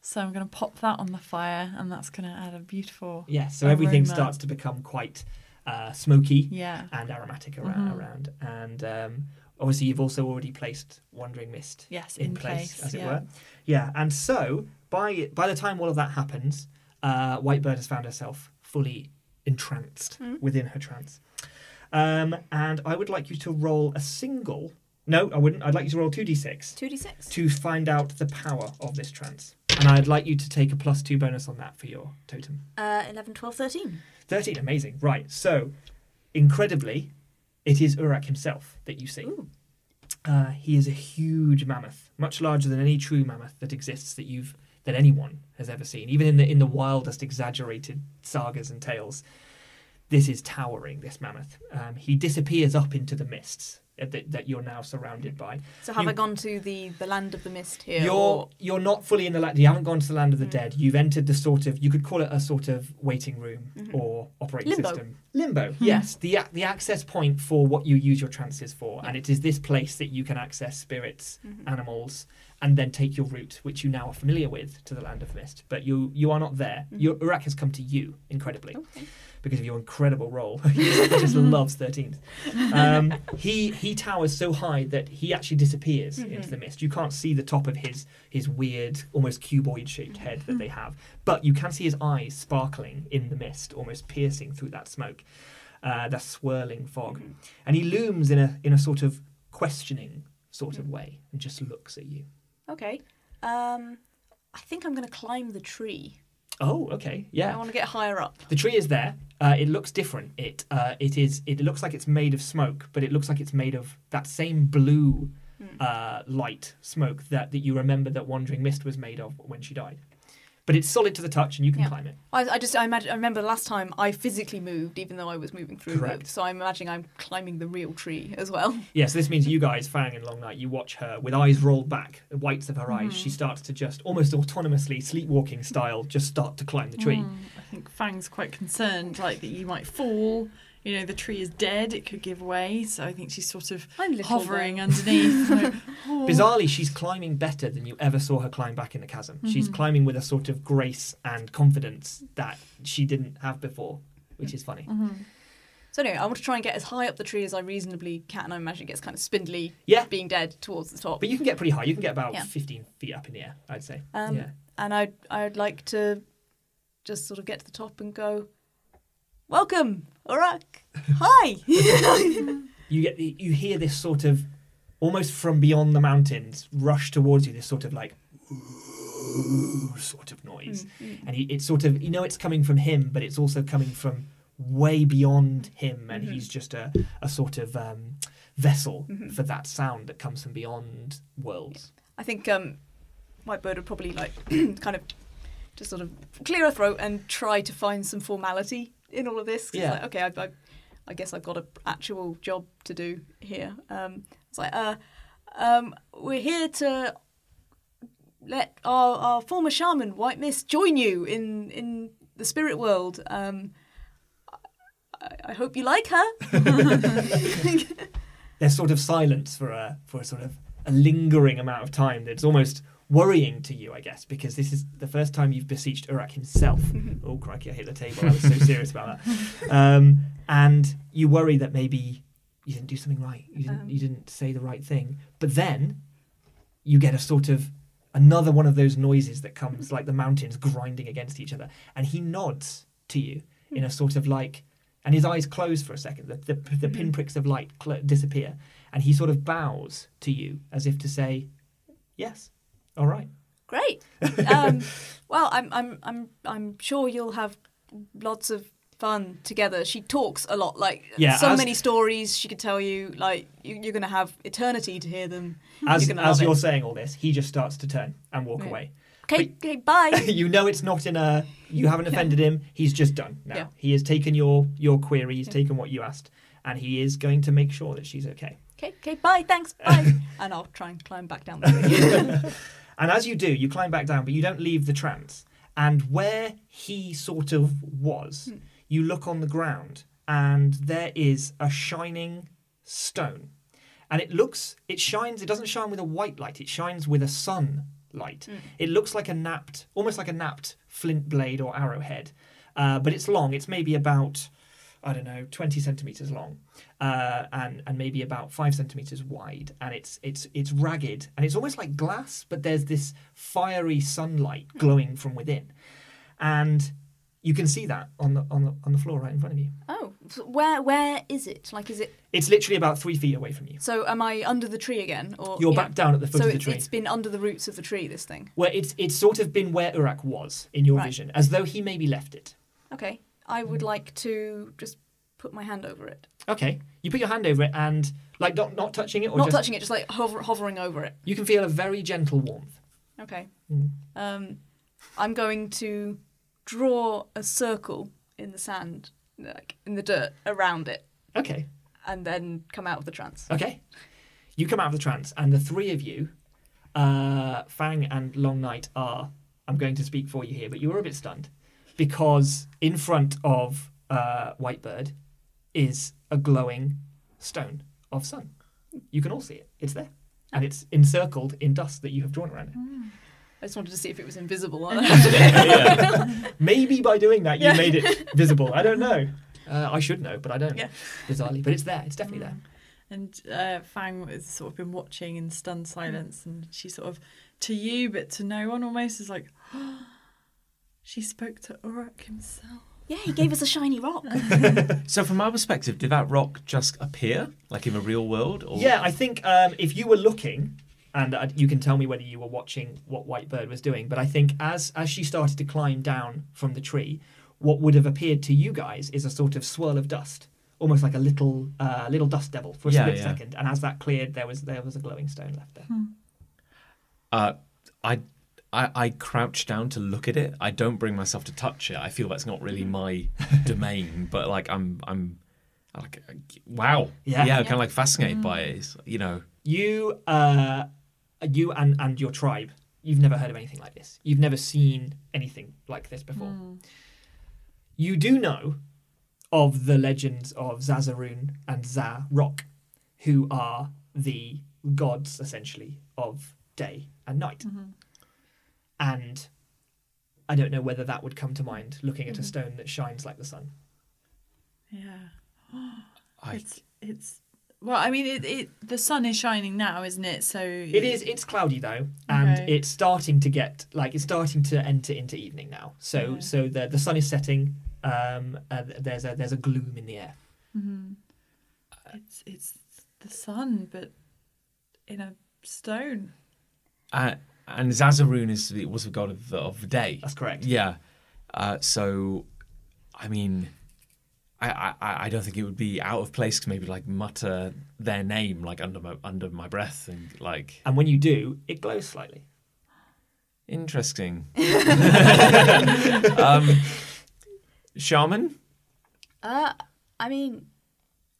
S2: so I'm going to pop that on the fire, and that's going to add a beautiful.
S1: Yes, so everything
S2: Aroma.
S1: starts to become quite uh, smoky
S2: Yeah.
S1: and aromatic around.
S2: Mm-hmm.
S1: around. And um, obviously, you've also already placed Wandering Mist
S2: Yes,
S1: in,
S2: in
S1: place,
S2: place,
S1: as it
S2: yeah.
S1: were. Yeah, and so by by the time all of that happens, uh, Whitebird has found herself fully entranced within her trance. Um, and I would like you to roll a single. No, I wouldn't. I'd like you to roll two d6
S5: Two d six.
S1: to find out the power of this trance. And I'd like you to take a plus two bonus on that for your totem.
S5: Uh, 11, 12, 13.
S1: 13, amazing. Right, so incredibly, it is Urak himself that you see.
S5: Ooh.
S1: Uh, he is a huge mammoth, much larger than any true mammoth that exists that you've that anyone has ever seen, even in the in the wildest exaggerated sagas and tales. This is towering. This mammoth. Um, he disappears up into the mists uh, that, that you're now surrounded by.
S5: So have
S1: You-
S5: I gone to the the land of the mist here?
S1: You're
S5: or-
S1: you're not fully in the land. You haven't gone to the land of the dead. You've entered the sort of you could call it a sort of waiting room or operating
S5: Limbo.
S1: system Mm-hmm. limbo. Yes, the ac- the access point for what you use your trances for, and it is this place that you can access spirits, animals, and then take your route, which you now are familiar with, to the land of mist. But you you are not there. Your Urak has come to you, incredibly,
S5: Mm-hmm.
S1: because of your incredible role. [LAUGHS] he just, he just loves thirteens. Um, he he towers so high that he actually disappears into the mist. You can't see the top of his his weird, almost cuboid shaped head that they have, but you can see his eyes sparkling in the mist, almost piercing through that smoke, uh, that swirling fog, and he looms in a in a sort of questioning sort of way and just looks at you.
S5: Okay. Um, I think I'm going to climb the tree.
S1: Oh, okay,
S5: I
S1: yeah.
S5: want to get higher up.
S1: The tree is there. Uh, it looks different. It uh, it is. It looks like it's made of smoke, but it looks like it's made of that same blue uh, light smoke that, that you remember that Wandering Mist was made of when she died. But it's solid to the touch, and you can
S5: Yeah.
S1: climb it.
S5: I, I just I imagine I remember the last time I physically moved, even though I was moving through.
S1: Correct.
S5: wood, So I'm imagining I'm climbing the real tree as
S1: [LAUGHS]
S5: well.
S1: Yeah, so this means you guys, Fang and Long Night, you watch her with eyes rolled back, the whites of her eyes. She starts to just almost autonomously, sleepwalking style, just start to climb the tree.
S2: Mm, I think Fang's quite concerned, like that you might fall. You know, the tree is dead; it could give way. So I think she's sort of
S5: I'm little
S2: hovering underneath. [LAUGHS] like, oh.
S1: Bizarrely, she's climbing better than you ever saw her climb back in the chasm. She's
S5: Mm-hmm.
S1: climbing with a sort of grace and confidence that she didn't have before, which is funny.
S2: Mm-hmm.
S5: So anyway, I want to try and get as high up the tree as I reasonably can. And I imagine it gets kind of spindly,
S1: Yeah.
S5: being dead towards the top.
S1: But you can get pretty high. You can get about
S5: Yeah.
S1: 15 feet up in the air, I'd say.
S5: Um,
S1: yeah.
S5: And I'd I'd like to just sort of get to the top and go, welcome, Urak. [LAUGHS] Hi.
S1: You get the, you hear this sort of almost from beyond the mountains rush towards you. This sort of like sort of
S5: Mm,
S1: noise, and he, it's sort of you know it's coming from him, but it's also coming from way beyond him, and he's just a a sort of um, vessel for that sound that comes from beyond worlds.
S5: I think um, White Bird would probably like [CLEARS THROAT] kind of just sort of clear her throat and try to find some formality in all of this. 'cause it's
S1: Yeah.
S5: Like, okay, I, I, I guess I've got an actual job to do here. Um, it's like, uh, um, we're here to let our, our former shaman, White Mist, join you in, in the spirit world. Um, I, I hope you like her. [LAUGHS]
S1: There's sort of silence for a for a sort of a lingering amount of time that's almost worrying to you, I guess, because this is the first time you've beseeched Urak himself. oh crikey, I hit the table. I was so serious about that. Um, and you worry that maybe you didn't do something right. You didn't,
S5: Um.
S1: you didn't say the right thing. But then you get a sort of another one of those noises that comes like the mountains grinding against each other. And he nods to you in a sort of like, and his eyes close for a second. The, the,
S5: Hmm.
S1: the pinpricks of light cl- disappear. And he sort of bows to you as if to say, Yes, all right. [LAUGHS]
S5: Great. Um, well, I'm, I'm, I'm, I'm sure you'll have lots of fun together. She talks a lot, like
S1: Yeah,
S5: so
S1: as-
S5: many stories she could tell you. Like you, you're going to have eternity to hear them.
S1: As,
S5: [LAUGHS] you're gonna
S1: as
S5: love
S1: you're
S5: it.
S1: saying all this, he just starts to turn and walk
S5: Right.
S1: away.
S5: Okay, okay, bye.
S1: [LAUGHS] you know it's not in a. You haven't offended him. He's just done now.
S5: Yeah.
S1: He has taken your your query. He's
S5: Yeah.
S1: taken what you asked, and he is going to make sure that she's okay.
S5: Okay, okay, bye. Thanks,
S1: [LAUGHS]
S5: bye. and I'll try and climb back down the tree.
S1: And as you do, you climb back down, but you don't leave the trance. And where he sort of was, you look on the ground, and there is a shining stone. And it looks, it shines, it doesn't shine with a white light, it shines with a sun light. It looks like a napped, almost like a napped flint blade or arrowhead. Uh, but it's long, it's maybe about, I don't know, 20 centimeters long uh, and and maybe about five centimeters wide, and it's it's it's ragged, and it's almost like glass, but there's this fiery sunlight glowing from within, and you can see that on the on the on the floor right in front of you.
S5: oh, so where, where is it? Like, is it?
S1: It's literally about three feet away from you.
S5: So, am I under the tree again, or
S1: You're
S5: yeah.
S1: back down at the foot
S5: So
S1: of the
S5: it,
S1: tree.
S5: it's been under the roots of the tree. This thing.
S1: where it's it's sort of been where Urak was in your
S5: Right.
S1: vision, as though he maybe left it.
S5: Okay, I would like to just put my hand over it,
S1: Okay, you put your hand over it and like not not touching it or
S5: not
S1: just,
S5: touching it, just like hover, hovering over it.
S1: You can feel a very gentle warmth.
S5: Okay.
S1: Mm.
S5: Um, I'm going to draw a circle in the sand, like in the dirt around it,
S1: Okay,
S5: and then come out of the trance.
S1: [LAUGHS] Okay. You come out of the trance, and the three of you, uh, Fang and Long Night, are. I'm going to speak for you here, but you were a bit stunned because in front of uh, Whitebird is a glowing stone of sun. You can all see it. It's there. And it's encircled in dust that you have drawn around
S5: [LAUGHS]
S1: it.
S5: I just wanted to see if it was invisible. I
S1: [LAUGHS] Maybe by doing that, you
S5: Yeah.
S1: made it
S5: [LAUGHS]
S1: visible. I don't know. Uh, I should know, but I don't.
S5: Yeah. Mm.
S1: Bizarrely. But it's there. It's definitely there.
S2: And uh, Fang has sort of been watching in stunned silence, and she sort of, to you but to no one almost, is like, [GASPS] she spoke to Uruk himself.
S5: yeah, he gave us a shiny rock.
S4: So, from our perspective, did that rock just appear, like in the real world? Or...
S1: Yeah, I think um, if you were looking, and uh, you can tell me whether you were watching what White Bird was doing, but I think as as she started to climb down from the tree, what would have appeared to you guys is a sort of swirl of dust, almost like a little uh, little dust devil for a
S4: Yeah,
S1: split
S4: yeah.
S1: second. And as that cleared, there was there was a glowing stone left there.
S4: Uh, I, I, I crouch down to look at it. I don't bring myself to touch it. I feel that's not
S1: Mm. [LAUGHS]
S4: really my domain. But like, I'm, I'm, like, wow,
S1: Yeah. Mm.
S4: kind of like fascinated by it. It's, you know,
S1: you uh you and and your tribe you've never heard of anything like this you've never seen anything like this before you do know of the legends of Zazaroon and Za Rock who are the gods essentially of day and night and I don't know whether that would come to mind looking at a stone that shines like the sun.
S2: Yeah. [GASPS]
S4: I,
S2: It's, it's, well, I mean, it, it the sun is shining now, isn't it? So
S1: It is. It's cloudy though, and
S2: Okay.
S1: it's starting to get like it's starting to enter into evening now. So
S2: Yeah.
S1: so the the sun is setting. Um, uh, th- there's a there's a gloom in the air.
S2: Mm-hmm. It's, it's the sun, but in a
S1: [LAUGHS]
S2: stone.
S4: uh, and Zazaroon is the, was the god of the, of the day.
S1: That's correct.
S4: Yeah. Uh, so, I mean, I, I, I don't think it would be out of place to maybe like mutter their name like under my under my breath and like
S1: And when you do, it glows slightly. [LAUGHS]
S4: interesting. um, shaman,
S5: Uh, I mean,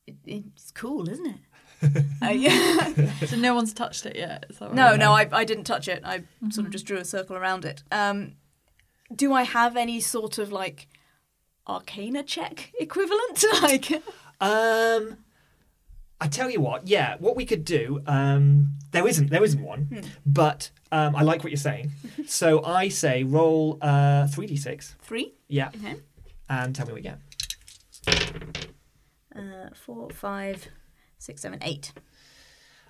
S5: it, it's cool, isn't it?
S1: [LAUGHS]
S5: Uh, yeah.
S2: So no one's touched it yet. Is that right?
S5: No, no, I, I didn't touch it. I sort
S1: Mm-hmm.
S5: of just drew a circle around it. Um, do I have any sort of like arcana check equivalent? [LAUGHS] like,
S1: Um, I tell you what, yeah, what we could do, um, there isn't, there isn't one, but um, I like what you're saying. so I say roll uh, 3d6,
S5: three?
S1: yeah,
S5: Okay.
S1: and tell me what you get.
S5: Uh, four, five, six, seven, eight.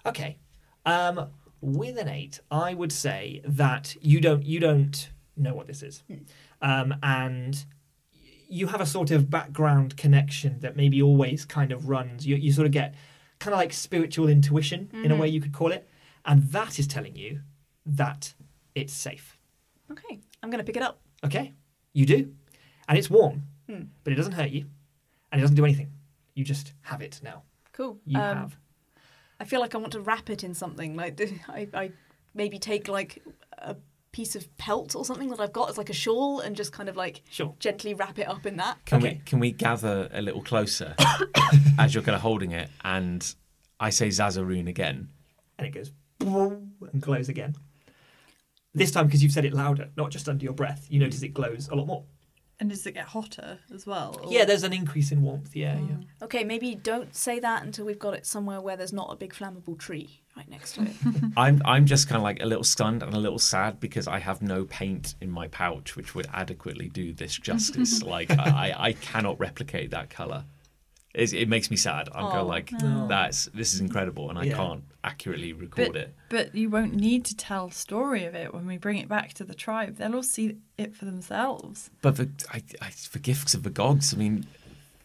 S1: Okay. Um, with an eight, I would say that you don't you don't know what this is,
S5: Hmm.
S1: um, and y- you have a sort of background connection that maybe always kind of runs. You you sort of get kind of like spiritual intuition in a
S5: Mm-hmm.
S1: way you could call it, and that is telling you that it's safe.
S5: Okay. I'm going to pick it up.
S1: Okay, you do, and it's warm,
S5: Hmm.
S1: but it doesn't hurt you, and it doesn't do anything. You just have it now.
S5: Cool.
S1: You
S5: um,
S1: have.
S5: I feel like I want to wrap it in something. Like [LAUGHS] do- I, I maybe take like a piece of pelt or something that I've got as like a shawl and just kind of like
S1: Sure.
S5: gently wrap it up in that.
S4: Can
S1: Okay.
S4: we can we gather a little
S1: [COUGHS]
S4: closer as you're kind of holding it? And I say Zazaroon again.
S1: and it goes and glows again. This time, because you've said it louder, not just under your breath, you notice it glows a lot more.
S2: And does it get hotter as well? or-
S1: Yeah, there's an increase in warmth. Yeah, yeah.
S5: Okay, maybe don't say that until we've got it somewhere where there's not a big flammable tree right
S2: [LAUGHS]
S5: next to it.
S1: Mm-hmm.
S4: I'm I'm just kind of like a little stunned and a little sad because I have no paint in my pouch, which would adequately do this
S1: [LAUGHS]
S4: justice. like I, I cannot replicate that color. It's, it makes me sad. I'm
S5: Aw.
S4: going like
S1: Oh, No.
S4: that's this is incredible, and I
S1: Yeah.
S4: can't accurately record it.
S2: But you won't need to tell story of it when we bring it back to the tribe. They'll all see it for themselves.
S4: But for, I, I, for gifts of the gods, I mean,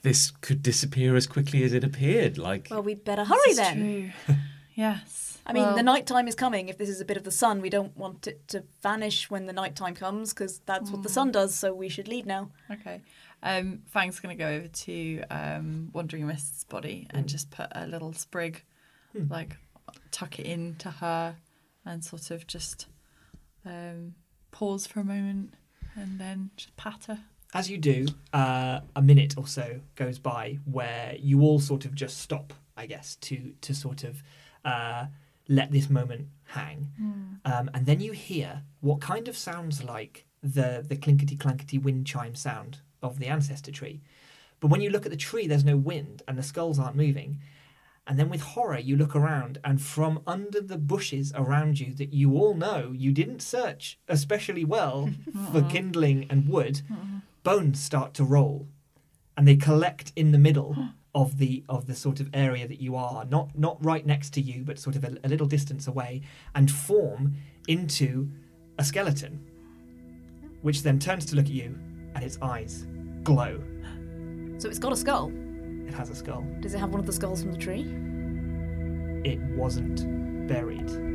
S4: this could disappear as quickly as it appeared. Like
S5: well, we'd better hurry
S2: This is
S5: then.
S1: [LAUGHS]
S2: true. yes.
S5: I mean,
S2: Well,
S5: the night time is coming. If this is a bit of the sun, we don't want it to vanish when the night time comes because that's
S2: Mm.
S5: what the sun does. So we should leave now.
S2: Okay. Um, Fang's going to go over to um, Wandering Mist's body and just put a little sprig, like tuck it into her, and sort of just um, pause for a moment and then just pat her.
S1: As you do, uh, a minute or so goes by where you all sort of just stop, I guess, to to sort of uh, let this moment hang, um, and then you hear what kind of sounds like the the clinkety clankety wind chime sound of the ancestor tree, but when you look at the tree, there's no wind and the skulls aren't moving. And then with horror, you look around, and from under the bushes around you that you all know you didn't search especially well for kindling and wood, bones start to roll, and they collect in the middle of the of the sort of area that you are not not right next to you, but sort of a, a little distance away, and form into a skeleton, which then turns to look at you, and its eyes glow.
S5: So it's got a skull.
S1: It has a skull.
S5: Does it have one of the skulls from the tree?
S1: It wasn't buried.